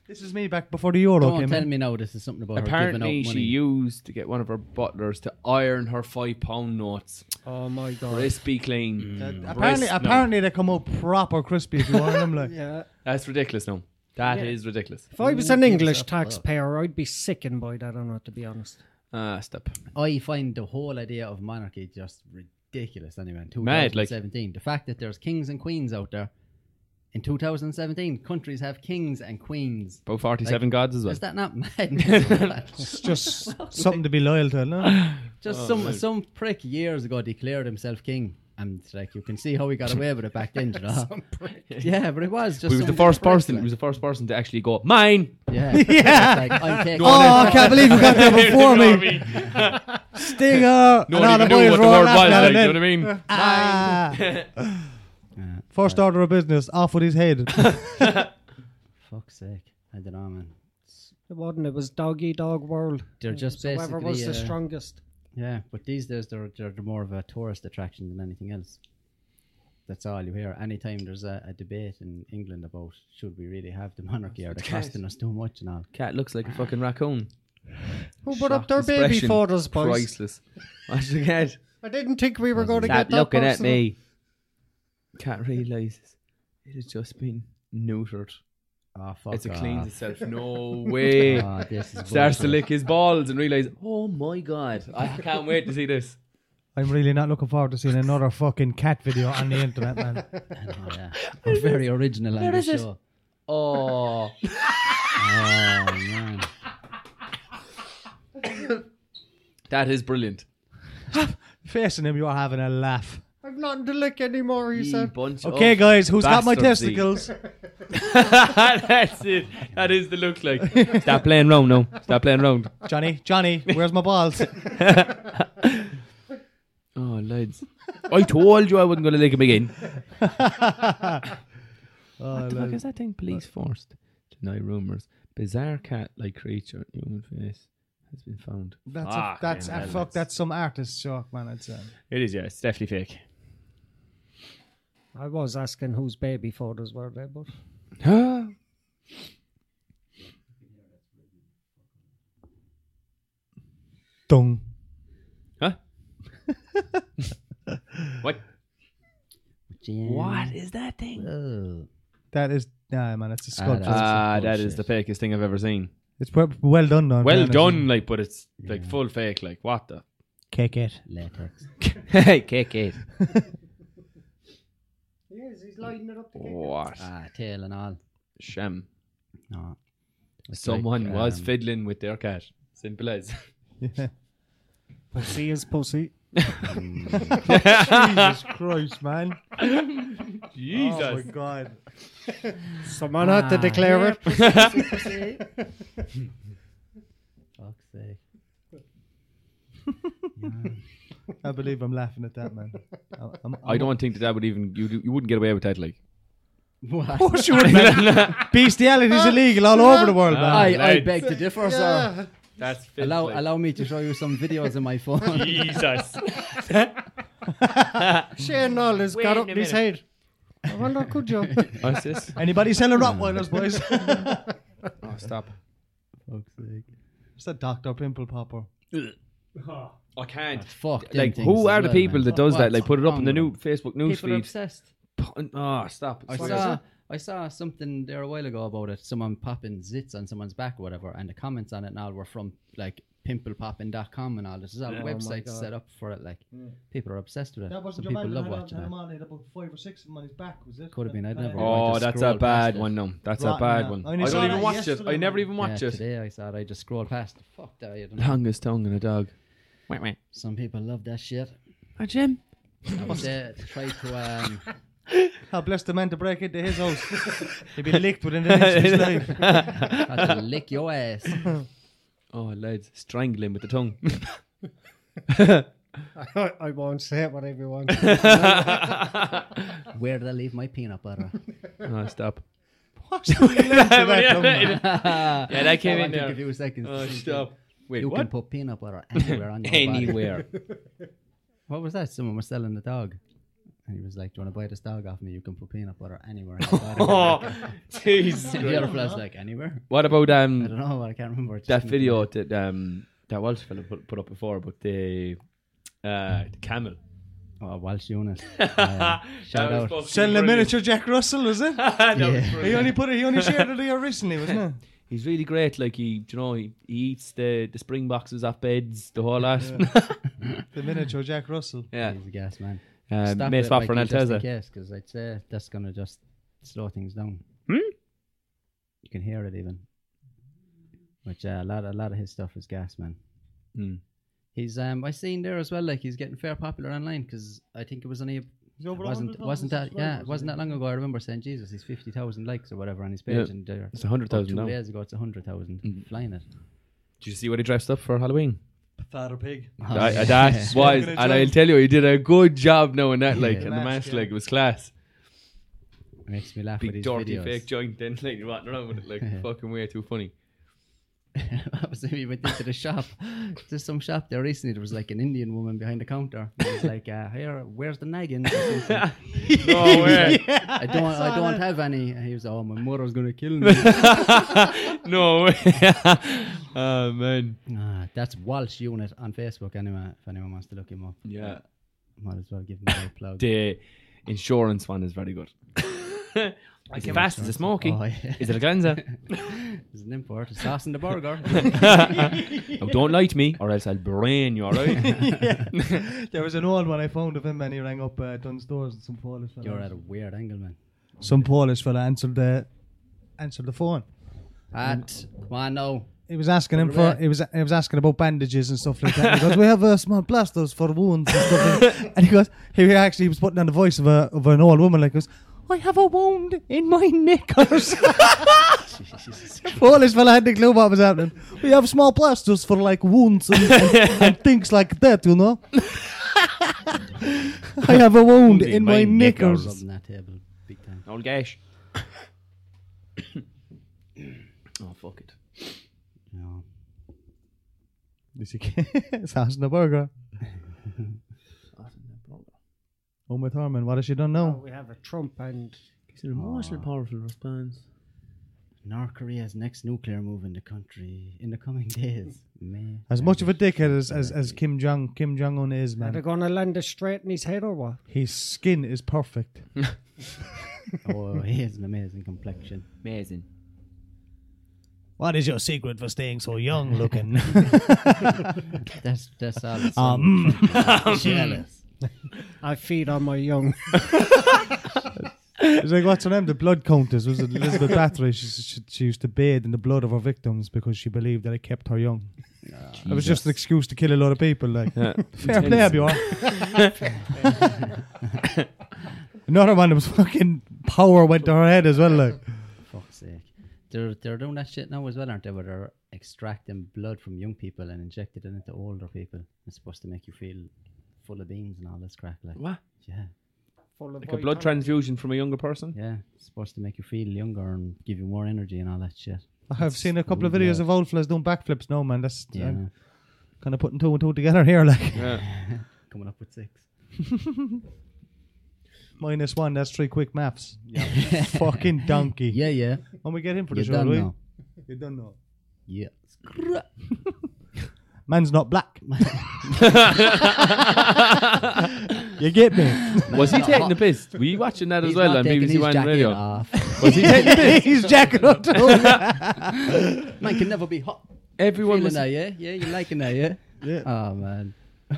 [SPEAKER 1] This is me back before the Euro
[SPEAKER 4] Don't
[SPEAKER 1] came
[SPEAKER 4] tell
[SPEAKER 1] in.
[SPEAKER 4] me now this is something about her
[SPEAKER 3] Apparently,
[SPEAKER 4] giving out
[SPEAKER 3] she
[SPEAKER 4] money.
[SPEAKER 3] used to get one of her butlers to iron her five pound notes.
[SPEAKER 5] oh my god.
[SPEAKER 3] Crispy clean.
[SPEAKER 1] Uh,
[SPEAKER 3] Wrist-
[SPEAKER 1] apparently,
[SPEAKER 3] no.
[SPEAKER 1] apparently they come out proper crispy if you want them. Like,
[SPEAKER 5] Yeah.
[SPEAKER 3] That's ridiculous, no. that is ridiculous.
[SPEAKER 5] If I was an English taxpayer, I'd be sickened by that. I know, to be honest.
[SPEAKER 3] Ah, stop.
[SPEAKER 4] I find the whole idea of monarchy just ridiculous. Anyway, in
[SPEAKER 3] Mad, like-
[SPEAKER 4] 2017, the fact that there's kings and queens out there in 2017, countries have kings and queens.
[SPEAKER 3] About 47 gods as well.
[SPEAKER 4] Is that not mad?
[SPEAKER 1] it's just something to be loyal to. No?
[SPEAKER 4] Just
[SPEAKER 3] Oh,
[SPEAKER 4] some some prick years ago declared himself king, and like you can see how he got away with it back then. You know? Yeah, but it was just
[SPEAKER 3] we was
[SPEAKER 4] some
[SPEAKER 3] the first
[SPEAKER 4] prick,
[SPEAKER 3] person.
[SPEAKER 4] like.
[SPEAKER 3] He was the first person to actually go mine.
[SPEAKER 4] yeah, yeah. like, I'm taking-
[SPEAKER 1] Oh, I can't believe you got there before me. Stinger.
[SPEAKER 3] No
[SPEAKER 1] And all
[SPEAKER 3] one
[SPEAKER 1] the
[SPEAKER 3] even knew
[SPEAKER 1] boys
[SPEAKER 3] what the
[SPEAKER 1] were all
[SPEAKER 3] word was.
[SPEAKER 1] laughing at
[SPEAKER 3] Like,
[SPEAKER 1] it
[SPEAKER 3] you know what I
[SPEAKER 1] then.
[SPEAKER 3] mean?
[SPEAKER 1] Ah. First order of business, off with his head.
[SPEAKER 4] Fuck's sake! I don't know, man.
[SPEAKER 5] It wasn't. It was doggy dog world.
[SPEAKER 4] They're just
[SPEAKER 5] Mm, So whoever
[SPEAKER 4] basically
[SPEAKER 5] was the
[SPEAKER 4] uh,
[SPEAKER 5] strongest.
[SPEAKER 4] Yeah, but these days they're, they're more of a tourist attraction than anything else. That's all you hear. Anytime there's a, a debate in England about should we really have the monarchy or they're costing us too much and all.
[SPEAKER 3] Cat looks like a fucking raccoon.
[SPEAKER 5] Who put up
[SPEAKER 3] Shocked
[SPEAKER 5] their baby
[SPEAKER 3] expression.
[SPEAKER 5] photos, boys?
[SPEAKER 3] Priceless. Watch the cat.
[SPEAKER 5] I didn't think we were going to get
[SPEAKER 3] Stop
[SPEAKER 5] that
[SPEAKER 3] looking at
[SPEAKER 5] person.
[SPEAKER 3] me. Cat realizes it has just been neutered.
[SPEAKER 4] Oh, fuck
[SPEAKER 3] It's a
[SPEAKER 4] off.
[SPEAKER 3] cleans itself. No way.
[SPEAKER 4] Oh, this is
[SPEAKER 3] starts to
[SPEAKER 4] bullshit.
[SPEAKER 3] lick his balls and realize, oh my god, I can't wait to see this.
[SPEAKER 1] I'm really not looking forward to seeing another fucking cat video on the internet, man.
[SPEAKER 4] Oh, yeah. We're very original on this show. Oh,
[SPEAKER 3] Oh,
[SPEAKER 4] man.
[SPEAKER 3] That is brilliant.
[SPEAKER 1] Facing him, you're having a laugh.
[SPEAKER 5] I've nothing to lick anymore, he
[SPEAKER 3] You
[SPEAKER 5] said.
[SPEAKER 3] bunch
[SPEAKER 1] Okay,
[SPEAKER 3] of
[SPEAKER 1] guys, who's got my
[SPEAKER 3] Oh, bastards, Zeke.
[SPEAKER 1] testicles?
[SPEAKER 3] That's it. That is the look like. Stop playing round now. Stop playing round.
[SPEAKER 1] Johnny, Johnny, where's my balls?
[SPEAKER 3] Oh, lads. I told you I wasn't going to lick him again.
[SPEAKER 1] Oh,
[SPEAKER 3] What the fuck
[SPEAKER 1] lad.
[SPEAKER 3] is that thing? Police forced to deny rumours. Bizarre cat-like creature, human face, has been found.
[SPEAKER 1] That's a,
[SPEAKER 6] Fucking
[SPEAKER 1] that's a,
[SPEAKER 6] hell,
[SPEAKER 1] fuck.
[SPEAKER 6] that's-
[SPEAKER 1] That's some artist shock, man. It's uh,
[SPEAKER 6] It is, yeah. It's definitely fake.
[SPEAKER 5] I was asking whose baby photos were they, but
[SPEAKER 1] dung.
[SPEAKER 3] Huh? what?
[SPEAKER 4] What?
[SPEAKER 3] is that thing?
[SPEAKER 4] Oh,
[SPEAKER 1] That is nah, man. It's a
[SPEAKER 4] Ah, that-
[SPEAKER 1] sculpture.
[SPEAKER 3] Ah,
[SPEAKER 4] That's
[SPEAKER 3] that
[SPEAKER 4] some
[SPEAKER 3] is the fakest thing I've ever seen.
[SPEAKER 1] it's prob- well done, though.
[SPEAKER 3] Well
[SPEAKER 1] man.
[SPEAKER 3] done, like, but it's like full fake. Like, what the?
[SPEAKER 1] Kick it.
[SPEAKER 4] Latex.
[SPEAKER 3] Hey, kick it.
[SPEAKER 5] he is, he's lining it up to kick.
[SPEAKER 3] What?
[SPEAKER 4] Ah, tail and all.
[SPEAKER 3] Sham.
[SPEAKER 4] No. It's
[SPEAKER 3] Someone
[SPEAKER 4] like,
[SPEAKER 3] was
[SPEAKER 4] um,
[SPEAKER 3] fiddling with their cat. Simple as.
[SPEAKER 1] Yeah.
[SPEAKER 5] Pussy is pussy.
[SPEAKER 1] Jesus Christ, man.
[SPEAKER 3] Jesus.
[SPEAKER 1] Oh my God.
[SPEAKER 5] Someone had to
[SPEAKER 4] Ah,
[SPEAKER 5] declare it.
[SPEAKER 4] Fuck's sake.
[SPEAKER 1] I believe I'm laughing at that, man. I'm, I'm,
[SPEAKER 3] I don't think that that would even you you wouldn't get away with that like.
[SPEAKER 4] What?
[SPEAKER 1] Of course you would, man. Bestiality is illegal all over the world, man.
[SPEAKER 4] I, I
[SPEAKER 3] lads.
[SPEAKER 4] beg to differ, sir.
[SPEAKER 3] That's
[SPEAKER 4] Allow, allow me to show you some videos on my phone.
[SPEAKER 3] Jesus.
[SPEAKER 5] Shane Noll has got up in his head. I wonder, could you?
[SPEAKER 3] What's Oh, this?
[SPEAKER 1] Anybody selling Rottweilers, boys?
[SPEAKER 3] Oh, stop.
[SPEAKER 4] Fuck's sake.
[SPEAKER 1] It's a Dr. Pimple Popper.
[SPEAKER 3] I can't.
[SPEAKER 4] Fuck. them
[SPEAKER 3] Like,
[SPEAKER 4] things
[SPEAKER 3] who
[SPEAKER 4] as
[SPEAKER 3] are the
[SPEAKER 4] well,
[SPEAKER 3] people
[SPEAKER 4] man.
[SPEAKER 3] that does that?
[SPEAKER 4] What's
[SPEAKER 3] Like, put it up
[SPEAKER 4] wrong
[SPEAKER 3] in the
[SPEAKER 4] with
[SPEAKER 3] new Facebook
[SPEAKER 4] them?
[SPEAKER 3] news
[SPEAKER 4] People are
[SPEAKER 3] feed.
[SPEAKER 4] obsessed.
[SPEAKER 3] Oh, stop.
[SPEAKER 4] I saw I saw something there a while ago about it. Someone popping zits on someone's back or whatever, and the comments on it now were from like pimplepopping.com and all this. There's all websites set up for it. Like people are obsessed with it. Some people love watching it.
[SPEAKER 1] on it about five or six of them on his back, was it?
[SPEAKER 4] Could have been, I'd never- Oh, I
[SPEAKER 3] Oh,
[SPEAKER 4] just
[SPEAKER 3] that's a
[SPEAKER 4] scrolled
[SPEAKER 3] bad
[SPEAKER 4] past it.
[SPEAKER 3] one. No, that's a
[SPEAKER 1] Rotten,
[SPEAKER 3] bad
[SPEAKER 1] yeah.
[SPEAKER 3] one.
[SPEAKER 1] I
[SPEAKER 3] I,
[SPEAKER 1] only saw
[SPEAKER 3] don't even
[SPEAKER 1] that
[SPEAKER 3] watch it.
[SPEAKER 1] yesterday,
[SPEAKER 3] I never
[SPEAKER 1] man.
[SPEAKER 3] even watch
[SPEAKER 4] yeah,
[SPEAKER 3] it.
[SPEAKER 4] today I saw it. I just scrolled past. it. Fuck that. I don't know.
[SPEAKER 3] Longest tongue in a dog. Wait, wait.
[SPEAKER 4] Some people love that shit.
[SPEAKER 3] Hi, Jim.
[SPEAKER 4] I was there to try to. Um,
[SPEAKER 1] How blessed the man to break into his house. He'd be licked within the next of his life.
[SPEAKER 4] had to lick your ass.
[SPEAKER 3] Oh, lads, strangling with the tongue.
[SPEAKER 5] I, I won't say it, but everyone.
[SPEAKER 4] Where did I leave my peanut butter?
[SPEAKER 3] oh, stop.
[SPEAKER 1] That number.
[SPEAKER 3] Yeah, that
[SPEAKER 4] I
[SPEAKER 3] came in
[SPEAKER 4] want to
[SPEAKER 3] there.
[SPEAKER 4] give you a second. to
[SPEAKER 3] Oh,
[SPEAKER 4] think.
[SPEAKER 3] stop. Wait,
[SPEAKER 4] You can
[SPEAKER 3] what? Oh,
[SPEAKER 4] put peanut butter anywhere on your body.
[SPEAKER 3] Anywhere.
[SPEAKER 4] What was that? Someone was selling the dog. And he was like, Do you want to buy this dog off me? You can put peanut butter anywhere. on your body."
[SPEAKER 3] oh, jeez.
[SPEAKER 4] And the other fellow's like, Anywhere?
[SPEAKER 3] What about
[SPEAKER 4] I
[SPEAKER 3] um
[SPEAKER 4] don't know, I can't remember. It's
[SPEAKER 3] that
[SPEAKER 4] just-
[SPEAKER 3] video that um that Welsh fella put, put up before, but the uh the camel.
[SPEAKER 4] Oh, Welsh unit. Yeah. Shout out.
[SPEAKER 1] Selling a miniature Jack Russell, was it?
[SPEAKER 4] Yeah.
[SPEAKER 1] he only put it, he only shared it here recently, wasn't
[SPEAKER 3] He's really great. Like he, do you know, he, he eats the the spring boxes off beds, the whole lot.
[SPEAKER 1] it? The miniature Jack Russell.
[SPEAKER 3] Yeah,
[SPEAKER 4] He's a gas man.
[SPEAKER 3] yeah. Uh,
[SPEAKER 4] Stop
[SPEAKER 3] made
[SPEAKER 4] it,
[SPEAKER 3] swap for an
[SPEAKER 4] Mikey, just in
[SPEAKER 3] Alteza.
[SPEAKER 4] case, 'cause I'd say that's going to just slow things down.
[SPEAKER 3] Hmm?
[SPEAKER 4] You can hear it even. Which uh, a lot, a lot of his stuff is gas, man.
[SPEAKER 3] Mm.
[SPEAKER 4] He's um, I seen there as well. Like he's getting fair popular online because I think it was only
[SPEAKER 1] He's over
[SPEAKER 4] It wasn't
[SPEAKER 1] 100,000
[SPEAKER 4] wasn't that yeah it
[SPEAKER 1] subscribers,
[SPEAKER 4] wasn't
[SPEAKER 1] I
[SPEAKER 4] that long ago I remember saying Jesus he's fifty thousand likes or whatever on his page
[SPEAKER 3] Yeah,
[SPEAKER 4] and there
[SPEAKER 3] It's a hundred
[SPEAKER 4] about
[SPEAKER 3] thousand
[SPEAKER 4] two
[SPEAKER 3] now. Did
[SPEAKER 4] days ago it's a hundred thousand
[SPEAKER 3] Mm.
[SPEAKER 4] flying it
[SPEAKER 3] you see what he dressed up for Halloween?
[SPEAKER 1] think. Father Pig.
[SPEAKER 3] That, that was,
[SPEAKER 1] Smoking a
[SPEAKER 3] and I'll
[SPEAKER 1] joint.
[SPEAKER 3] tell you, he did a good job knowing that. Like,
[SPEAKER 4] Yeah.
[SPEAKER 3] and the
[SPEAKER 1] Mask,
[SPEAKER 3] mask,
[SPEAKER 1] yeah.
[SPEAKER 3] like, it was class.
[SPEAKER 4] makes me laugh with his
[SPEAKER 3] Big dirty
[SPEAKER 4] videos.
[SPEAKER 3] fake joint, then like you're walking around with it, like fucking way too funny.
[SPEAKER 4] I was we went into the shop. There's some shop there recently. There was like an Indian woman behind the counter. It was like, uh, "Here, where's the nagging?" or something.
[SPEAKER 3] No way,
[SPEAKER 4] I don't, I don't have any. And he was, "Oh, my mother's gonna kill me."
[SPEAKER 3] no way. oh man,
[SPEAKER 4] ah, that's Walsh Unit on Facebook. Anyway, if anyone wants to look him up,
[SPEAKER 3] yeah.
[SPEAKER 4] might as well give him a plug.
[SPEAKER 3] The insurance one is very good. Is it fast? Is it smoky?
[SPEAKER 4] Oh, yeah.
[SPEAKER 3] Is it a glanza?
[SPEAKER 4] It's an import. It's sauce in the burger.
[SPEAKER 3] no, don't lie to me, or else I'll brain you. All right.
[SPEAKER 1] There was an old one I found of him, and he rang up uh, Dunstores and some Polish fella.
[SPEAKER 4] You're at a weird angle, man.
[SPEAKER 1] Some Polish fella answered the answered the phone.
[SPEAKER 4] Pat, come on now.
[SPEAKER 1] he was asking him for he was he was asking about bandages and stuff like that. He goes, "We have uh, small plasters for wounds and stuff." like- and he goes, he actually was putting on the voice of a of an old woman. Like, he goes, "I have a wound in my neck." or something." Polish fella had no clue what was happening. We have small plasters for like wounds and, and, and things like that, you know. I have a wound in my, neck. or something.
[SPEAKER 4] rubbing that table big time.
[SPEAKER 6] Old gash. oh, fuck it.
[SPEAKER 4] No.
[SPEAKER 1] it's Ash and a burger. Uma Thurman, what has she done now?
[SPEAKER 5] We have a Trump and
[SPEAKER 6] It's an emotional, powerful response.
[SPEAKER 4] North Korea's next nuclear move in the country in the coming days. May
[SPEAKER 1] As much of a dickhead as, as, as Kim Jong Kim Jong Un is,
[SPEAKER 5] are they
[SPEAKER 1] man,
[SPEAKER 5] gonna land it straight in his head or what?
[SPEAKER 1] his skin is perfect.
[SPEAKER 4] oh, he has an amazing complexion.
[SPEAKER 6] Amazing.
[SPEAKER 1] What is your secret for staying so young looking?
[SPEAKER 4] That's that's all. it's
[SPEAKER 1] um,
[SPEAKER 4] jealous.
[SPEAKER 5] I feed on my young.
[SPEAKER 1] it's like what's her name? The blood countess was it Elizabeth Bathory. She, she, she used to bathe in the blood of her victims because she believed that it kept her young. It was just an excuse to kill a lot of people. Like fair play, Bjorn. Another one that was fucking power went to her head as well. Like
[SPEAKER 4] Fuck's sake. They're they're doing that shit now as well, aren't they? Where they're extracting blood from young people and injecting it into older people. It's supposed to make you feel full of beans and all this crap. Like
[SPEAKER 3] What?
[SPEAKER 4] Yeah.
[SPEAKER 5] Full of
[SPEAKER 3] Like a blood transfusion from a younger person?
[SPEAKER 4] Yeah. It's supposed to make you feel younger and give you more energy and all that shit.
[SPEAKER 1] I've seen a couple of videos of old fellas doing backflips. No man, that's
[SPEAKER 4] Yeah.
[SPEAKER 1] I'm kind of putting two and two together here. Like
[SPEAKER 4] Coming up with six.
[SPEAKER 1] minus one, that's three quick maps. fucking donkey.
[SPEAKER 4] Yeah, yeah.
[SPEAKER 1] When we get in for the
[SPEAKER 4] You
[SPEAKER 1] show,
[SPEAKER 4] done
[SPEAKER 1] will we?
[SPEAKER 4] now.
[SPEAKER 1] You don't know.
[SPEAKER 4] Yeah.
[SPEAKER 1] Man's not black. you get me?
[SPEAKER 3] Was he taking the piss? Were you watching that as
[SPEAKER 4] He's
[SPEAKER 3] well
[SPEAKER 4] not
[SPEAKER 3] on
[SPEAKER 4] taking
[SPEAKER 3] BBC
[SPEAKER 4] his
[SPEAKER 3] One
[SPEAKER 4] jacket
[SPEAKER 3] Radio?
[SPEAKER 4] off.
[SPEAKER 3] Was he taking the piss?
[SPEAKER 1] He's jacking up.
[SPEAKER 4] Man can never be hot.
[SPEAKER 3] Everyone
[SPEAKER 4] Feeling
[SPEAKER 3] was.
[SPEAKER 4] that, yeah? Yeah, you liking that, yeah?
[SPEAKER 1] Yeah.
[SPEAKER 4] Oh, man.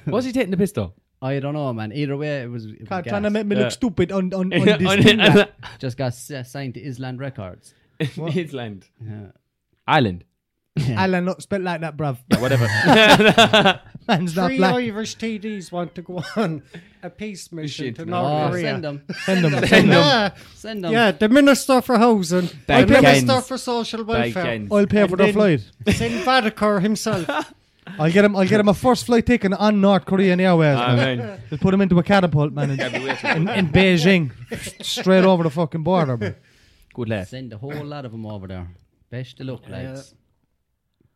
[SPEAKER 3] Was he taking the piss though?
[SPEAKER 4] I don't know, man. Either way, it was. It was
[SPEAKER 1] God,
[SPEAKER 4] gas.
[SPEAKER 1] trying to make me
[SPEAKER 3] Yeah.
[SPEAKER 1] look stupid on, on, on
[SPEAKER 3] On
[SPEAKER 1] this thing.
[SPEAKER 3] it-
[SPEAKER 4] Just got s- signed to Island Records.
[SPEAKER 3] Island.
[SPEAKER 4] Yeah.
[SPEAKER 3] Island.
[SPEAKER 1] Alan, not spelt like that, bruv.
[SPEAKER 3] Whatever.
[SPEAKER 1] Man's not
[SPEAKER 5] Three
[SPEAKER 1] black.
[SPEAKER 5] Irish TDs want to go on a peace mission
[SPEAKER 3] Shit,
[SPEAKER 5] to
[SPEAKER 3] no.
[SPEAKER 5] North
[SPEAKER 4] Oh,
[SPEAKER 5] Korea.
[SPEAKER 4] send them.
[SPEAKER 1] Send them.
[SPEAKER 5] Yeah,
[SPEAKER 1] Send them.
[SPEAKER 4] Send them.
[SPEAKER 5] yeah, the Minister for Housing,
[SPEAKER 3] Bag
[SPEAKER 5] the Minister
[SPEAKER 3] cans.
[SPEAKER 5] for Social
[SPEAKER 3] Bag
[SPEAKER 5] Welfare,
[SPEAKER 3] cans.
[SPEAKER 1] I'll pay for their
[SPEAKER 5] And
[SPEAKER 1] flight.
[SPEAKER 5] then- Sin Vadakar himself.
[SPEAKER 1] I'll get him. I'll get him a first flight taken on North Korean Airways.
[SPEAKER 3] Ah,
[SPEAKER 1] man.
[SPEAKER 3] man.
[SPEAKER 1] They'll put him into a catapult, man, in, in, in Beijing, straight over the fucking border. Man.
[SPEAKER 3] Good laugh.
[SPEAKER 4] Send a whole lot of them over there. Best of luck, lads.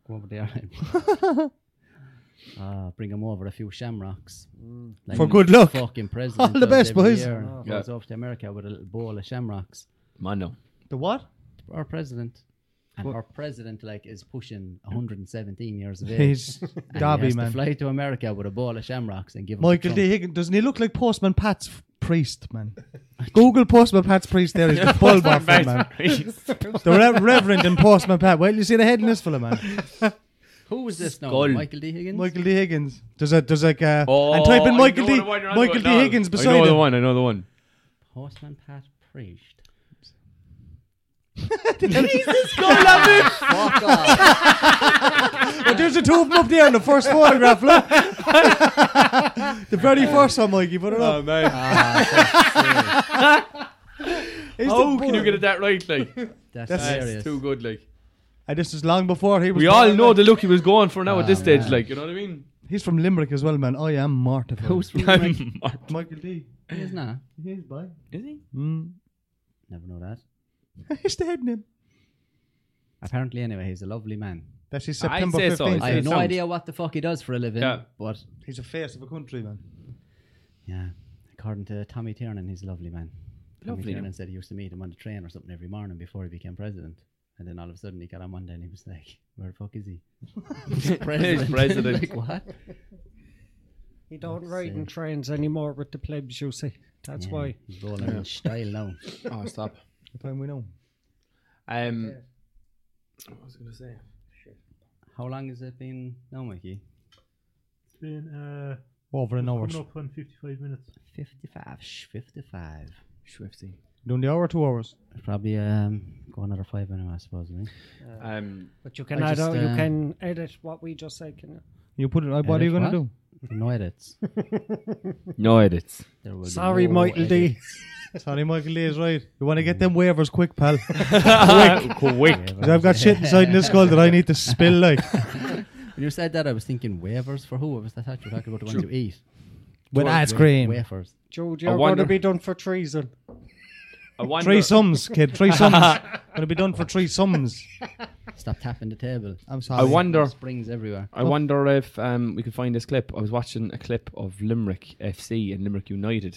[SPEAKER 4] Go over there. Ah, bring them over a few shamrocks.
[SPEAKER 1] Mm.
[SPEAKER 4] Like
[SPEAKER 1] For good luck.
[SPEAKER 4] Fucking president.
[SPEAKER 1] All the
[SPEAKER 4] does
[SPEAKER 1] best,
[SPEAKER 4] every
[SPEAKER 1] boys.
[SPEAKER 4] year.
[SPEAKER 5] Oh.
[SPEAKER 4] Goes off to America with a little bowl of shamrocks.
[SPEAKER 3] Man, no.
[SPEAKER 1] The what?
[SPEAKER 4] Our president. And our president, like, is pushing 117 years of age.
[SPEAKER 1] He's
[SPEAKER 4] And he
[SPEAKER 1] Derby
[SPEAKER 4] has To
[SPEAKER 1] man.
[SPEAKER 4] fly to America with a ball of shamrocks and give 'em to
[SPEAKER 1] Michael
[SPEAKER 4] Trump.
[SPEAKER 1] D. Higgins doesn't he look like Postman Pat's f- priest, man? Google Postman Pat's priest. There is the bulb off him, man. The re- Reverend and Postman Pat. Well, you see the head in this fella, man.
[SPEAKER 4] Who was this now?
[SPEAKER 3] Skull.
[SPEAKER 4] Michael D. Higgins?
[SPEAKER 1] Michael D. Higgins. There's a there's like a
[SPEAKER 3] Oh,
[SPEAKER 1] and type in
[SPEAKER 3] I
[SPEAKER 1] Michael
[SPEAKER 3] know
[SPEAKER 1] D.
[SPEAKER 3] the one you're on
[SPEAKER 1] Michael
[SPEAKER 3] about
[SPEAKER 1] D.
[SPEAKER 3] now.
[SPEAKER 1] Higgins
[SPEAKER 3] I know
[SPEAKER 1] beside
[SPEAKER 3] the
[SPEAKER 1] him.
[SPEAKER 3] one. I know the one.
[SPEAKER 4] Horseman Pat Priest. Jesus, go love
[SPEAKER 1] But there's the two of them up there in the first photograph. Look, the very first one, Mikey. Put it
[SPEAKER 3] Um,
[SPEAKER 1] up.
[SPEAKER 3] man.
[SPEAKER 1] He's the
[SPEAKER 3] How can you
[SPEAKER 1] bulb.
[SPEAKER 3] get it that right? Like,
[SPEAKER 1] That's
[SPEAKER 4] That's, hilarious.
[SPEAKER 3] that's too good. Like,
[SPEAKER 1] And Uh, this is long before he was.
[SPEAKER 3] we all
[SPEAKER 1] born,
[SPEAKER 3] know
[SPEAKER 1] man.
[SPEAKER 3] the look he was going for now at this
[SPEAKER 4] Ah,
[SPEAKER 3] stage.
[SPEAKER 4] man.
[SPEAKER 3] Like, you know what I mean?
[SPEAKER 1] He's from Limerick as well, man. I am mortified.
[SPEAKER 4] Who's from Limerick?
[SPEAKER 1] Michael D?
[SPEAKER 4] He's not.
[SPEAKER 1] He's by.
[SPEAKER 3] Is he?
[SPEAKER 1] Mm.
[SPEAKER 4] Never know that.
[SPEAKER 1] He's the head name.
[SPEAKER 4] Apparently, anyway, he's a lovely man.
[SPEAKER 1] That's his
[SPEAKER 3] I'd
[SPEAKER 1] September
[SPEAKER 3] say so.
[SPEAKER 1] 15th.
[SPEAKER 4] I
[SPEAKER 3] It
[SPEAKER 4] have no
[SPEAKER 3] sounds-
[SPEAKER 4] idea what the fuck he does for a living,
[SPEAKER 3] Yeah.
[SPEAKER 4] but
[SPEAKER 1] He's a face of a country, man.
[SPEAKER 4] yeah, according to Tommy Tiernan, he's a lovely man.
[SPEAKER 3] Lovely,
[SPEAKER 4] Tommy
[SPEAKER 3] yeah.
[SPEAKER 4] Tiernan said he used to meet him on the train or something every morning before he became president. And then all of a sudden he got on one day and he was like, Where the fuck is he? He's
[SPEAKER 3] He's president.
[SPEAKER 4] like, what?
[SPEAKER 5] He don't
[SPEAKER 4] Let's
[SPEAKER 5] ride in
[SPEAKER 4] see.
[SPEAKER 5] trains anymore with the plebs, you see. That's
[SPEAKER 4] Yeah,
[SPEAKER 5] why.
[SPEAKER 4] He's rolling in style now.
[SPEAKER 3] Oh, stop.
[SPEAKER 1] The time we know.
[SPEAKER 3] Um, what was I going to say?
[SPEAKER 4] How long has it been now, Mikey?
[SPEAKER 2] It's been uh,
[SPEAKER 1] Over an hour.
[SPEAKER 2] coming up on 55 minutes.
[SPEAKER 4] 55. 55.
[SPEAKER 3] Swifty.
[SPEAKER 1] Doing the hour, or two hours.
[SPEAKER 4] Probably um, go another five anyway, I suppose. Right?
[SPEAKER 3] Um,
[SPEAKER 5] But you can
[SPEAKER 4] I
[SPEAKER 5] add
[SPEAKER 4] just,
[SPEAKER 5] out, you
[SPEAKER 4] um,
[SPEAKER 5] can edit what we just said, can you?
[SPEAKER 1] You put it. uh, What are
[SPEAKER 4] Edit
[SPEAKER 1] you gonna
[SPEAKER 4] what?
[SPEAKER 1] do?
[SPEAKER 4] No edits.
[SPEAKER 3] no edits.
[SPEAKER 4] There will be
[SPEAKER 5] Sorry,
[SPEAKER 4] no
[SPEAKER 5] Michael D.
[SPEAKER 4] edits.
[SPEAKER 1] Sorry, Michael Lee is right. You want to get them waivers quick, pal.
[SPEAKER 3] Quick.
[SPEAKER 1] Because I've got shit inside this skull that I need to spill. Like
[SPEAKER 4] When you said that, I was thinking waivers for who? I was I thought you were talking about the ones you eat.
[SPEAKER 1] with
[SPEAKER 4] Wa-
[SPEAKER 1] ice
[SPEAKER 4] wa-
[SPEAKER 1] cream.
[SPEAKER 4] Wafers.
[SPEAKER 5] George, you're going
[SPEAKER 3] wonder-
[SPEAKER 5] to be done for treason.
[SPEAKER 3] I wonder,
[SPEAKER 1] Three sums, kid. Three sums. Gonna be done for three sums.
[SPEAKER 4] Stop tapping the table.
[SPEAKER 1] I'm
[SPEAKER 3] I
[SPEAKER 1] sorry.
[SPEAKER 3] wonder.
[SPEAKER 4] Springs everywhere.
[SPEAKER 3] I wonder if um, we could find this clip. I was watching a clip of Limerick FC and Limerick United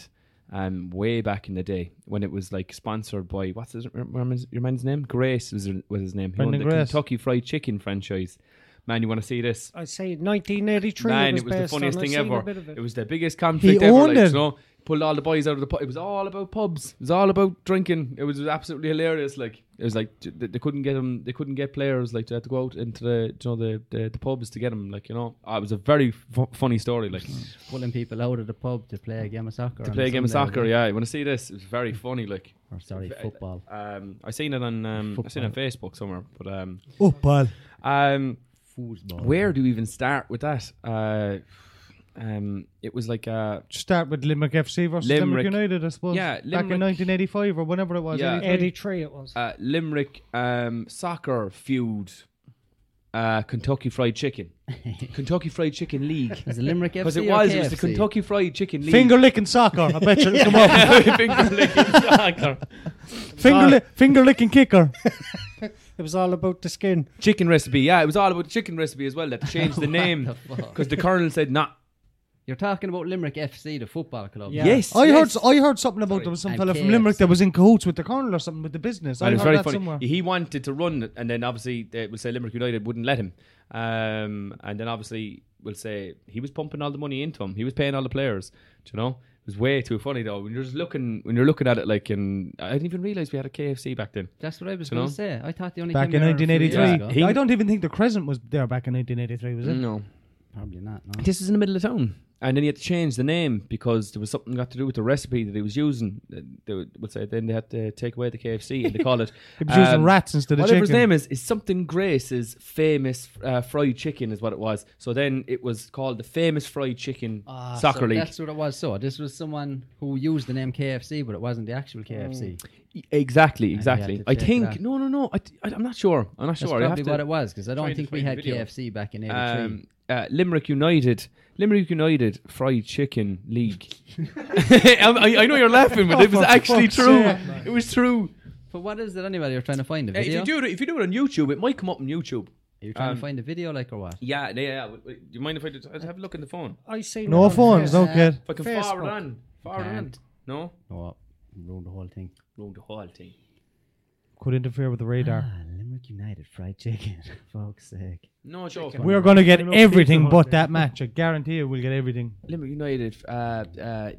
[SPEAKER 3] um, way back in the day when it was like sponsored by what's his, your, man's, your man's name? Grace was, was his name. He
[SPEAKER 1] Brendan
[SPEAKER 3] owned the
[SPEAKER 1] Grace.
[SPEAKER 3] Kentucky Fried Chicken franchise. Man, you want to see this?
[SPEAKER 5] I say 1983
[SPEAKER 3] Man,
[SPEAKER 5] was
[SPEAKER 3] it was the
[SPEAKER 5] based
[SPEAKER 3] funniest
[SPEAKER 5] on, I've
[SPEAKER 3] thing
[SPEAKER 5] seen a
[SPEAKER 3] ever.
[SPEAKER 5] bit of it.
[SPEAKER 3] It was the biggest conflict
[SPEAKER 1] He
[SPEAKER 3] ever.
[SPEAKER 1] owned
[SPEAKER 3] like,
[SPEAKER 1] it.
[SPEAKER 3] You know, pulled all the boys out of the pub. It was all about pubs. It was all about drinking. It was absolutely hilarious. Like it was like j- they they couldn't get them. They couldn't get players. Like they had to go out into the you know the, the, the pubs to get them. Like you know, Ah, it was a very fu- funny story. Like
[SPEAKER 4] Pulling people out of the pub to play a game of soccer.
[SPEAKER 3] to
[SPEAKER 4] on
[SPEAKER 3] play a game of
[SPEAKER 4] Sunday,
[SPEAKER 3] soccer. Yeah, you want to see this? It was very funny. Like
[SPEAKER 4] Or sorry, football.
[SPEAKER 3] um, I seen it on um, I seen it on Facebook somewhere. But um,
[SPEAKER 1] Oh, pal.
[SPEAKER 3] um,
[SPEAKER 4] Foosball.
[SPEAKER 3] where do we even start with that? Uh, um, it was like uh,
[SPEAKER 1] Start with Limerick FC versus Limerick,
[SPEAKER 3] Limerick.
[SPEAKER 1] United, I suppose.
[SPEAKER 3] Yeah,
[SPEAKER 1] back in
[SPEAKER 3] Limerick-
[SPEAKER 1] 1985 or whenever it was.
[SPEAKER 3] Yeah.
[SPEAKER 1] 83.
[SPEAKER 5] 83 it was.
[SPEAKER 3] uh, Limerick um, soccer feud, uh, Kentucky Fried Chicken, Kentucky Fried Chicken League.
[SPEAKER 4] Is it Limerick FC?
[SPEAKER 3] Because it
[SPEAKER 4] or
[SPEAKER 3] was, it was the
[SPEAKER 4] KFC?
[SPEAKER 3] Kentucky Fried Chicken League.
[SPEAKER 1] Finger licking soccer. I bet you. Come on.
[SPEAKER 3] Finger licking soccer.
[SPEAKER 1] Finger, li- finger licking kicker.
[SPEAKER 5] it was all about the skin.
[SPEAKER 3] Chicken recipe. Yeah, it was all about the chicken recipe as well. That changed the name
[SPEAKER 4] What the fuck?
[SPEAKER 3] because the colonel said, "Nah."
[SPEAKER 4] You're talking about Limerick FC, the football club.
[SPEAKER 5] Yeah. Yes.
[SPEAKER 1] I heard I heard something about
[SPEAKER 3] Sorry.
[SPEAKER 1] there was some
[SPEAKER 4] And
[SPEAKER 1] fella from
[SPEAKER 4] kids.
[SPEAKER 1] Limerick that was in cahoots with the colonel or something with the business. I
[SPEAKER 3] And
[SPEAKER 1] heard
[SPEAKER 3] it was very
[SPEAKER 1] that
[SPEAKER 3] funny.
[SPEAKER 1] somewhere.
[SPEAKER 3] He wanted to run, it, and then obviously they will say Limerick United wouldn't let him. Um, and then obviously we'll say he was pumping all the money into him. He was paying all the players. Do you know? It was way too funny though. When you're just looking, when you're looking at it, like, and I didn't even realize we had a KFC back then.
[SPEAKER 4] That's what I was
[SPEAKER 3] You
[SPEAKER 4] going
[SPEAKER 3] know?
[SPEAKER 4] to say. I thought the only
[SPEAKER 1] Back
[SPEAKER 4] thing
[SPEAKER 1] in
[SPEAKER 4] we heard a few years
[SPEAKER 1] 1983.
[SPEAKER 4] ago-
[SPEAKER 3] Yeah. He-
[SPEAKER 1] I don't even think the Crescent was there back in 1983, was it?
[SPEAKER 3] No,
[SPEAKER 4] Probably not. No.
[SPEAKER 3] this is in the middle of town. And then he had to change the name because there was something got to do with the recipe that he was using. Uh, They would would say then they had to take away the KFC and they call it. um,
[SPEAKER 1] He was using rats instead of
[SPEAKER 3] whatever
[SPEAKER 1] chicken.
[SPEAKER 3] his name is, is something Grace's famous uh, fried chicken is what it was. So then it was called the famous fried chicken
[SPEAKER 4] Ah,
[SPEAKER 3] soccer
[SPEAKER 4] so
[SPEAKER 3] league.
[SPEAKER 4] That's what it was. So this was someone who used the name KFC, but it wasn't the actual KFC.
[SPEAKER 3] E- Exactly,
[SPEAKER 4] had
[SPEAKER 3] exactly.
[SPEAKER 4] to
[SPEAKER 3] I
[SPEAKER 4] check
[SPEAKER 3] think
[SPEAKER 4] that.
[SPEAKER 3] no, no, no. I, am not sure. I'm not
[SPEAKER 4] That's
[SPEAKER 3] sure. I have
[SPEAKER 4] probably what
[SPEAKER 3] to-
[SPEAKER 4] it was because I
[SPEAKER 3] try
[SPEAKER 4] don't
[SPEAKER 3] and
[SPEAKER 4] think we
[SPEAKER 3] find the
[SPEAKER 4] had
[SPEAKER 3] video.
[SPEAKER 4] KFC back in '83.
[SPEAKER 3] um, uh, Limerick United. Limerick United Fried Chicken League. I, I know you're laughing, but it was
[SPEAKER 1] for
[SPEAKER 3] actually
[SPEAKER 1] fuck's
[SPEAKER 3] true.
[SPEAKER 1] sake.
[SPEAKER 3] It was true.
[SPEAKER 4] but what is it anyway? You're trying to find a
[SPEAKER 3] Uh, If
[SPEAKER 4] video.
[SPEAKER 3] you do it, if you do it on YouTube, it might come up on YouTube.
[SPEAKER 4] Are you trying
[SPEAKER 3] um,
[SPEAKER 4] to find a video, like or what?
[SPEAKER 3] Yeah, yeah. yeah. W- w- Do you mind if I do, I'd have a look in the phone?
[SPEAKER 5] I seen it
[SPEAKER 1] No
[SPEAKER 5] on
[SPEAKER 1] phones,
[SPEAKER 5] Facebook.
[SPEAKER 1] no kid.
[SPEAKER 3] If I can
[SPEAKER 5] Facebook.
[SPEAKER 3] forward on, forward on.
[SPEAKER 4] Can't.
[SPEAKER 3] No,
[SPEAKER 4] Oh, ruined the whole thing.
[SPEAKER 3] ruined the whole thing.
[SPEAKER 1] Could interfere with the radar.
[SPEAKER 4] Ah, Limerick United fried chicken. Folks' sake.
[SPEAKER 3] No joke.
[SPEAKER 5] Ah.
[SPEAKER 1] We're going to get
[SPEAKER 2] Limerick
[SPEAKER 1] everything
[SPEAKER 2] Pizza Hut,
[SPEAKER 1] but
[SPEAKER 2] yeah.
[SPEAKER 1] that match. I guarantee you we'll get everything.
[SPEAKER 3] Limerick United. Uh, uh, uh,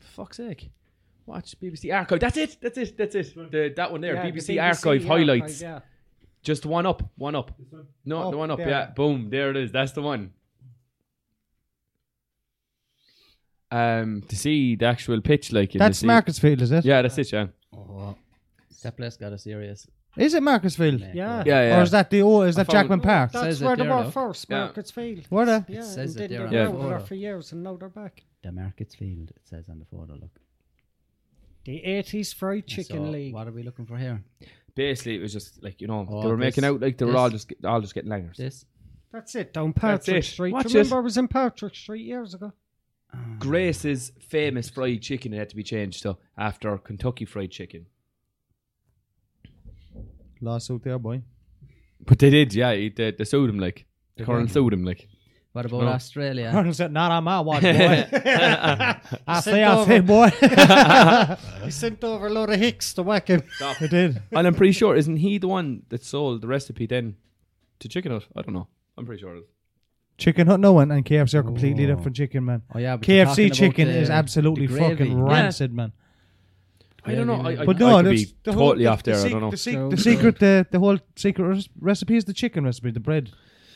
[SPEAKER 3] fuck's sake. Watch BBC Archive. That's it. That's it. That's it. The, that one there.
[SPEAKER 5] Yeah, the
[SPEAKER 3] BBC, Archive
[SPEAKER 5] yeah,
[SPEAKER 3] highlights.
[SPEAKER 5] yeah.
[SPEAKER 3] Just one up. One up. No,
[SPEAKER 1] Oh,
[SPEAKER 3] the one up.
[SPEAKER 1] there.
[SPEAKER 3] Yeah. Boom. There it is. That's the one. Um, to see the actual pitch, like and to
[SPEAKER 1] That's
[SPEAKER 3] see-
[SPEAKER 1] Marcusfield, is it?
[SPEAKER 3] Yeah, that's it. Yeah.
[SPEAKER 4] Oh, that place got a serious.
[SPEAKER 1] Is it Marcusfield?
[SPEAKER 4] neck,
[SPEAKER 5] Yeah.
[SPEAKER 4] right?
[SPEAKER 3] Yeah. Yeah.
[SPEAKER 1] Or is that the oh, is that
[SPEAKER 3] found-
[SPEAKER 1] Jackman Park?
[SPEAKER 5] That's
[SPEAKER 4] Says it
[SPEAKER 5] where they
[SPEAKER 4] there,
[SPEAKER 5] were
[SPEAKER 4] though.
[SPEAKER 5] first,
[SPEAKER 3] Yeah.
[SPEAKER 5] Marketsfield.
[SPEAKER 1] Were they?
[SPEAKER 5] Yeah,
[SPEAKER 4] says
[SPEAKER 5] and
[SPEAKER 4] it
[SPEAKER 5] then
[SPEAKER 4] there
[SPEAKER 5] they
[SPEAKER 4] on the
[SPEAKER 5] were out there
[SPEAKER 4] photo.
[SPEAKER 5] for years and now they're back.
[SPEAKER 4] The Markets Field. It says on the photo. Look.
[SPEAKER 5] The 80s Fried Chicken
[SPEAKER 4] So,
[SPEAKER 5] League.
[SPEAKER 4] What are we looking for here?
[SPEAKER 3] Basically, it was just like you know
[SPEAKER 4] Oh,
[SPEAKER 3] they were making
[SPEAKER 4] this-
[SPEAKER 3] out like they were
[SPEAKER 4] this-
[SPEAKER 3] all just all just getting langers.
[SPEAKER 4] This.
[SPEAKER 5] That's it, down
[SPEAKER 3] That's
[SPEAKER 5] Patrick
[SPEAKER 3] it.
[SPEAKER 5] Street.
[SPEAKER 3] Watch
[SPEAKER 5] Do you remember
[SPEAKER 3] it.
[SPEAKER 5] I was in Patrick Street years ago?
[SPEAKER 1] Ah.
[SPEAKER 3] Grace's famous fried chicken it had to be changed to after Kentucky Fried Chicken.
[SPEAKER 1] Lawsuit there, boy.
[SPEAKER 3] But they did, yeah. He, they, they sued him like. The current sued him like.
[SPEAKER 4] What about
[SPEAKER 3] No.
[SPEAKER 4] Australia?
[SPEAKER 1] Colonel said, "Not on my watch, boy." I say, I
[SPEAKER 5] over.
[SPEAKER 1] say, boy.
[SPEAKER 5] I sent over a load of hicks to whack him.
[SPEAKER 1] I did.
[SPEAKER 3] And I'm pretty sure isn't he the one that sold the recipe then to Chicken Hut? I don't know. I'm pretty sure. It is.
[SPEAKER 1] Chicken Hut, no one, and KFC are completely
[SPEAKER 4] Oh.
[SPEAKER 1] different chicken, man.
[SPEAKER 4] Oh yeah. but you're talking
[SPEAKER 1] KFC
[SPEAKER 4] about uh,
[SPEAKER 1] chicken
[SPEAKER 4] the-
[SPEAKER 1] is absolutely
[SPEAKER 4] the gravy.
[SPEAKER 1] fucking rancid, man.
[SPEAKER 3] I don't know. I, I,
[SPEAKER 1] But
[SPEAKER 3] I
[SPEAKER 1] no,
[SPEAKER 3] could
[SPEAKER 1] that's
[SPEAKER 3] be
[SPEAKER 1] the whole-
[SPEAKER 3] totally
[SPEAKER 1] the-
[SPEAKER 3] off
[SPEAKER 1] the
[SPEAKER 3] there. I
[SPEAKER 1] sec-
[SPEAKER 3] don't know.
[SPEAKER 1] The, sec-
[SPEAKER 5] So-
[SPEAKER 1] the secret, the, the whole secret res- recipe is the chicken recipe, the bread,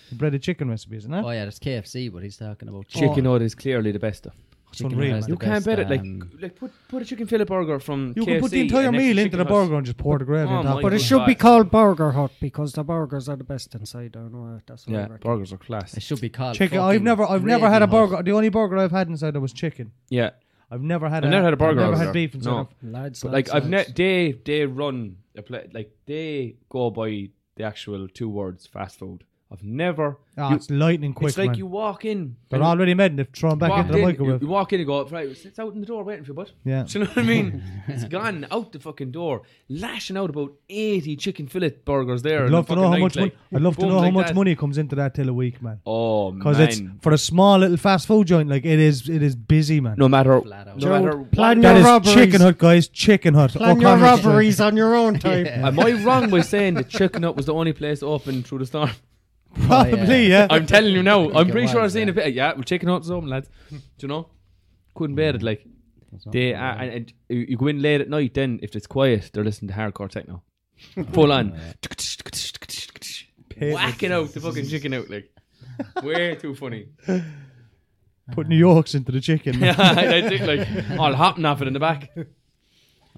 [SPEAKER 1] the breaded chicken recipe, isn't it?
[SPEAKER 4] Oh yeah, that's KFC, but he's talking about
[SPEAKER 3] Chicken Hut is clearly the best. Though.
[SPEAKER 4] Chicken
[SPEAKER 1] unreal,
[SPEAKER 4] has
[SPEAKER 1] man.
[SPEAKER 4] the
[SPEAKER 3] You can't
[SPEAKER 4] best,
[SPEAKER 3] bet it. Like,
[SPEAKER 4] um,
[SPEAKER 3] like put put a chicken fillet burger from
[SPEAKER 1] You can put the
[SPEAKER 3] KFC
[SPEAKER 1] entire
[SPEAKER 3] and extra
[SPEAKER 1] meal into
[SPEAKER 3] chicken
[SPEAKER 1] the
[SPEAKER 3] hot.
[SPEAKER 1] burger and just pour the gravy
[SPEAKER 3] Oh
[SPEAKER 1] on top.
[SPEAKER 3] my
[SPEAKER 5] But it
[SPEAKER 3] God.
[SPEAKER 5] should be
[SPEAKER 3] Right.
[SPEAKER 5] called Burger Hut because the burgers are the best inside. I know that. That's what I
[SPEAKER 3] Yeah,
[SPEAKER 5] reckon.
[SPEAKER 3] burgers are class.
[SPEAKER 4] it should be called.
[SPEAKER 1] Chicken. I've
[SPEAKER 4] fucking
[SPEAKER 1] never, I've never
[SPEAKER 4] Gravy
[SPEAKER 1] had a
[SPEAKER 4] Hut.
[SPEAKER 1] burger. The only burger I've had inside there was chicken.
[SPEAKER 3] Yeah,
[SPEAKER 1] I've never had.
[SPEAKER 3] I've never had a burger
[SPEAKER 1] Never
[SPEAKER 3] out
[SPEAKER 1] had
[SPEAKER 3] there.
[SPEAKER 1] beef inside.
[SPEAKER 3] No.
[SPEAKER 1] of-
[SPEAKER 5] Lads,
[SPEAKER 3] but
[SPEAKER 5] lads,
[SPEAKER 3] like I've ne-
[SPEAKER 5] lads.
[SPEAKER 3] they they run a pla like they go by the actual two words fast food. I've never.
[SPEAKER 1] Ah,
[SPEAKER 3] you-
[SPEAKER 1] it's lightning quick,
[SPEAKER 3] it's like
[SPEAKER 1] man.
[SPEAKER 3] you walk in.
[SPEAKER 1] They're
[SPEAKER 3] and
[SPEAKER 1] already made and they've thrown back
[SPEAKER 3] walk
[SPEAKER 1] into the
[SPEAKER 3] in, you,
[SPEAKER 1] microwave.
[SPEAKER 3] you walk in and go right. It's out in the door waiting for you, bud.
[SPEAKER 1] yeah.
[SPEAKER 3] Do you know what I mean? it's gone out the fucking door, lashing out about eighty chicken fillet burgers there.
[SPEAKER 1] I'd
[SPEAKER 3] in
[SPEAKER 1] love
[SPEAKER 3] the
[SPEAKER 1] to know
[SPEAKER 3] fucking
[SPEAKER 1] how
[SPEAKER 3] night,
[SPEAKER 1] much.
[SPEAKER 3] like,
[SPEAKER 1] mon- I'd love to
[SPEAKER 3] bums
[SPEAKER 1] know how
[SPEAKER 3] like
[SPEAKER 1] much
[SPEAKER 3] that.
[SPEAKER 1] money comes into that till a week, man.
[SPEAKER 3] Oh man,
[SPEAKER 1] Because it's for a small little fast food joint. Like it is, it is busy, man.
[SPEAKER 3] no matter
[SPEAKER 4] Flat out.
[SPEAKER 3] no matter
[SPEAKER 5] plan
[SPEAKER 3] what-
[SPEAKER 5] your
[SPEAKER 1] that is
[SPEAKER 5] robberies.
[SPEAKER 1] Chicken Hut, guys. Chicken Hut.
[SPEAKER 5] Plan your
[SPEAKER 1] O'Connor Street.
[SPEAKER 5] robberies on your own time.
[SPEAKER 3] Am I wrong by saying that Chicken Hut was the only place open through the storm?
[SPEAKER 1] Probably, yeah.
[SPEAKER 3] I'm telling you now. I'm
[SPEAKER 4] it
[SPEAKER 3] pretty sure
[SPEAKER 4] was,
[SPEAKER 3] I've seen
[SPEAKER 4] yeah.
[SPEAKER 3] a bit. Yeah, well, Chicken Hut's open, lads. Do you know? Couldn't bear it. Like they are, and, and you you go in late at night. Then if it's quiet, they're listening to hardcore techno, full on, whacking out the fucking chicken out like. Way too funny.
[SPEAKER 1] Put New York's into the chicken. man.
[SPEAKER 3] I think like all hopping off it in the back.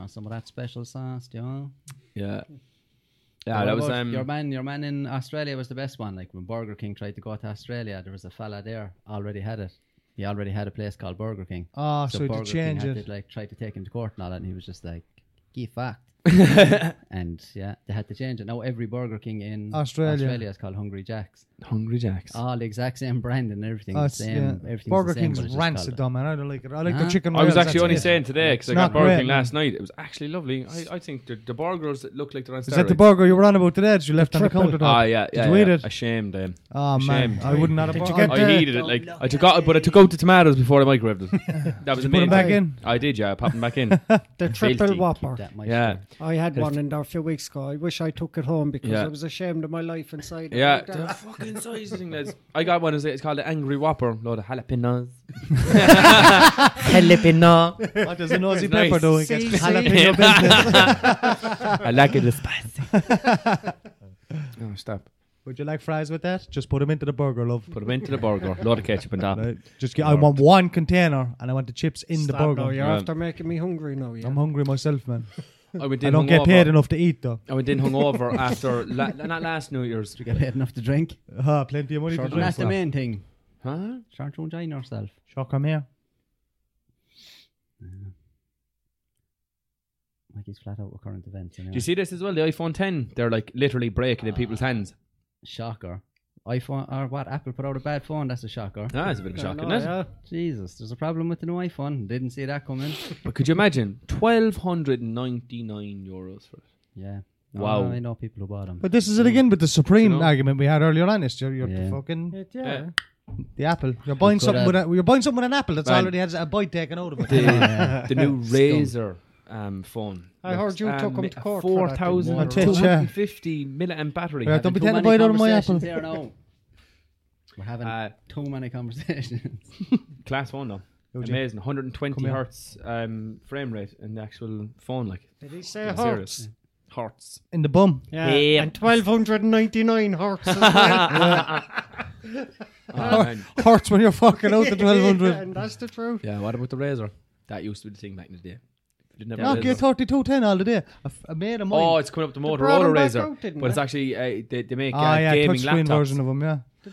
[SPEAKER 4] Oh, some of that special sauce, do you know?
[SPEAKER 3] Yeah. Yeah,
[SPEAKER 4] What
[SPEAKER 3] that was
[SPEAKER 4] about your
[SPEAKER 3] um
[SPEAKER 4] man. Your man in Australia was the best one. Like when Burger King tried to go to Australia, there was a fella there already had it. He already had a place called Burger King.
[SPEAKER 1] Ah, so, to
[SPEAKER 4] Burger
[SPEAKER 1] change
[SPEAKER 4] King
[SPEAKER 1] it.
[SPEAKER 4] had to, like tried to take him to court and all that, and he was just like, "Gee, fucked." and yeah, they had to change it. Now every Burger King in
[SPEAKER 1] Australia.
[SPEAKER 4] is called Hungry Jacks.
[SPEAKER 3] Hungry Jacks.
[SPEAKER 4] All the exact same brand and everything.
[SPEAKER 1] Oh,
[SPEAKER 4] the
[SPEAKER 1] it's-
[SPEAKER 4] same. Everything's
[SPEAKER 1] Burger
[SPEAKER 4] the same,
[SPEAKER 1] King's
[SPEAKER 4] but it's just
[SPEAKER 1] rancid,
[SPEAKER 4] called-
[SPEAKER 1] though, man. I don't like it. I like
[SPEAKER 4] Huh?
[SPEAKER 1] the chicken.
[SPEAKER 3] I was
[SPEAKER 1] wings,
[SPEAKER 3] actually
[SPEAKER 1] that's
[SPEAKER 3] only
[SPEAKER 1] it.
[SPEAKER 3] saying today because I
[SPEAKER 1] It's
[SPEAKER 3] got
[SPEAKER 1] not
[SPEAKER 3] Burger
[SPEAKER 1] great,
[SPEAKER 3] King
[SPEAKER 1] man.
[SPEAKER 3] last night. It was actually lovely. I, I think the, the burgers that look like they're on
[SPEAKER 1] Is that the
[SPEAKER 3] steroids.
[SPEAKER 1] burger you were on about today that you left on the
[SPEAKER 5] triple.
[SPEAKER 1] counter? though?
[SPEAKER 3] Ah, yeah,
[SPEAKER 1] Did
[SPEAKER 3] yeah.
[SPEAKER 1] you eat
[SPEAKER 3] yeah.
[SPEAKER 1] it?
[SPEAKER 3] A shame then.
[SPEAKER 1] Ah, man.
[SPEAKER 3] Ashamed.
[SPEAKER 1] I wouldn't have a
[SPEAKER 5] Did you
[SPEAKER 1] burger.
[SPEAKER 5] get
[SPEAKER 1] I-
[SPEAKER 3] I
[SPEAKER 5] the-
[SPEAKER 3] heated Oh, it like I took out, but I took out the tomatoes before I microwaved it. That was
[SPEAKER 1] Put
[SPEAKER 3] amazing.
[SPEAKER 1] them back in.
[SPEAKER 3] I did, yeah. I popped them back in.
[SPEAKER 5] the triple
[SPEAKER 3] Filthy.
[SPEAKER 5] whopper.
[SPEAKER 4] That might
[SPEAKER 3] yeah,
[SPEAKER 5] I had one in there a few weeks ago. I wish I took it home because
[SPEAKER 3] Yeah.
[SPEAKER 5] I was ashamed of my life inside. it.
[SPEAKER 3] yeah.
[SPEAKER 5] Like that.
[SPEAKER 3] The fucking size thing, lads. I got one. It's it's called the Angry Whopper. Load of jalapenos. jalapeno.
[SPEAKER 1] What does a nosy
[SPEAKER 3] Nice.
[SPEAKER 1] pepper do? It
[SPEAKER 5] See,
[SPEAKER 1] gets
[SPEAKER 5] see?
[SPEAKER 1] jalapeno business.
[SPEAKER 3] I like it spicy. oh, stop.
[SPEAKER 1] Would you like fries with that? Just put them into the burger, love.
[SPEAKER 3] Put them into the burger. Load of ketchup on top.
[SPEAKER 1] Right. Just get, I want one container and I want the chips in the
[SPEAKER 5] Stop
[SPEAKER 1] burger.
[SPEAKER 5] now, you're
[SPEAKER 3] Yeah.
[SPEAKER 5] after making me hungry now. Yeah.
[SPEAKER 1] I'm hungry myself, man.
[SPEAKER 3] I went
[SPEAKER 1] I
[SPEAKER 3] in
[SPEAKER 1] don't get
[SPEAKER 3] hungover.
[SPEAKER 1] paid enough to eat, though.
[SPEAKER 3] I went in hungover after la- not last New Year's.
[SPEAKER 4] You get enough to drink.
[SPEAKER 1] Ah, plenty of money to
[SPEAKER 4] And that's
[SPEAKER 1] drink.
[SPEAKER 4] the main thing.
[SPEAKER 3] Huh?
[SPEAKER 4] Start to enjoy yourself.
[SPEAKER 1] Shock, I'm here.
[SPEAKER 4] Like he's flat out with current events.
[SPEAKER 3] Do
[SPEAKER 4] Anyway.
[SPEAKER 3] you see this as well? The iPhone 10, they're like literally breaking in people's hands.
[SPEAKER 4] Shocker. iPhone or what? Apple put out a bad phone. That's a shocker.
[SPEAKER 3] Ah, it's a bit of a
[SPEAKER 5] I
[SPEAKER 3] shock,
[SPEAKER 5] know,
[SPEAKER 3] isn't it?
[SPEAKER 5] yeah.
[SPEAKER 4] Jesus, there's a problem with the new iPhone. Didn't see that coming.
[SPEAKER 3] But could you imagine twelve hundred and ninety nine euros for it?
[SPEAKER 4] Yeah.
[SPEAKER 3] Wow.
[SPEAKER 4] I know people who bought them.
[SPEAKER 1] But this is it again with the supreme
[SPEAKER 3] You know?
[SPEAKER 1] argument we had earlier on. This, you're, you're
[SPEAKER 4] Yeah.
[SPEAKER 1] fucking
[SPEAKER 5] It- yeah.
[SPEAKER 1] the apple. You're buying
[SPEAKER 4] could
[SPEAKER 1] something
[SPEAKER 4] have-
[SPEAKER 1] with a, you're buying something with an apple that's
[SPEAKER 3] Man.
[SPEAKER 1] already has a bite taken out of it.
[SPEAKER 3] The, the new Razer um, phone. um,
[SPEAKER 5] I heard you took 'em to court for
[SPEAKER 3] Four
[SPEAKER 5] that thing.
[SPEAKER 3] thousand two hundred and fifty milliamp battery.
[SPEAKER 1] Yeah, don't be telling me out of my apple.
[SPEAKER 4] Here now. We're having
[SPEAKER 3] Uh,
[SPEAKER 4] too many conversations.
[SPEAKER 3] Class one though.
[SPEAKER 1] Would you?
[SPEAKER 3] Amazing, 120
[SPEAKER 1] Come here.
[SPEAKER 3] hertz um, frame rate in the actual phone, like
[SPEAKER 5] Did he say
[SPEAKER 3] serious.
[SPEAKER 5] hearts?
[SPEAKER 3] hertz.
[SPEAKER 1] In the bum.
[SPEAKER 5] Yeah.
[SPEAKER 3] Yeah.
[SPEAKER 5] And 1299 hearts as well.
[SPEAKER 3] Oh, man.
[SPEAKER 1] Hurts when you're fucking out the twelve hundred.
[SPEAKER 5] and that's the truth.
[SPEAKER 3] Yeah, what about the Razer? That used to be the thing back in the day. If you didn't have a
[SPEAKER 1] Nokia
[SPEAKER 3] Razer-
[SPEAKER 1] thirty two ten all the day. A, f- a mate of mine.
[SPEAKER 3] Oh, it's coming up the
[SPEAKER 5] brought
[SPEAKER 3] Motorola
[SPEAKER 5] 'em back
[SPEAKER 3] Razer,
[SPEAKER 5] out, didn't
[SPEAKER 3] but it's
[SPEAKER 5] they?
[SPEAKER 3] actually uh, they, they make
[SPEAKER 1] ah,
[SPEAKER 3] uh,
[SPEAKER 1] yeah,
[SPEAKER 3] gaming
[SPEAKER 1] touchscreen
[SPEAKER 3] laptops.
[SPEAKER 1] version of them.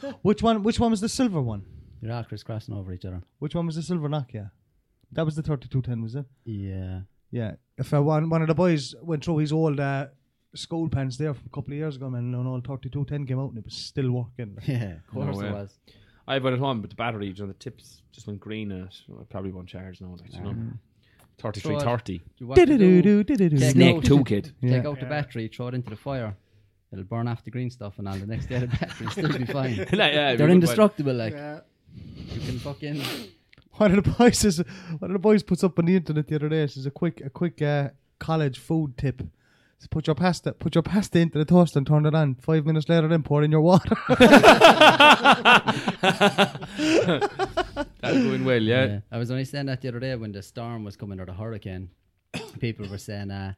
[SPEAKER 1] Yeah. Which one? Which one was the silver one?
[SPEAKER 4] You're all crisscrossing over each other.
[SPEAKER 1] Which one was the silver Nokia? That was the thirty two ten, was it?
[SPEAKER 4] Yeah.
[SPEAKER 1] Yeah. If uh, one one of the boys went through his old uh, school pants there from a couple of years ago, man, and an old thirty two ten came out and it was still working.
[SPEAKER 4] Yeah, of course
[SPEAKER 3] way.
[SPEAKER 4] it was.
[SPEAKER 3] I have one at home, but the battery, you know, the tips just went green and it I probably won't charge now. Like, you know, thirty-three,
[SPEAKER 4] So, uh,
[SPEAKER 3] thirty.
[SPEAKER 4] You want to do-
[SPEAKER 1] Do-do-do-do, do-do-do.
[SPEAKER 4] Take
[SPEAKER 3] Snake
[SPEAKER 4] out-
[SPEAKER 3] two kid.
[SPEAKER 4] Take
[SPEAKER 1] Yeah.
[SPEAKER 4] out the battery, throw it into the fire. It'll burn off the green stuff and all the next day the battery will still be fine.
[SPEAKER 3] Like, yeah,
[SPEAKER 4] They're
[SPEAKER 3] we-
[SPEAKER 4] indestructible, like.
[SPEAKER 5] Yeah.
[SPEAKER 4] You can fucking.
[SPEAKER 1] One of the boys is one of the boys puts up on the internet the other day. This is a quick a quick uh, college food tip. It's put your pasta put your pasta into the toaster and turn it on. Five minutes later, then pour in your water.
[SPEAKER 3] That's going well, yeah.
[SPEAKER 4] Yeah. I was only saying that the other day when the storm was coming or the hurricane. people were saying, uh,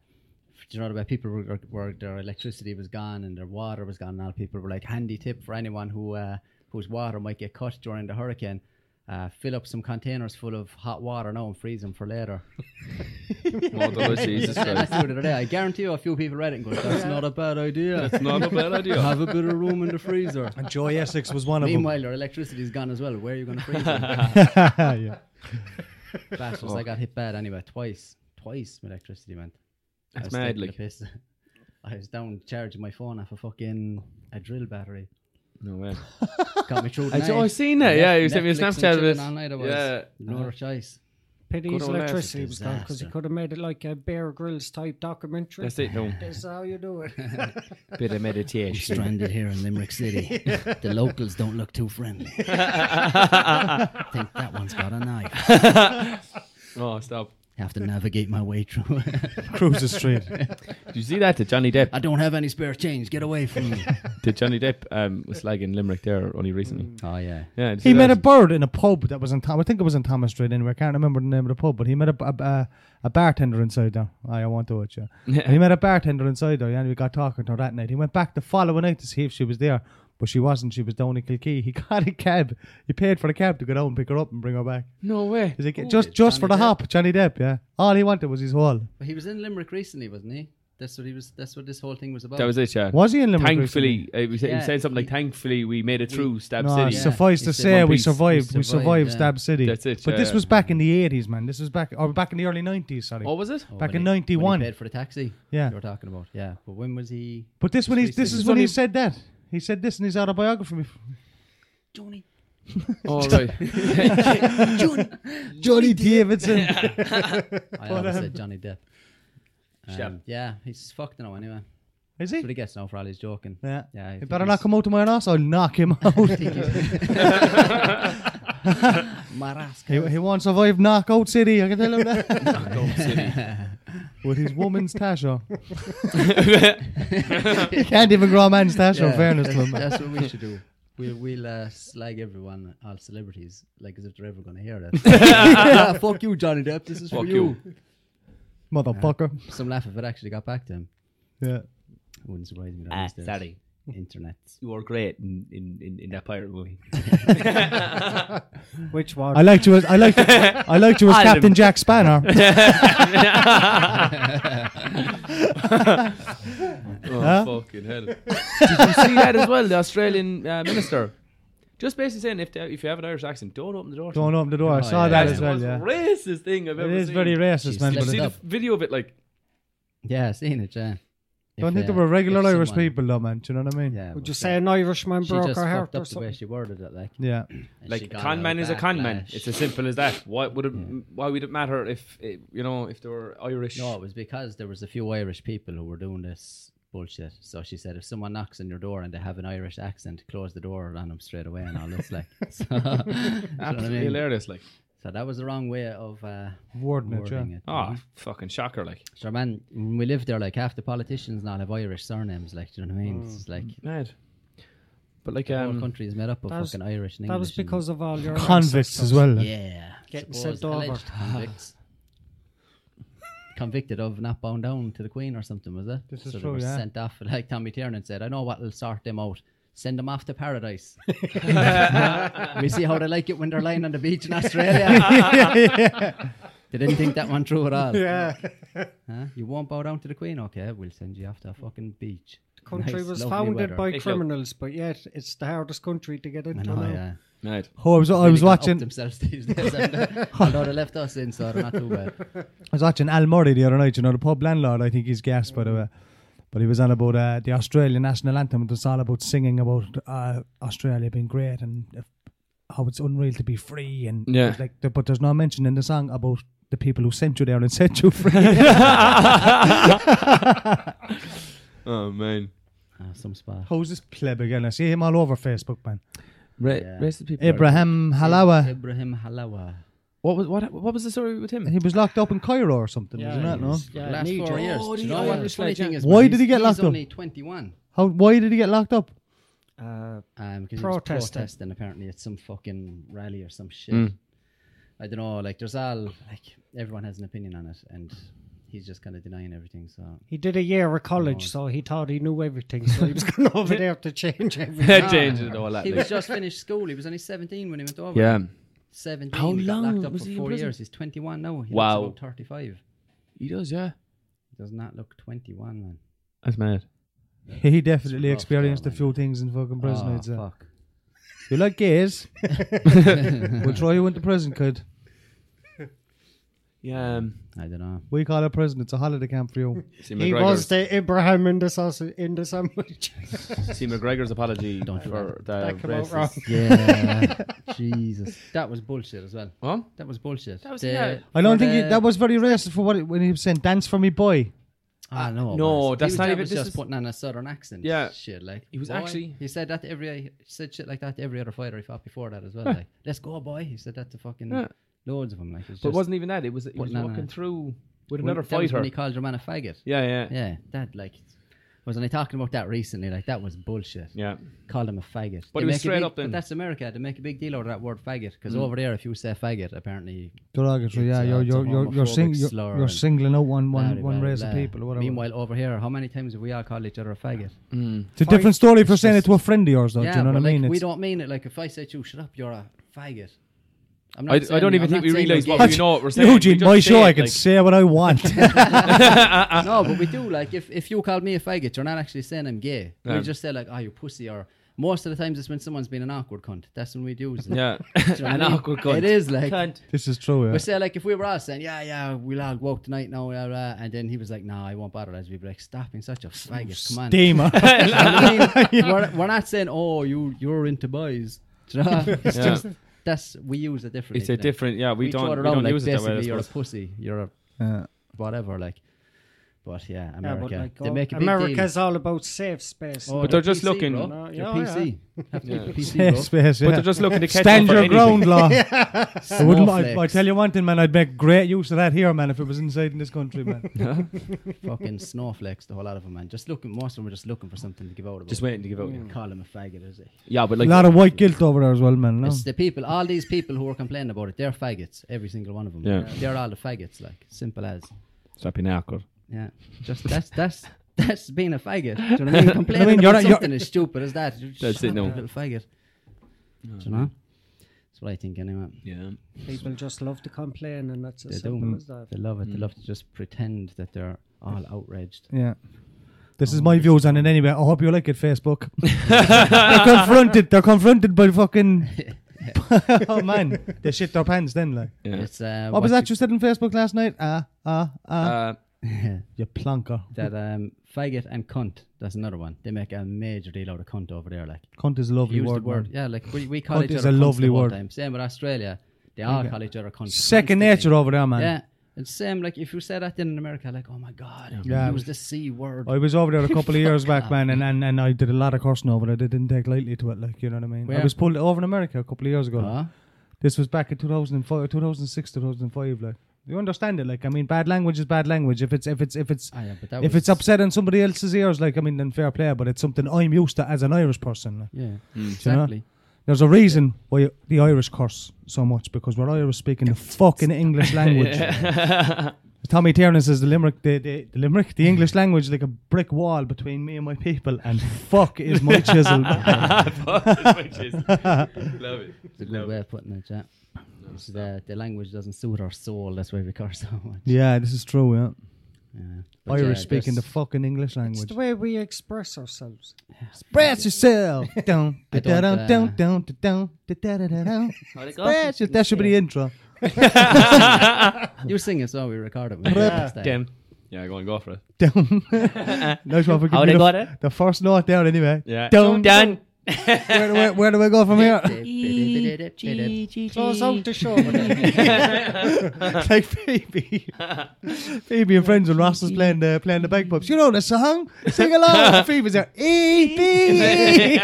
[SPEAKER 4] do you know about people were, were their electricity was gone and their water was gone? And all people were like, handy tip for anyone who uh, whose water might get cut during the hurricane. uh, fill up some containers full of hot water now and freeze them for later.
[SPEAKER 3] Mother of Oh, Jesus
[SPEAKER 4] Yeah, that's
[SPEAKER 3] Christ.
[SPEAKER 4] the other day. I guarantee you a few people read it and go, that's not a bad idea.
[SPEAKER 3] That's not a bad idea.
[SPEAKER 4] Have a bit of room in the freezer.
[SPEAKER 1] And Joy Essex was one of them.
[SPEAKER 4] Meanwhile, your electricity's gone as well. Where are you going to freeze it?
[SPEAKER 1] yeah.
[SPEAKER 4] Bastards, I got hit bad anyway, twice. Twice my electricity went. I
[SPEAKER 3] That's
[SPEAKER 4] was taking
[SPEAKER 3] mad,
[SPEAKER 4] the
[SPEAKER 3] like.
[SPEAKER 4] piss. I was down charging my phone off a fucking a drill battery.
[SPEAKER 3] No way.
[SPEAKER 4] Got me through the
[SPEAKER 3] I,
[SPEAKER 4] night.
[SPEAKER 3] oh, I seen that. Yeah, you sent me a
[SPEAKER 4] Netflix and
[SPEAKER 3] Snapchat of
[SPEAKER 4] chilling
[SPEAKER 3] it.
[SPEAKER 4] all night I was.
[SPEAKER 3] Yeah.
[SPEAKER 4] No other choice.
[SPEAKER 5] Pity
[SPEAKER 3] Good
[SPEAKER 5] his
[SPEAKER 3] old laugh.
[SPEAKER 5] electricity was gone because he
[SPEAKER 4] Disaster.
[SPEAKER 5] could have made it like a Bear Grylls type documentary.
[SPEAKER 3] That's it. No.
[SPEAKER 5] That's how you do it.
[SPEAKER 3] Bit of meditation.
[SPEAKER 4] Stranded here in Limerick City. The locals don't look too friendly. Think that one's got a knife.
[SPEAKER 3] Oh, stop.
[SPEAKER 4] Have to navigate my way through.
[SPEAKER 1] Cruiser Street.
[SPEAKER 3] Did you see that? That Johnny Depp.
[SPEAKER 4] I don't have any spare change. Get away from me.
[SPEAKER 3] Did Johnny Depp um, was slagging Limerick there only recently?
[SPEAKER 4] oh yeah.
[SPEAKER 3] Yeah. did you
[SPEAKER 1] He
[SPEAKER 3] see
[SPEAKER 1] met a
[SPEAKER 3] that?
[SPEAKER 1] bird in a pub that was in Thomas. I think it was in Thomas Street anyway. I can't remember the name of the pub, but he met a, a, a, a bartender inside there. Aye, I won't do it, yeah. And he met a bartender inside there, yeah, and we got talking to her that night. He went back the following night to see if she was there, but she wasn't. She was down in Kilkee. He got a cab. He paid for the cab to go down and pick her up and bring her back.
[SPEAKER 3] No way.
[SPEAKER 1] He's like, just just for the
[SPEAKER 4] Johnny Depp.
[SPEAKER 1] hop, Johnny Depp, yeah. All he wanted was his wall.
[SPEAKER 4] But he was in Limerick recently, wasn't he? That's what he was. That's what this whole thing was about.
[SPEAKER 3] That was it, yeah.
[SPEAKER 1] Was he in Limerick? recently?
[SPEAKER 3] Thankfully, uh, we said,
[SPEAKER 4] Yeah,
[SPEAKER 3] he said something like,
[SPEAKER 4] he-
[SPEAKER 3] "Thankfully, we made it through Stab
[SPEAKER 1] No,
[SPEAKER 3] City."
[SPEAKER 4] Yeah.
[SPEAKER 1] suffice
[SPEAKER 4] He
[SPEAKER 1] to
[SPEAKER 4] said
[SPEAKER 1] say,
[SPEAKER 4] one
[SPEAKER 1] we
[SPEAKER 4] piece. We
[SPEAKER 1] survived. We
[SPEAKER 4] survived,
[SPEAKER 1] survived
[SPEAKER 4] yeah.
[SPEAKER 1] Stab City.
[SPEAKER 3] That's it,
[SPEAKER 1] But
[SPEAKER 3] yeah,
[SPEAKER 1] this
[SPEAKER 3] yeah.
[SPEAKER 1] was back in the 80s, man. This was back, or back in the early 90s, sorry.
[SPEAKER 3] What was it?
[SPEAKER 4] Oh,
[SPEAKER 1] back
[SPEAKER 4] when
[SPEAKER 1] in
[SPEAKER 4] he-
[SPEAKER 1] 91.
[SPEAKER 4] when he paid for the taxi.
[SPEAKER 1] Yeah.
[SPEAKER 4] You were talking about. Yeah. But when was he?
[SPEAKER 1] But this when he's this is
[SPEAKER 3] It's
[SPEAKER 1] when he
[SPEAKER 3] only-
[SPEAKER 1] said that. He said this in his autobiography.
[SPEAKER 4] Johnny.
[SPEAKER 3] All right.
[SPEAKER 1] Johnny Davidson.
[SPEAKER 4] I always said Johnny Depp. Um,
[SPEAKER 3] Shep.
[SPEAKER 4] Yeah, he's fucked now anyway.
[SPEAKER 1] Is
[SPEAKER 4] That's what he
[SPEAKER 1] he?
[SPEAKER 4] gets now for all his joking.
[SPEAKER 1] Yeah.
[SPEAKER 4] Yeah, I
[SPEAKER 1] He
[SPEAKER 4] think
[SPEAKER 1] better
[SPEAKER 4] he's-
[SPEAKER 1] not come out to my arse, I'll knock him out. he, he won't survive knockout city, I can tell him that. With his woman's tasha. he can't even grow a man's tasha,
[SPEAKER 4] Yeah,
[SPEAKER 1] in fairness to
[SPEAKER 4] that's,
[SPEAKER 1] him.
[SPEAKER 4] that's what we should do. We'll, we'll uh, slag everyone, all celebrities, like as if they're ever going to hear that. yeah, fuck you, Johnny Depp. This is
[SPEAKER 3] Fuck
[SPEAKER 4] for you.
[SPEAKER 1] Motherfucker.
[SPEAKER 4] Some laugh if it actually got back to him.
[SPEAKER 1] Yeah.
[SPEAKER 4] Wouldn't surprise me.
[SPEAKER 3] Ah,
[SPEAKER 4] these days.
[SPEAKER 3] sorry.
[SPEAKER 4] Internet.
[SPEAKER 3] You were great in, in, in, in that pirate movie.
[SPEAKER 5] Which one?
[SPEAKER 1] I liked you as I liked you, I liked you as
[SPEAKER 3] I'll-
[SPEAKER 1] Captain Jack Spanner.
[SPEAKER 3] Oh,
[SPEAKER 1] Huh?
[SPEAKER 3] fucking hell. Did you see that as well? The Australian uh, minister. Just basically saying if, they- if you have an Irish accent, don't open the door. to
[SPEAKER 1] Don't
[SPEAKER 3] them.
[SPEAKER 1] open the door. I
[SPEAKER 4] Oh,
[SPEAKER 1] saw
[SPEAKER 4] yeah.
[SPEAKER 1] that
[SPEAKER 3] That's
[SPEAKER 1] as
[SPEAKER 3] the
[SPEAKER 1] well,
[SPEAKER 3] most
[SPEAKER 1] yeah.
[SPEAKER 3] racist thing I've
[SPEAKER 1] It
[SPEAKER 3] ever
[SPEAKER 1] is
[SPEAKER 3] seen.
[SPEAKER 1] very
[SPEAKER 4] Jeez,
[SPEAKER 1] racist, man.
[SPEAKER 3] You
[SPEAKER 1] But
[SPEAKER 4] let's-
[SPEAKER 3] see the
[SPEAKER 4] Up.
[SPEAKER 3] video of it, like,
[SPEAKER 4] Yeah, I've seen it, yeah.
[SPEAKER 1] I don't
[SPEAKER 4] If,
[SPEAKER 1] think
[SPEAKER 4] uh,
[SPEAKER 1] there were regular
[SPEAKER 4] if
[SPEAKER 1] Irish
[SPEAKER 4] someone-
[SPEAKER 1] people, though, man. Do you know what I mean?
[SPEAKER 4] Yeah.
[SPEAKER 5] Would
[SPEAKER 4] but,
[SPEAKER 5] you
[SPEAKER 4] uh,
[SPEAKER 5] say an Irishman
[SPEAKER 4] she
[SPEAKER 5] broke
[SPEAKER 4] just
[SPEAKER 5] her
[SPEAKER 4] fucked
[SPEAKER 5] heart or
[SPEAKER 4] up the way
[SPEAKER 5] something?
[SPEAKER 4] she worded it, like.
[SPEAKER 1] Yeah.
[SPEAKER 4] and she
[SPEAKER 3] like
[SPEAKER 4] got
[SPEAKER 3] con
[SPEAKER 4] all
[SPEAKER 3] man is a con man.
[SPEAKER 4] backlash.
[SPEAKER 3] It's as simple as that. Why would it?
[SPEAKER 1] Mm.
[SPEAKER 3] Why would it matter if it, you know if they were Irish?
[SPEAKER 4] No, it was because there was a few Irish people who were doing this bullshit. So she said, if someone knocks on your door and they have an Irish accent, close the door on them straight away and all this. Like, so, you know what I
[SPEAKER 3] absolutely
[SPEAKER 4] mean?
[SPEAKER 3] hilarious. Like,
[SPEAKER 4] So that was the wrong way of uh,
[SPEAKER 1] Wording it, yeah.
[SPEAKER 4] wording it.
[SPEAKER 3] oh,
[SPEAKER 5] Ah.
[SPEAKER 3] fucking shocker. Like,
[SPEAKER 4] So man, when we lived there, like half the politicians now have Irish surnames. Like, do you know what I mean? It's like
[SPEAKER 3] mad. But like,
[SPEAKER 4] the whole
[SPEAKER 3] um,
[SPEAKER 4] country is made up of
[SPEAKER 5] Mm. that was-
[SPEAKER 4] fucking Irish and
[SPEAKER 5] That was
[SPEAKER 4] English and-
[SPEAKER 5] because of all your
[SPEAKER 1] Convicts as well. like.
[SPEAKER 4] yeah,
[SPEAKER 5] Getting
[SPEAKER 4] supposed
[SPEAKER 5] sent over.
[SPEAKER 4] alleged convicts. Convicted of not bowing down to the Queen or something, was it?
[SPEAKER 1] This is
[SPEAKER 4] so they
[SPEAKER 1] true,
[SPEAKER 4] were
[SPEAKER 1] yeah.
[SPEAKER 4] sent off like Tommy Tiernan said. I know what'll sort them out. Send them off to paradise. we see how they like it when they're lying on the beach in Australia. they didn't think that one through at all.
[SPEAKER 5] Yeah,
[SPEAKER 4] Huh? You won't bow down to the Queen, okay? We'll send you off to a fucking beach.
[SPEAKER 5] the country
[SPEAKER 4] Nice,
[SPEAKER 5] was
[SPEAKER 4] lovely
[SPEAKER 5] founded
[SPEAKER 4] weather.
[SPEAKER 5] by
[SPEAKER 3] Hey, Phil.
[SPEAKER 5] criminals, but yet it's the hardest country to get
[SPEAKER 4] I
[SPEAKER 5] into.
[SPEAKER 4] know,
[SPEAKER 5] now.
[SPEAKER 4] yeah.
[SPEAKER 3] mad.
[SPEAKER 1] Oh, I was, I
[SPEAKER 4] Really
[SPEAKER 1] was
[SPEAKER 4] got up
[SPEAKER 1] watching
[SPEAKER 4] themselves these days. haven't they? uh, Although they left us in, so they're not too bad.
[SPEAKER 1] I was watching Al Murray the other night. You know the pub landlord. I think he's gas, by the way. But he was on about uh, the Australian national anthem. It was all about singing about uh, Australia being great and if, how it's unreal to be free. And it
[SPEAKER 3] Yeah.
[SPEAKER 1] was like, but there's no mention in the song about the people who sent you there and sent you free.
[SPEAKER 3] Oh man,
[SPEAKER 4] Ah, some spot.
[SPEAKER 1] Who's this pleb again? I see him all over Facebook, man.
[SPEAKER 3] Ra-
[SPEAKER 4] Yeah.
[SPEAKER 3] racist people. are-
[SPEAKER 1] Abraham Halawa.
[SPEAKER 4] Ibrahim Halawa.
[SPEAKER 3] What was what? What was the story with him?
[SPEAKER 1] He was locked up in Cairo or something,
[SPEAKER 5] Yeah,
[SPEAKER 1] wasn't that?
[SPEAKER 5] he
[SPEAKER 1] No.
[SPEAKER 5] was- yeah,
[SPEAKER 4] last
[SPEAKER 5] Niger.
[SPEAKER 4] four years.
[SPEAKER 3] Oh,
[SPEAKER 4] Do
[SPEAKER 3] the
[SPEAKER 4] you know what the
[SPEAKER 3] Irish
[SPEAKER 4] funny
[SPEAKER 3] legend.
[SPEAKER 4] thing is?
[SPEAKER 1] Why did
[SPEAKER 4] man,
[SPEAKER 1] he
[SPEAKER 4] he's-
[SPEAKER 1] get locked up?
[SPEAKER 4] He's only 21.
[SPEAKER 1] How? Why did he get locked up?
[SPEAKER 5] Uh,
[SPEAKER 4] Um, because he was
[SPEAKER 5] Protesting.
[SPEAKER 4] protesting apparently at some fucking rally or some shit.
[SPEAKER 3] Mm.
[SPEAKER 4] I don't know. Like there's all like everyone has an opinion on it, and he's just kind of denying everything. So
[SPEAKER 5] he did a year of college, so he thought he knew everything. So he was going over there to change everything.
[SPEAKER 3] Changes and all that.
[SPEAKER 4] he
[SPEAKER 3] like.
[SPEAKER 4] was just finished school. He was only 17 when he went over.
[SPEAKER 3] Yeah,
[SPEAKER 4] 17.
[SPEAKER 3] How
[SPEAKER 4] he got
[SPEAKER 3] long
[SPEAKER 4] locked up
[SPEAKER 3] was
[SPEAKER 4] for
[SPEAKER 3] he in
[SPEAKER 4] four
[SPEAKER 3] prison?
[SPEAKER 4] years. He's 21 now. He
[SPEAKER 3] Wow.
[SPEAKER 4] Looks about 35.
[SPEAKER 3] He does, yeah.
[SPEAKER 4] He does not look 21, man.
[SPEAKER 3] That's mad.
[SPEAKER 1] He definitely
[SPEAKER 4] rough,
[SPEAKER 1] experienced a
[SPEAKER 4] yeah,
[SPEAKER 1] few things in fucking prison.
[SPEAKER 4] Oh,
[SPEAKER 1] I'd say.
[SPEAKER 4] fuck.
[SPEAKER 1] You like gays? we'll throw you into prison, kid.
[SPEAKER 3] Yeah, um,
[SPEAKER 4] I don't know.
[SPEAKER 1] We call it prison. It's a holiday camp for you.
[SPEAKER 3] see
[SPEAKER 5] He
[SPEAKER 3] McGregor.
[SPEAKER 5] was the Abraham in the sausage in the sandwich.
[SPEAKER 3] see McGregor's apology
[SPEAKER 4] Don't do
[SPEAKER 3] for the
[SPEAKER 5] that came out wrong.
[SPEAKER 3] racist.
[SPEAKER 4] Yeah. Jesus. That was bullshit as well.
[SPEAKER 3] What?
[SPEAKER 4] That was bullshit. That
[SPEAKER 3] was- yeah.
[SPEAKER 1] I don't think he, that was very racist for what it, when he was saying "dance for me, boy."
[SPEAKER 4] Ah, no, it
[SPEAKER 3] no,
[SPEAKER 4] wasn't. He
[SPEAKER 3] that's
[SPEAKER 4] was-
[SPEAKER 3] not
[SPEAKER 4] that
[SPEAKER 3] even-
[SPEAKER 4] Was
[SPEAKER 3] this
[SPEAKER 4] just
[SPEAKER 3] is-
[SPEAKER 4] putting on a southern accent.
[SPEAKER 3] Yeah.
[SPEAKER 4] shit. Like
[SPEAKER 3] He was
[SPEAKER 4] boy.
[SPEAKER 3] actually-
[SPEAKER 4] He said that to every. He said shit like that to every other fighter he fought before that as well. Like, let's go, boy. He said that to fucking
[SPEAKER 3] Yeah.
[SPEAKER 4] loads of them. Like, it was
[SPEAKER 3] But it
[SPEAKER 4] just-
[SPEAKER 3] wasn't even that. It was he was
[SPEAKER 4] Putting on
[SPEAKER 3] walking
[SPEAKER 4] a-
[SPEAKER 3] through
[SPEAKER 4] when-
[SPEAKER 3] with another
[SPEAKER 4] that was
[SPEAKER 3] fighter.
[SPEAKER 4] when he called your man a faggot.
[SPEAKER 3] Yeah, yeah, yeah.
[SPEAKER 4] Yeah, that like. Wasn't I talking about that recently? Like that was bullshit. Called him a faggot.
[SPEAKER 3] But
[SPEAKER 4] They
[SPEAKER 3] he was
[SPEAKER 4] make a
[SPEAKER 3] straight
[SPEAKER 4] big-
[SPEAKER 3] up then. Mm.
[SPEAKER 4] But that's America. They make a big deal out of that word faggot because over there, if you say faggot, apparently
[SPEAKER 1] Derogatory, yeah.
[SPEAKER 4] It's, uh,
[SPEAKER 1] You're
[SPEAKER 4] it's a
[SPEAKER 1] you're you're you're, sing,
[SPEAKER 4] homophobic
[SPEAKER 1] you're,
[SPEAKER 4] slur
[SPEAKER 1] you're
[SPEAKER 4] and
[SPEAKER 1] singling out one one
[SPEAKER 4] blah,
[SPEAKER 1] one
[SPEAKER 4] blah,
[SPEAKER 1] race
[SPEAKER 4] blah.
[SPEAKER 1] of people or whatever.
[SPEAKER 4] Meanwhile, over here, how many times have we all called each other a faggot?
[SPEAKER 1] it's a different story for saying it to a friend of yours, though. do you know
[SPEAKER 4] but
[SPEAKER 1] what I mean?
[SPEAKER 4] Like, we
[SPEAKER 1] It's-
[SPEAKER 4] don't mean it. Like if I said to you, shut up, you're a faggot. I'm
[SPEAKER 3] I, I don't even
[SPEAKER 4] I'm
[SPEAKER 3] think we
[SPEAKER 4] not saying
[SPEAKER 3] realise
[SPEAKER 4] you're
[SPEAKER 3] what we
[SPEAKER 4] gay.
[SPEAKER 3] know. What we're saying. We
[SPEAKER 1] Eugene,
[SPEAKER 3] just
[SPEAKER 1] my
[SPEAKER 3] say
[SPEAKER 1] show,
[SPEAKER 3] it,
[SPEAKER 1] I can
[SPEAKER 3] like-
[SPEAKER 1] say what I want.
[SPEAKER 4] no, but we do. Like if, if you called me a faggot, you're not actually saying I'm gay.
[SPEAKER 3] Yeah.
[SPEAKER 4] We just say like, oh, you pussy. Or most of the times, it's when someone's been an awkward cunt. That's when we do. it.
[SPEAKER 3] yeah,
[SPEAKER 4] Do you know what
[SPEAKER 3] an
[SPEAKER 4] I mean?
[SPEAKER 3] awkward cunt.
[SPEAKER 4] It is like.
[SPEAKER 1] this is true. Yeah.
[SPEAKER 4] We say like if we were all saying yeah yeah we'll all go out tonight now blah, blah, and then he was like no I won't bother lads we'd be like stop being such a faggot come on
[SPEAKER 1] Steamer.
[SPEAKER 4] You know what I mean? we're, we're not saying oh you you're into boys Do you know? it's
[SPEAKER 3] Yeah.
[SPEAKER 4] just that's we use it differently
[SPEAKER 3] It's a
[SPEAKER 4] to them.
[SPEAKER 3] different. Yeah, we,
[SPEAKER 4] we
[SPEAKER 3] don't.
[SPEAKER 4] throw it
[SPEAKER 3] We
[SPEAKER 4] around,
[SPEAKER 3] don't
[SPEAKER 4] like,
[SPEAKER 3] use it that way. I
[SPEAKER 4] basically you're a
[SPEAKER 3] suppose.
[SPEAKER 4] pussy you're a
[SPEAKER 1] Yeah.
[SPEAKER 4] whatever like but yeah America
[SPEAKER 5] like,
[SPEAKER 4] they
[SPEAKER 5] oh,
[SPEAKER 4] make a big
[SPEAKER 5] America's all about safe space.
[SPEAKER 4] deal. Oh,
[SPEAKER 3] But they're just
[SPEAKER 4] PC,
[SPEAKER 3] looking-
[SPEAKER 4] bro.
[SPEAKER 5] No,
[SPEAKER 4] They're
[SPEAKER 5] yeah,
[SPEAKER 4] PC have to
[SPEAKER 3] Yeah.
[SPEAKER 4] be PC
[SPEAKER 1] Safe
[SPEAKER 4] bro.
[SPEAKER 1] space,
[SPEAKER 3] But
[SPEAKER 1] yeah.
[SPEAKER 3] they're just looking to catch
[SPEAKER 1] Stand
[SPEAKER 3] them for
[SPEAKER 1] your
[SPEAKER 3] anything.
[SPEAKER 1] ground, law. I wouldn't. I, I
[SPEAKER 4] Snowflakes.
[SPEAKER 1] tell you one thing, man. I'd make great use of that here, man. If it was inside in this country, man.
[SPEAKER 4] fucking snowflakes the whole lot of them man just looking most of them are just looking for something to give out about Mm.
[SPEAKER 3] Just waiting to give out.
[SPEAKER 4] call him a faggot is it
[SPEAKER 3] Yeah, but
[SPEAKER 1] a
[SPEAKER 3] like
[SPEAKER 1] lot of white guilt over there as well,
[SPEAKER 3] Oh.
[SPEAKER 1] man. No?
[SPEAKER 4] It's the people, all these people who are complaining about it, they're faggots, every single one of them.
[SPEAKER 3] Yeah.
[SPEAKER 4] They're all the faggots, like, simple as.
[SPEAKER 3] stop being awkward.
[SPEAKER 4] Yeah. Just that's that's that's being a faggot. Do you know what I mean? Complaining
[SPEAKER 1] I mean,
[SPEAKER 4] about
[SPEAKER 1] you're- you're-
[SPEAKER 4] something as stupid as that. You're just
[SPEAKER 3] That's
[SPEAKER 4] shut
[SPEAKER 3] it,
[SPEAKER 4] up,
[SPEAKER 3] no.
[SPEAKER 4] you Little faggot. Do you know? That's what I think anyway.
[SPEAKER 3] Yeah.
[SPEAKER 5] People just love to complain, and that's
[SPEAKER 4] They
[SPEAKER 5] as
[SPEAKER 4] do.
[SPEAKER 5] simple as that. Mm.
[SPEAKER 4] They love it. They love to just pretend that they're all outraged.
[SPEAKER 1] Yeah. This
[SPEAKER 4] Oh,
[SPEAKER 1] is my views on it anyway. I hope you like it, Facebook. they're confronted. They're confronted by fucking. oh man, they shit their pants then. Like,
[SPEAKER 3] Yeah.
[SPEAKER 4] It's uh,
[SPEAKER 1] what, was
[SPEAKER 4] you-
[SPEAKER 1] Oh, that you said on Facebook last night? Ah, ah, ah.
[SPEAKER 3] Uh,
[SPEAKER 1] you plonker.
[SPEAKER 4] that um faggot and cunt. That's another one. They make a major deal out of cunt over there, like.
[SPEAKER 1] Cunt is a lovely
[SPEAKER 4] Use
[SPEAKER 1] word.
[SPEAKER 4] the word.
[SPEAKER 1] man.
[SPEAKER 4] Yeah, like we, we call
[SPEAKER 1] Cunt
[SPEAKER 4] each
[SPEAKER 1] is
[SPEAKER 4] other
[SPEAKER 1] a
[SPEAKER 4] cunts
[SPEAKER 1] lovely
[SPEAKER 4] the whole
[SPEAKER 1] word.
[SPEAKER 4] Time. Same with Australia. They all call each other cunts.
[SPEAKER 1] Second
[SPEAKER 4] constantly.
[SPEAKER 1] nature over there, man.
[SPEAKER 4] Yeah. It's same like if you said that in America, like, oh my god,
[SPEAKER 1] Yeah. Oh,
[SPEAKER 4] use the C word.
[SPEAKER 1] I was over there a couple of years back, man, and, and, and I did a lot of cursing over it. I didn't take lightly to it, like, you know what I mean? I
[SPEAKER 4] Where?
[SPEAKER 1] was pulled over in America a couple of years ago.
[SPEAKER 4] Huh?
[SPEAKER 1] This was back in 2005, 2006, 2005, like. You understand it, like I mean, bad language is bad language. If it's if it's if it's
[SPEAKER 4] Ah, yeah, but that
[SPEAKER 1] if
[SPEAKER 4] was-
[SPEAKER 1] it's upsetting somebody else's ears, like I mean, then fair play. But it's something I'm used to as an Irish person. like.
[SPEAKER 4] Yeah.
[SPEAKER 1] Mm. you know?
[SPEAKER 4] Exactly.
[SPEAKER 1] There's a reason why the Irish curse so much because we're Irish speaking the fucking English language. Tommy Tiernan says the Limerick, the, the, the Limerick, the English language like a brick wall between me and my people, and fuck is my chisel.
[SPEAKER 3] Love it.
[SPEAKER 4] It's a good way of putting it, yeah. It's the, the language doesn't suit our soul, that's why we curse so much.
[SPEAKER 1] yeah, this is true. Yeah,
[SPEAKER 4] Yeah. But
[SPEAKER 1] Irish
[SPEAKER 4] yeah,
[SPEAKER 1] speaking the
[SPEAKER 4] there's-
[SPEAKER 1] fucking English
[SPEAKER 5] It's
[SPEAKER 1] language.
[SPEAKER 5] the way we express ourselves.
[SPEAKER 1] Express yourself. Dun,
[SPEAKER 4] I
[SPEAKER 1] da, da,
[SPEAKER 4] don't,
[SPEAKER 1] dun, dun,
[SPEAKER 4] uh,
[SPEAKER 1] dun, da, dun, da, da, da, da, dun. Express your- That should be the intro.
[SPEAKER 4] You sing it so we record it.
[SPEAKER 3] Damn. Yeah, go and go for it.
[SPEAKER 1] Dun. Nice one for giving me
[SPEAKER 6] How they
[SPEAKER 1] the,
[SPEAKER 6] got it?
[SPEAKER 1] the first note down anyway.
[SPEAKER 3] Yeah.
[SPEAKER 1] Dun,
[SPEAKER 6] Done.
[SPEAKER 1] Where do, we, where do we go from here?
[SPEAKER 5] Close out the show. with it.
[SPEAKER 1] like Phoebe. Phoebe and friends and Ross is playing the playing the bagpipes. You know the song. Sing along. Phoebe's there. E B.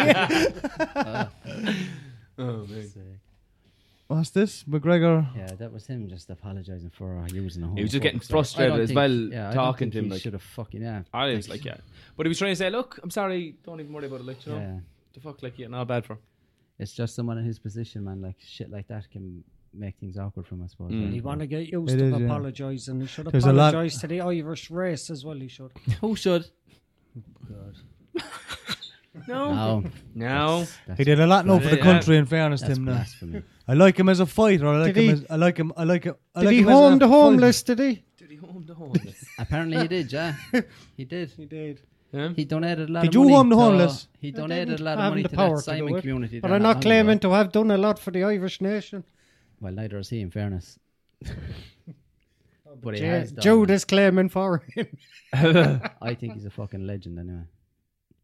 [SPEAKER 1] What's this? McGregor.
[SPEAKER 4] Yeah, that was him just apologising for uh, using a
[SPEAKER 3] He was just
[SPEAKER 4] homophobic
[SPEAKER 3] getting
[SPEAKER 4] slur. I
[SPEAKER 3] frustrated
[SPEAKER 4] don't
[SPEAKER 3] as
[SPEAKER 4] think-
[SPEAKER 3] well,
[SPEAKER 4] yeah,
[SPEAKER 3] talking to him,
[SPEAKER 4] He
[SPEAKER 3] like-
[SPEAKER 4] should have fucking yeah.
[SPEAKER 3] I was like, yeah. But he was trying to say, look, I'm sorry, don't even worry about it. Like, you know,
[SPEAKER 4] Yeah,
[SPEAKER 3] the fuck, like, you're not bad for him.
[SPEAKER 4] it's just someone in his position, man. Like shit like that can make things awkward for him, I suppose.
[SPEAKER 3] Mm.
[SPEAKER 4] yeah.
[SPEAKER 5] He want to get used
[SPEAKER 1] It
[SPEAKER 5] to
[SPEAKER 1] is, yeah.
[SPEAKER 5] apologising. He should
[SPEAKER 1] There's a lot-
[SPEAKER 5] apologise to the Irish race as well. He should.
[SPEAKER 4] Who should? No.
[SPEAKER 3] No.
[SPEAKER 4] That's,
[SPEAKER 1] He did a lot now for the
[SPEAKER 3] Yeah.
[SPEAKER 1] country. In fairness to
[SPEAKER 4] Oh, that's
[SPEAKER 1] him, now.
[SPEAKER 4] blasphemy.
[SPEAKER 1] I like him as a fighter. I like
[SPEAKER 5] Did
[SPEAKER 1] him.
[SPEAKER 5] he-
[SPEAKER 1] As, I like him. I like him. I
[SPEAKER 5] Did
[SPEAKER 1] like
[SPEAKER 5] he
[SPEAKER 1] him as
[SPEAKER 5] home
[SPEAKER 1] a
[SPEAKER 5] the
[SPEAKER 1] fighter.
[SPEAKER 5] homeless? Did he?
[SPEAKER 3] Did he home the homeless?
[SPEAKER 4] Apparently he did, yeah. He did.
[SPEAKER 5] He did.
[SPEAKER 3] yeah?
[SPEAKER 4] He donated a lot
[SPEAKER 1] Did
[SPEAKER 4] of
[SPEAKER 1] you
[SPEAKER 4] money.
[SPEAKER 1] harm the
[SPEAKER 4] to-
[SPEAKER 1] homeless?
[SPEAKER 4] He
[SPEAKER 5] I
[SPEAKER 4] donated
[SPEAKER 5] didn't.
[SPEAKER 4] a lot
[SPEAKER 5] I
[SPEAKER 4] of
[SPEAKER 5] haven't
[SPEAKER 4] money
[SPEAKER 5] the
[SPEAKER 4] to
[SPEAKER 5] power
[SPEAKER 4] that
[SPEAKER 5] to
[SPEAKER 4] Simon
[SPEAKER 5] do it.
[SPEAKER 4] community.
[SPEAKER 5] But
[SPEAKER 4] down at
[SPEAKER 5] I'm not
[SPEAKER 4] Hollywood.
[SPEAKER 5] claiming to have done a lot for the Irish nation.
[SPEAKER 4] Well, neither is he, in fairness.
[SPEAKER 5] Oh,
[SPEAKER 4] but he
[SPEAKER 5] Ju-
[SPEAKER 4] has done.
[SPEAKER 5] Jude is claiming for him.
[SPEAKER 4] I think he's a fucking legend anyway.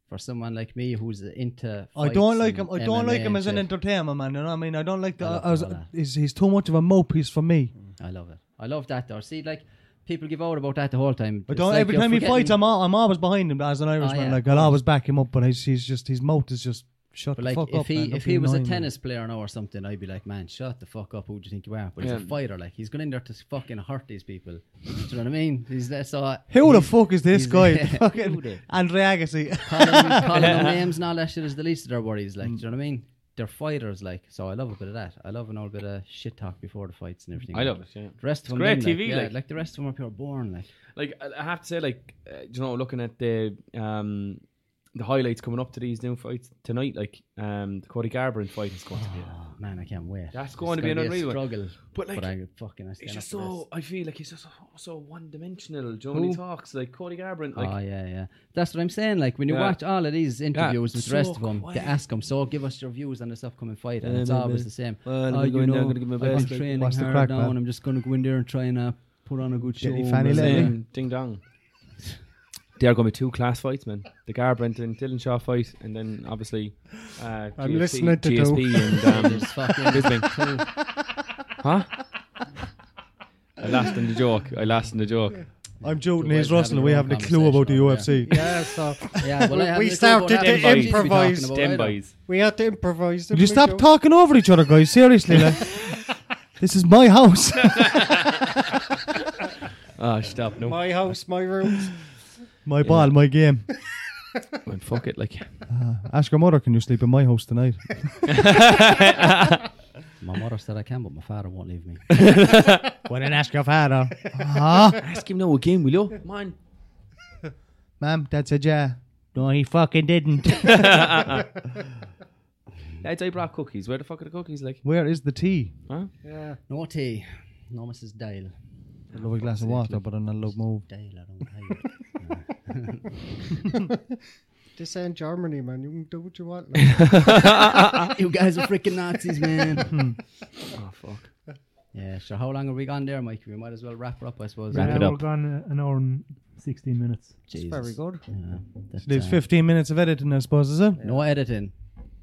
[SPEAKER 4] For someone like me who's into.
[SPEAKER 1] I
[SPEAKER 4] fights
[SPEAKER 1] don't like him.
[SPEAKER 4] and
[SPEAKER 1] I don't
[SPEAKER 4] MMA
[SPEAKER 1] like him
[SPEAKER 4] and
[SPEAKER 1] as an
[SPEAKER 4] shit.
[SPEAKER 1] entertainer, man. You know what I mean? I don't like the.
[SPEAKER 4] I love
[SPEAKER 1] I was,
[SPEAKER 4] all that.
[SPEAKER 1] he's, he's too much of a mo piece for me.
[SPEAKER 4] I love it. I love that though. See, like people give out about that the whole time.
[SPEAKER 1] I
[SPEAKER 4] It's
[SPEAKER 1] don't.
[SPEAKER 4] like
[SPEAKER 1] every
[SPEAKER 4] you're
[SPEAKER 1] time he
[SPEAKER 4] forgetting- Oh,
[SPEAKER 1] fights, I'm, al- I'm always behind him as an Irishman.
[SPEAKER 4] yeah,
[SPEAKER 1] like
[SPEAKER 4] of
[SPEAKER 1] I'll always back him up, but he's, he's just his mouth is just shut
[SPEAKER 4] But
[SPEAKER 1] the
[SPEAKER 4] like,
[SPEAKER 1] fuck
[SPEAKER 4] if
[SPEAKER 1] up.
[SPEAKER 4] he
[SPEAKER 1] man. Don't
[SPEAKER 4] if
[SPEAKER 1] be
[SPEAKER 4] he was a
[SPEAKER 1] annoying, man.
[SPEAKER 4] tennis player now or something, I'd be like, man, shut the fuck up. Who do you think you are? But he's
[SPEAKER 3] Yeah.
[SPEAKER 4] a fighter. Like he's going in there to fucking hurt these people. do you know what I mean? He's there. So
[SPEAKER 1] Who the
[SPEAKER 4] he's-
[SPEAKER 1] fuck is this
[SPEAKER 4] he's-
[SPEAKER 1] guy?
[SPEAKER 4] Who
[SPEAKER 1] Fucking
[SPEAKER 4] the-
[SPEAKER 1] Andre Agassi.
[SPEAKER 4] calling, calling them names and all that shit is the least of their worries.
[SPEAKER 1] Mm.
[SPEAKER 4] Like, do you know what I mean? They're fighters, like. So I love a bit of that. I love an old bit of shit talk before the fights and everything.
[SPEAKER 3] I love it. Yeah.
[SPEAKER 4] The rest of them,
[SPEAKER 3] great
[SPEAKER 4] then,
[SPEAKER 3] TV,
[SPEAKER 4] yeah,
[SPEAKER 3] like.
[SPEAKER 4] like the rest of them are pure born, like.
[SPEAKER 3] Like I- I have to say, like uh, you know, looking at the um the highlights coming up to these new fights tonight, like um the Cody Garbrandt fight is going to be.
[SPEAKER 4] Oh man, I can't wait.
[SPEAKER 3] That's
[SPEAKER 4] It's
[SPEAKER 3] going to be
[SPEAKER 4] gonna
[SPEAKER 3] an unreal
[SPEAKER 4] a
[SPEAKER 3] one.
[SPEAKER 4] struggle.
[SPEAKER 3] But, like,
[SPEAKER 4] I fucking I
[SPEAKER 3] It's
[SPEAKER 4] stand
[SPEAKER 3] just
[SPEAKER 4] up for this.
[SPEAKER 3] so. I feel like he's just so, so one dimensional. Do you know when
[SPEAKER 4] Who?
[SPEAKER 3] he talks like Cody Garbrandt? Like
[SPEAKER 4] oh yeah, yeah. That's what I'm saying. Like when you
[SPEAKER 3] Yeah.
[SPEAKER 4] watch all of these interviews with
[SPEAKER 3] So
[SPEAKER 4] the rest of them,
[SPEAKER 3] quiet.
[SPEAKER 4] they ask them, "So give us your views on this upcoming fight," and
[SPEAKER 3] Yeah,
[SPEAKER 4] it's
[SPEAKER 3] man,
[SPEAKER 4] always
[SPEAKER 3] man.
[SPEAKER 4] the same.
[SPEAKER 3] Well, I'm
[SPEAKER 4] oh,
[SPEAKER 3] gonna go
[SPEAKER 4] you
[SPEAKER 3] in there,
[SPEAKER 4] know,
[SPEAKER 3] I'm gonna give my
[SPEAKER 4] I've
[SPEAKER 3] best,
[SPEAKER 4] been
[SPEAKER 3] like,
[SPEAKER 4] training
[SPEAKER 1] what's the
[SPEAKER 4] hard
[SPEAKER 1] crack,
[SPEAKER 4] now,
[SPEAKER 1] man?
[SPEAKER 4] and I'm just gonna go in there and try and uh, put on a good show.
[SPEAKER 1] Get your
[SPEAKER 4] and
[SPEAKER 1] fanny
[SPEAKER 4] blah, blah,
[SPEAKER 1] leg
[SPEAKER 4] blah."
[SPEAKER 1] in.
[SPEAKER 3] Ding, ding dong. There are going to be two class fights, man. The Garbrandt and Dillonshaw fight, and then obviously uh,
[SPEAKER 5] I'm
[SPEAKER 3] GSP,
[SPEAKER 5] listening to
[SPEAKER 3] GSP and um,
[SPEAKER 4] There's fucking
[SPEAKER 3] Bisbing. huh? I lost in the joke. I lost in the joke.
[SPEAKER 1] I'm Jude and
[SPEAKER 4] Otherwise
[SPEAKER 1] he's
[SPEAKER 4] we're
[SPEAKER 1] Russell.
[SPEAKER 4] having
[SPEAKER 1] We
[SPEAKER 4] our
[SPEAKER 1] haven't a
[SPEAKER 4] own
[SPEAKER 1] clue about the
[SPEAKER 4] conversation,
[SPEAKER 1] UFC.
[SPEAKER 5] yeah, so
[SPEAKER 4] Yeah, well, I haven't
[SPEAKER 5] We
[SPEAKER 4] a clue
[SPEAKER 5] started
[SPEAKER 4] about that,
[SPEAKER 5] to
[SPEAKER 4] but we should be
[SPEAKER 5] improvise.
[SPEAKER 4] talking about
[SPEAKER 3] Dem
[SPEAKER 4] it.
[SPEAKER 3] boys.
[SPEAKER 5] we had to improvise.
[SPEAKER 1] Will
[SPEAKER 5] didn't
[SPEAKER 1] you
[SPEAKER 5] we,
[SPEAKER 1] stop
[SPEAKER 5] Joe?
[SPEAKER 1] talking over each other, guys? Seriously, like, this is my house.
[SPEAKER 3] Ah, stop. No.
[SPEAKER 5] My house, my rules.
[SPEAKER 1] my ball, my game.
[SPEAKER 3] Man, fuck it. Like,
[SPEAKER 1] Ask your mother, can you sleep in my house tonight?
[SPEAKER 4] My mother said I can, but my father won't leave me.
[SPEAKER 1] well, then ask your father. Ah,
[SPEAKER 3] ask him now again, will you? Man.
[SPEAKER 1] ma'am, that's a yeah. No, he fucking didn't.
[SPEAKER 3] Lads, I brought cookies. Where the fuck are the cookies? Like,
[SPEAKER 1] Where is the tea?
[SPEAKER 3] huh?
[SPEAKER 5] Yeah.
[SPEAKER 4] no tea. No, Mrs. Dale.
[SPEAKER 1] I love a glass of water, but I'm not allowed to move.
[SPEAKER 4] Dale, I don't hate.
[SPEAKER 5] This ain't Germany, man. You can do what you want. like.
[SPEAKER 4] you guys are freaking Nazis, man.
[SPEAKER 3] Oh, fuck.
[SPEAKER 4] yeah, sure. How long are we gone there, Mike? We might as well wrap her up, I suppose.
[SPEAKER 6] Wrap
[SPEAKER 2] yeah,
[SPEAKER 6] it
[SPEAKER 2] we're
[SPEAKER 6] up.
[SPEAKER 2] gone uh, an hour and 16 minutes.
[SPEAKER 4] Jesus.
[SPEAKER 5] Very good.
[SPEAKER 4] Yeah, that's,
[SPEAKER 1] There's
[SPEAKER 4] uh,
[SPEAKER 1] 15 minutes of editing, I suppose, is it?
[SPEAKER 4] No editing.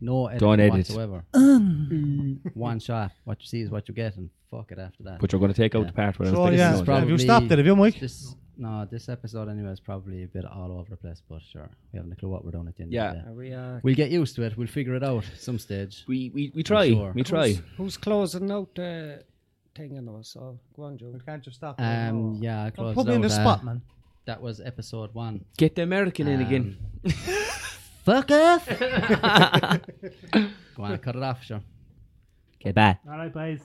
[SPEAKER 4] No editing
[SPEAKER 6] Don't edit.
[SPEAKER 4] whatsoever.
[SPEAKER 1] Um.
[SPEAKER 4] One shot. What you see is what you get, and fuck it after that.
[SPEAKER 6] But you're going to take out the part where I
[SPEAKER 1] So,
[SPEAKER 6] was
[SPEAKER 1] yeah.
[SPEAKER 6] yeah.
[SPEAKER 4] This is
[SPEAKER 1] Have you stopped it, have you, Mike?
[SPEAKER 4] This, no, this episode anyway is probably a bit all over the place, but sure. We haven't a clue what we're doing at the end
[SPEAKER 3] Yeah.
[SPEAKER 4] of the day.
[SPEAKER 5] we, uh,
[SPEAKER 4] We'll get used to it. We'll figure it out some stage.
[SPEAKER 3] We, we, we try.
[SPEAKER 4] sure.
[SPEAKER 3] We try.
[SPEAKER 5] Who's, who's closing out the thing and all? So go on, Joe.
[SPEAKER 1] can't just stop.
[SPEAKER 4] Um, yeah, I'll close
[SPEAKER 1] Oh. Put me
[SPEAKER 4] it
[SPEAKER 1] in the
[SPEAKER 4] out, uh,
[SPEAKER 1] spot, man.
[SPEAKER 4] That was episode one.
[SPEAKER 3] Get the American in
[SPEAKER 4] Um,
[SPEAKER 3] again.
[SPEAKER 4] Fuck off! Go on, cut it off, sure.
[SPEAKER 6] Okay, bye.
[SPEAKER 2] All right, guys.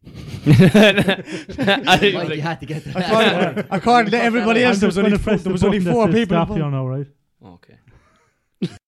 [SPEAKER 4] Mike, you had to get that.
[SPEAKER 1] According to everybody else, there was only, four, there was only four people.
[SPEAKER 2] Stop
[SPEAKER 1] involved.
[SPEAKER 2] you now, right?
[SPEAKER 3] Okay.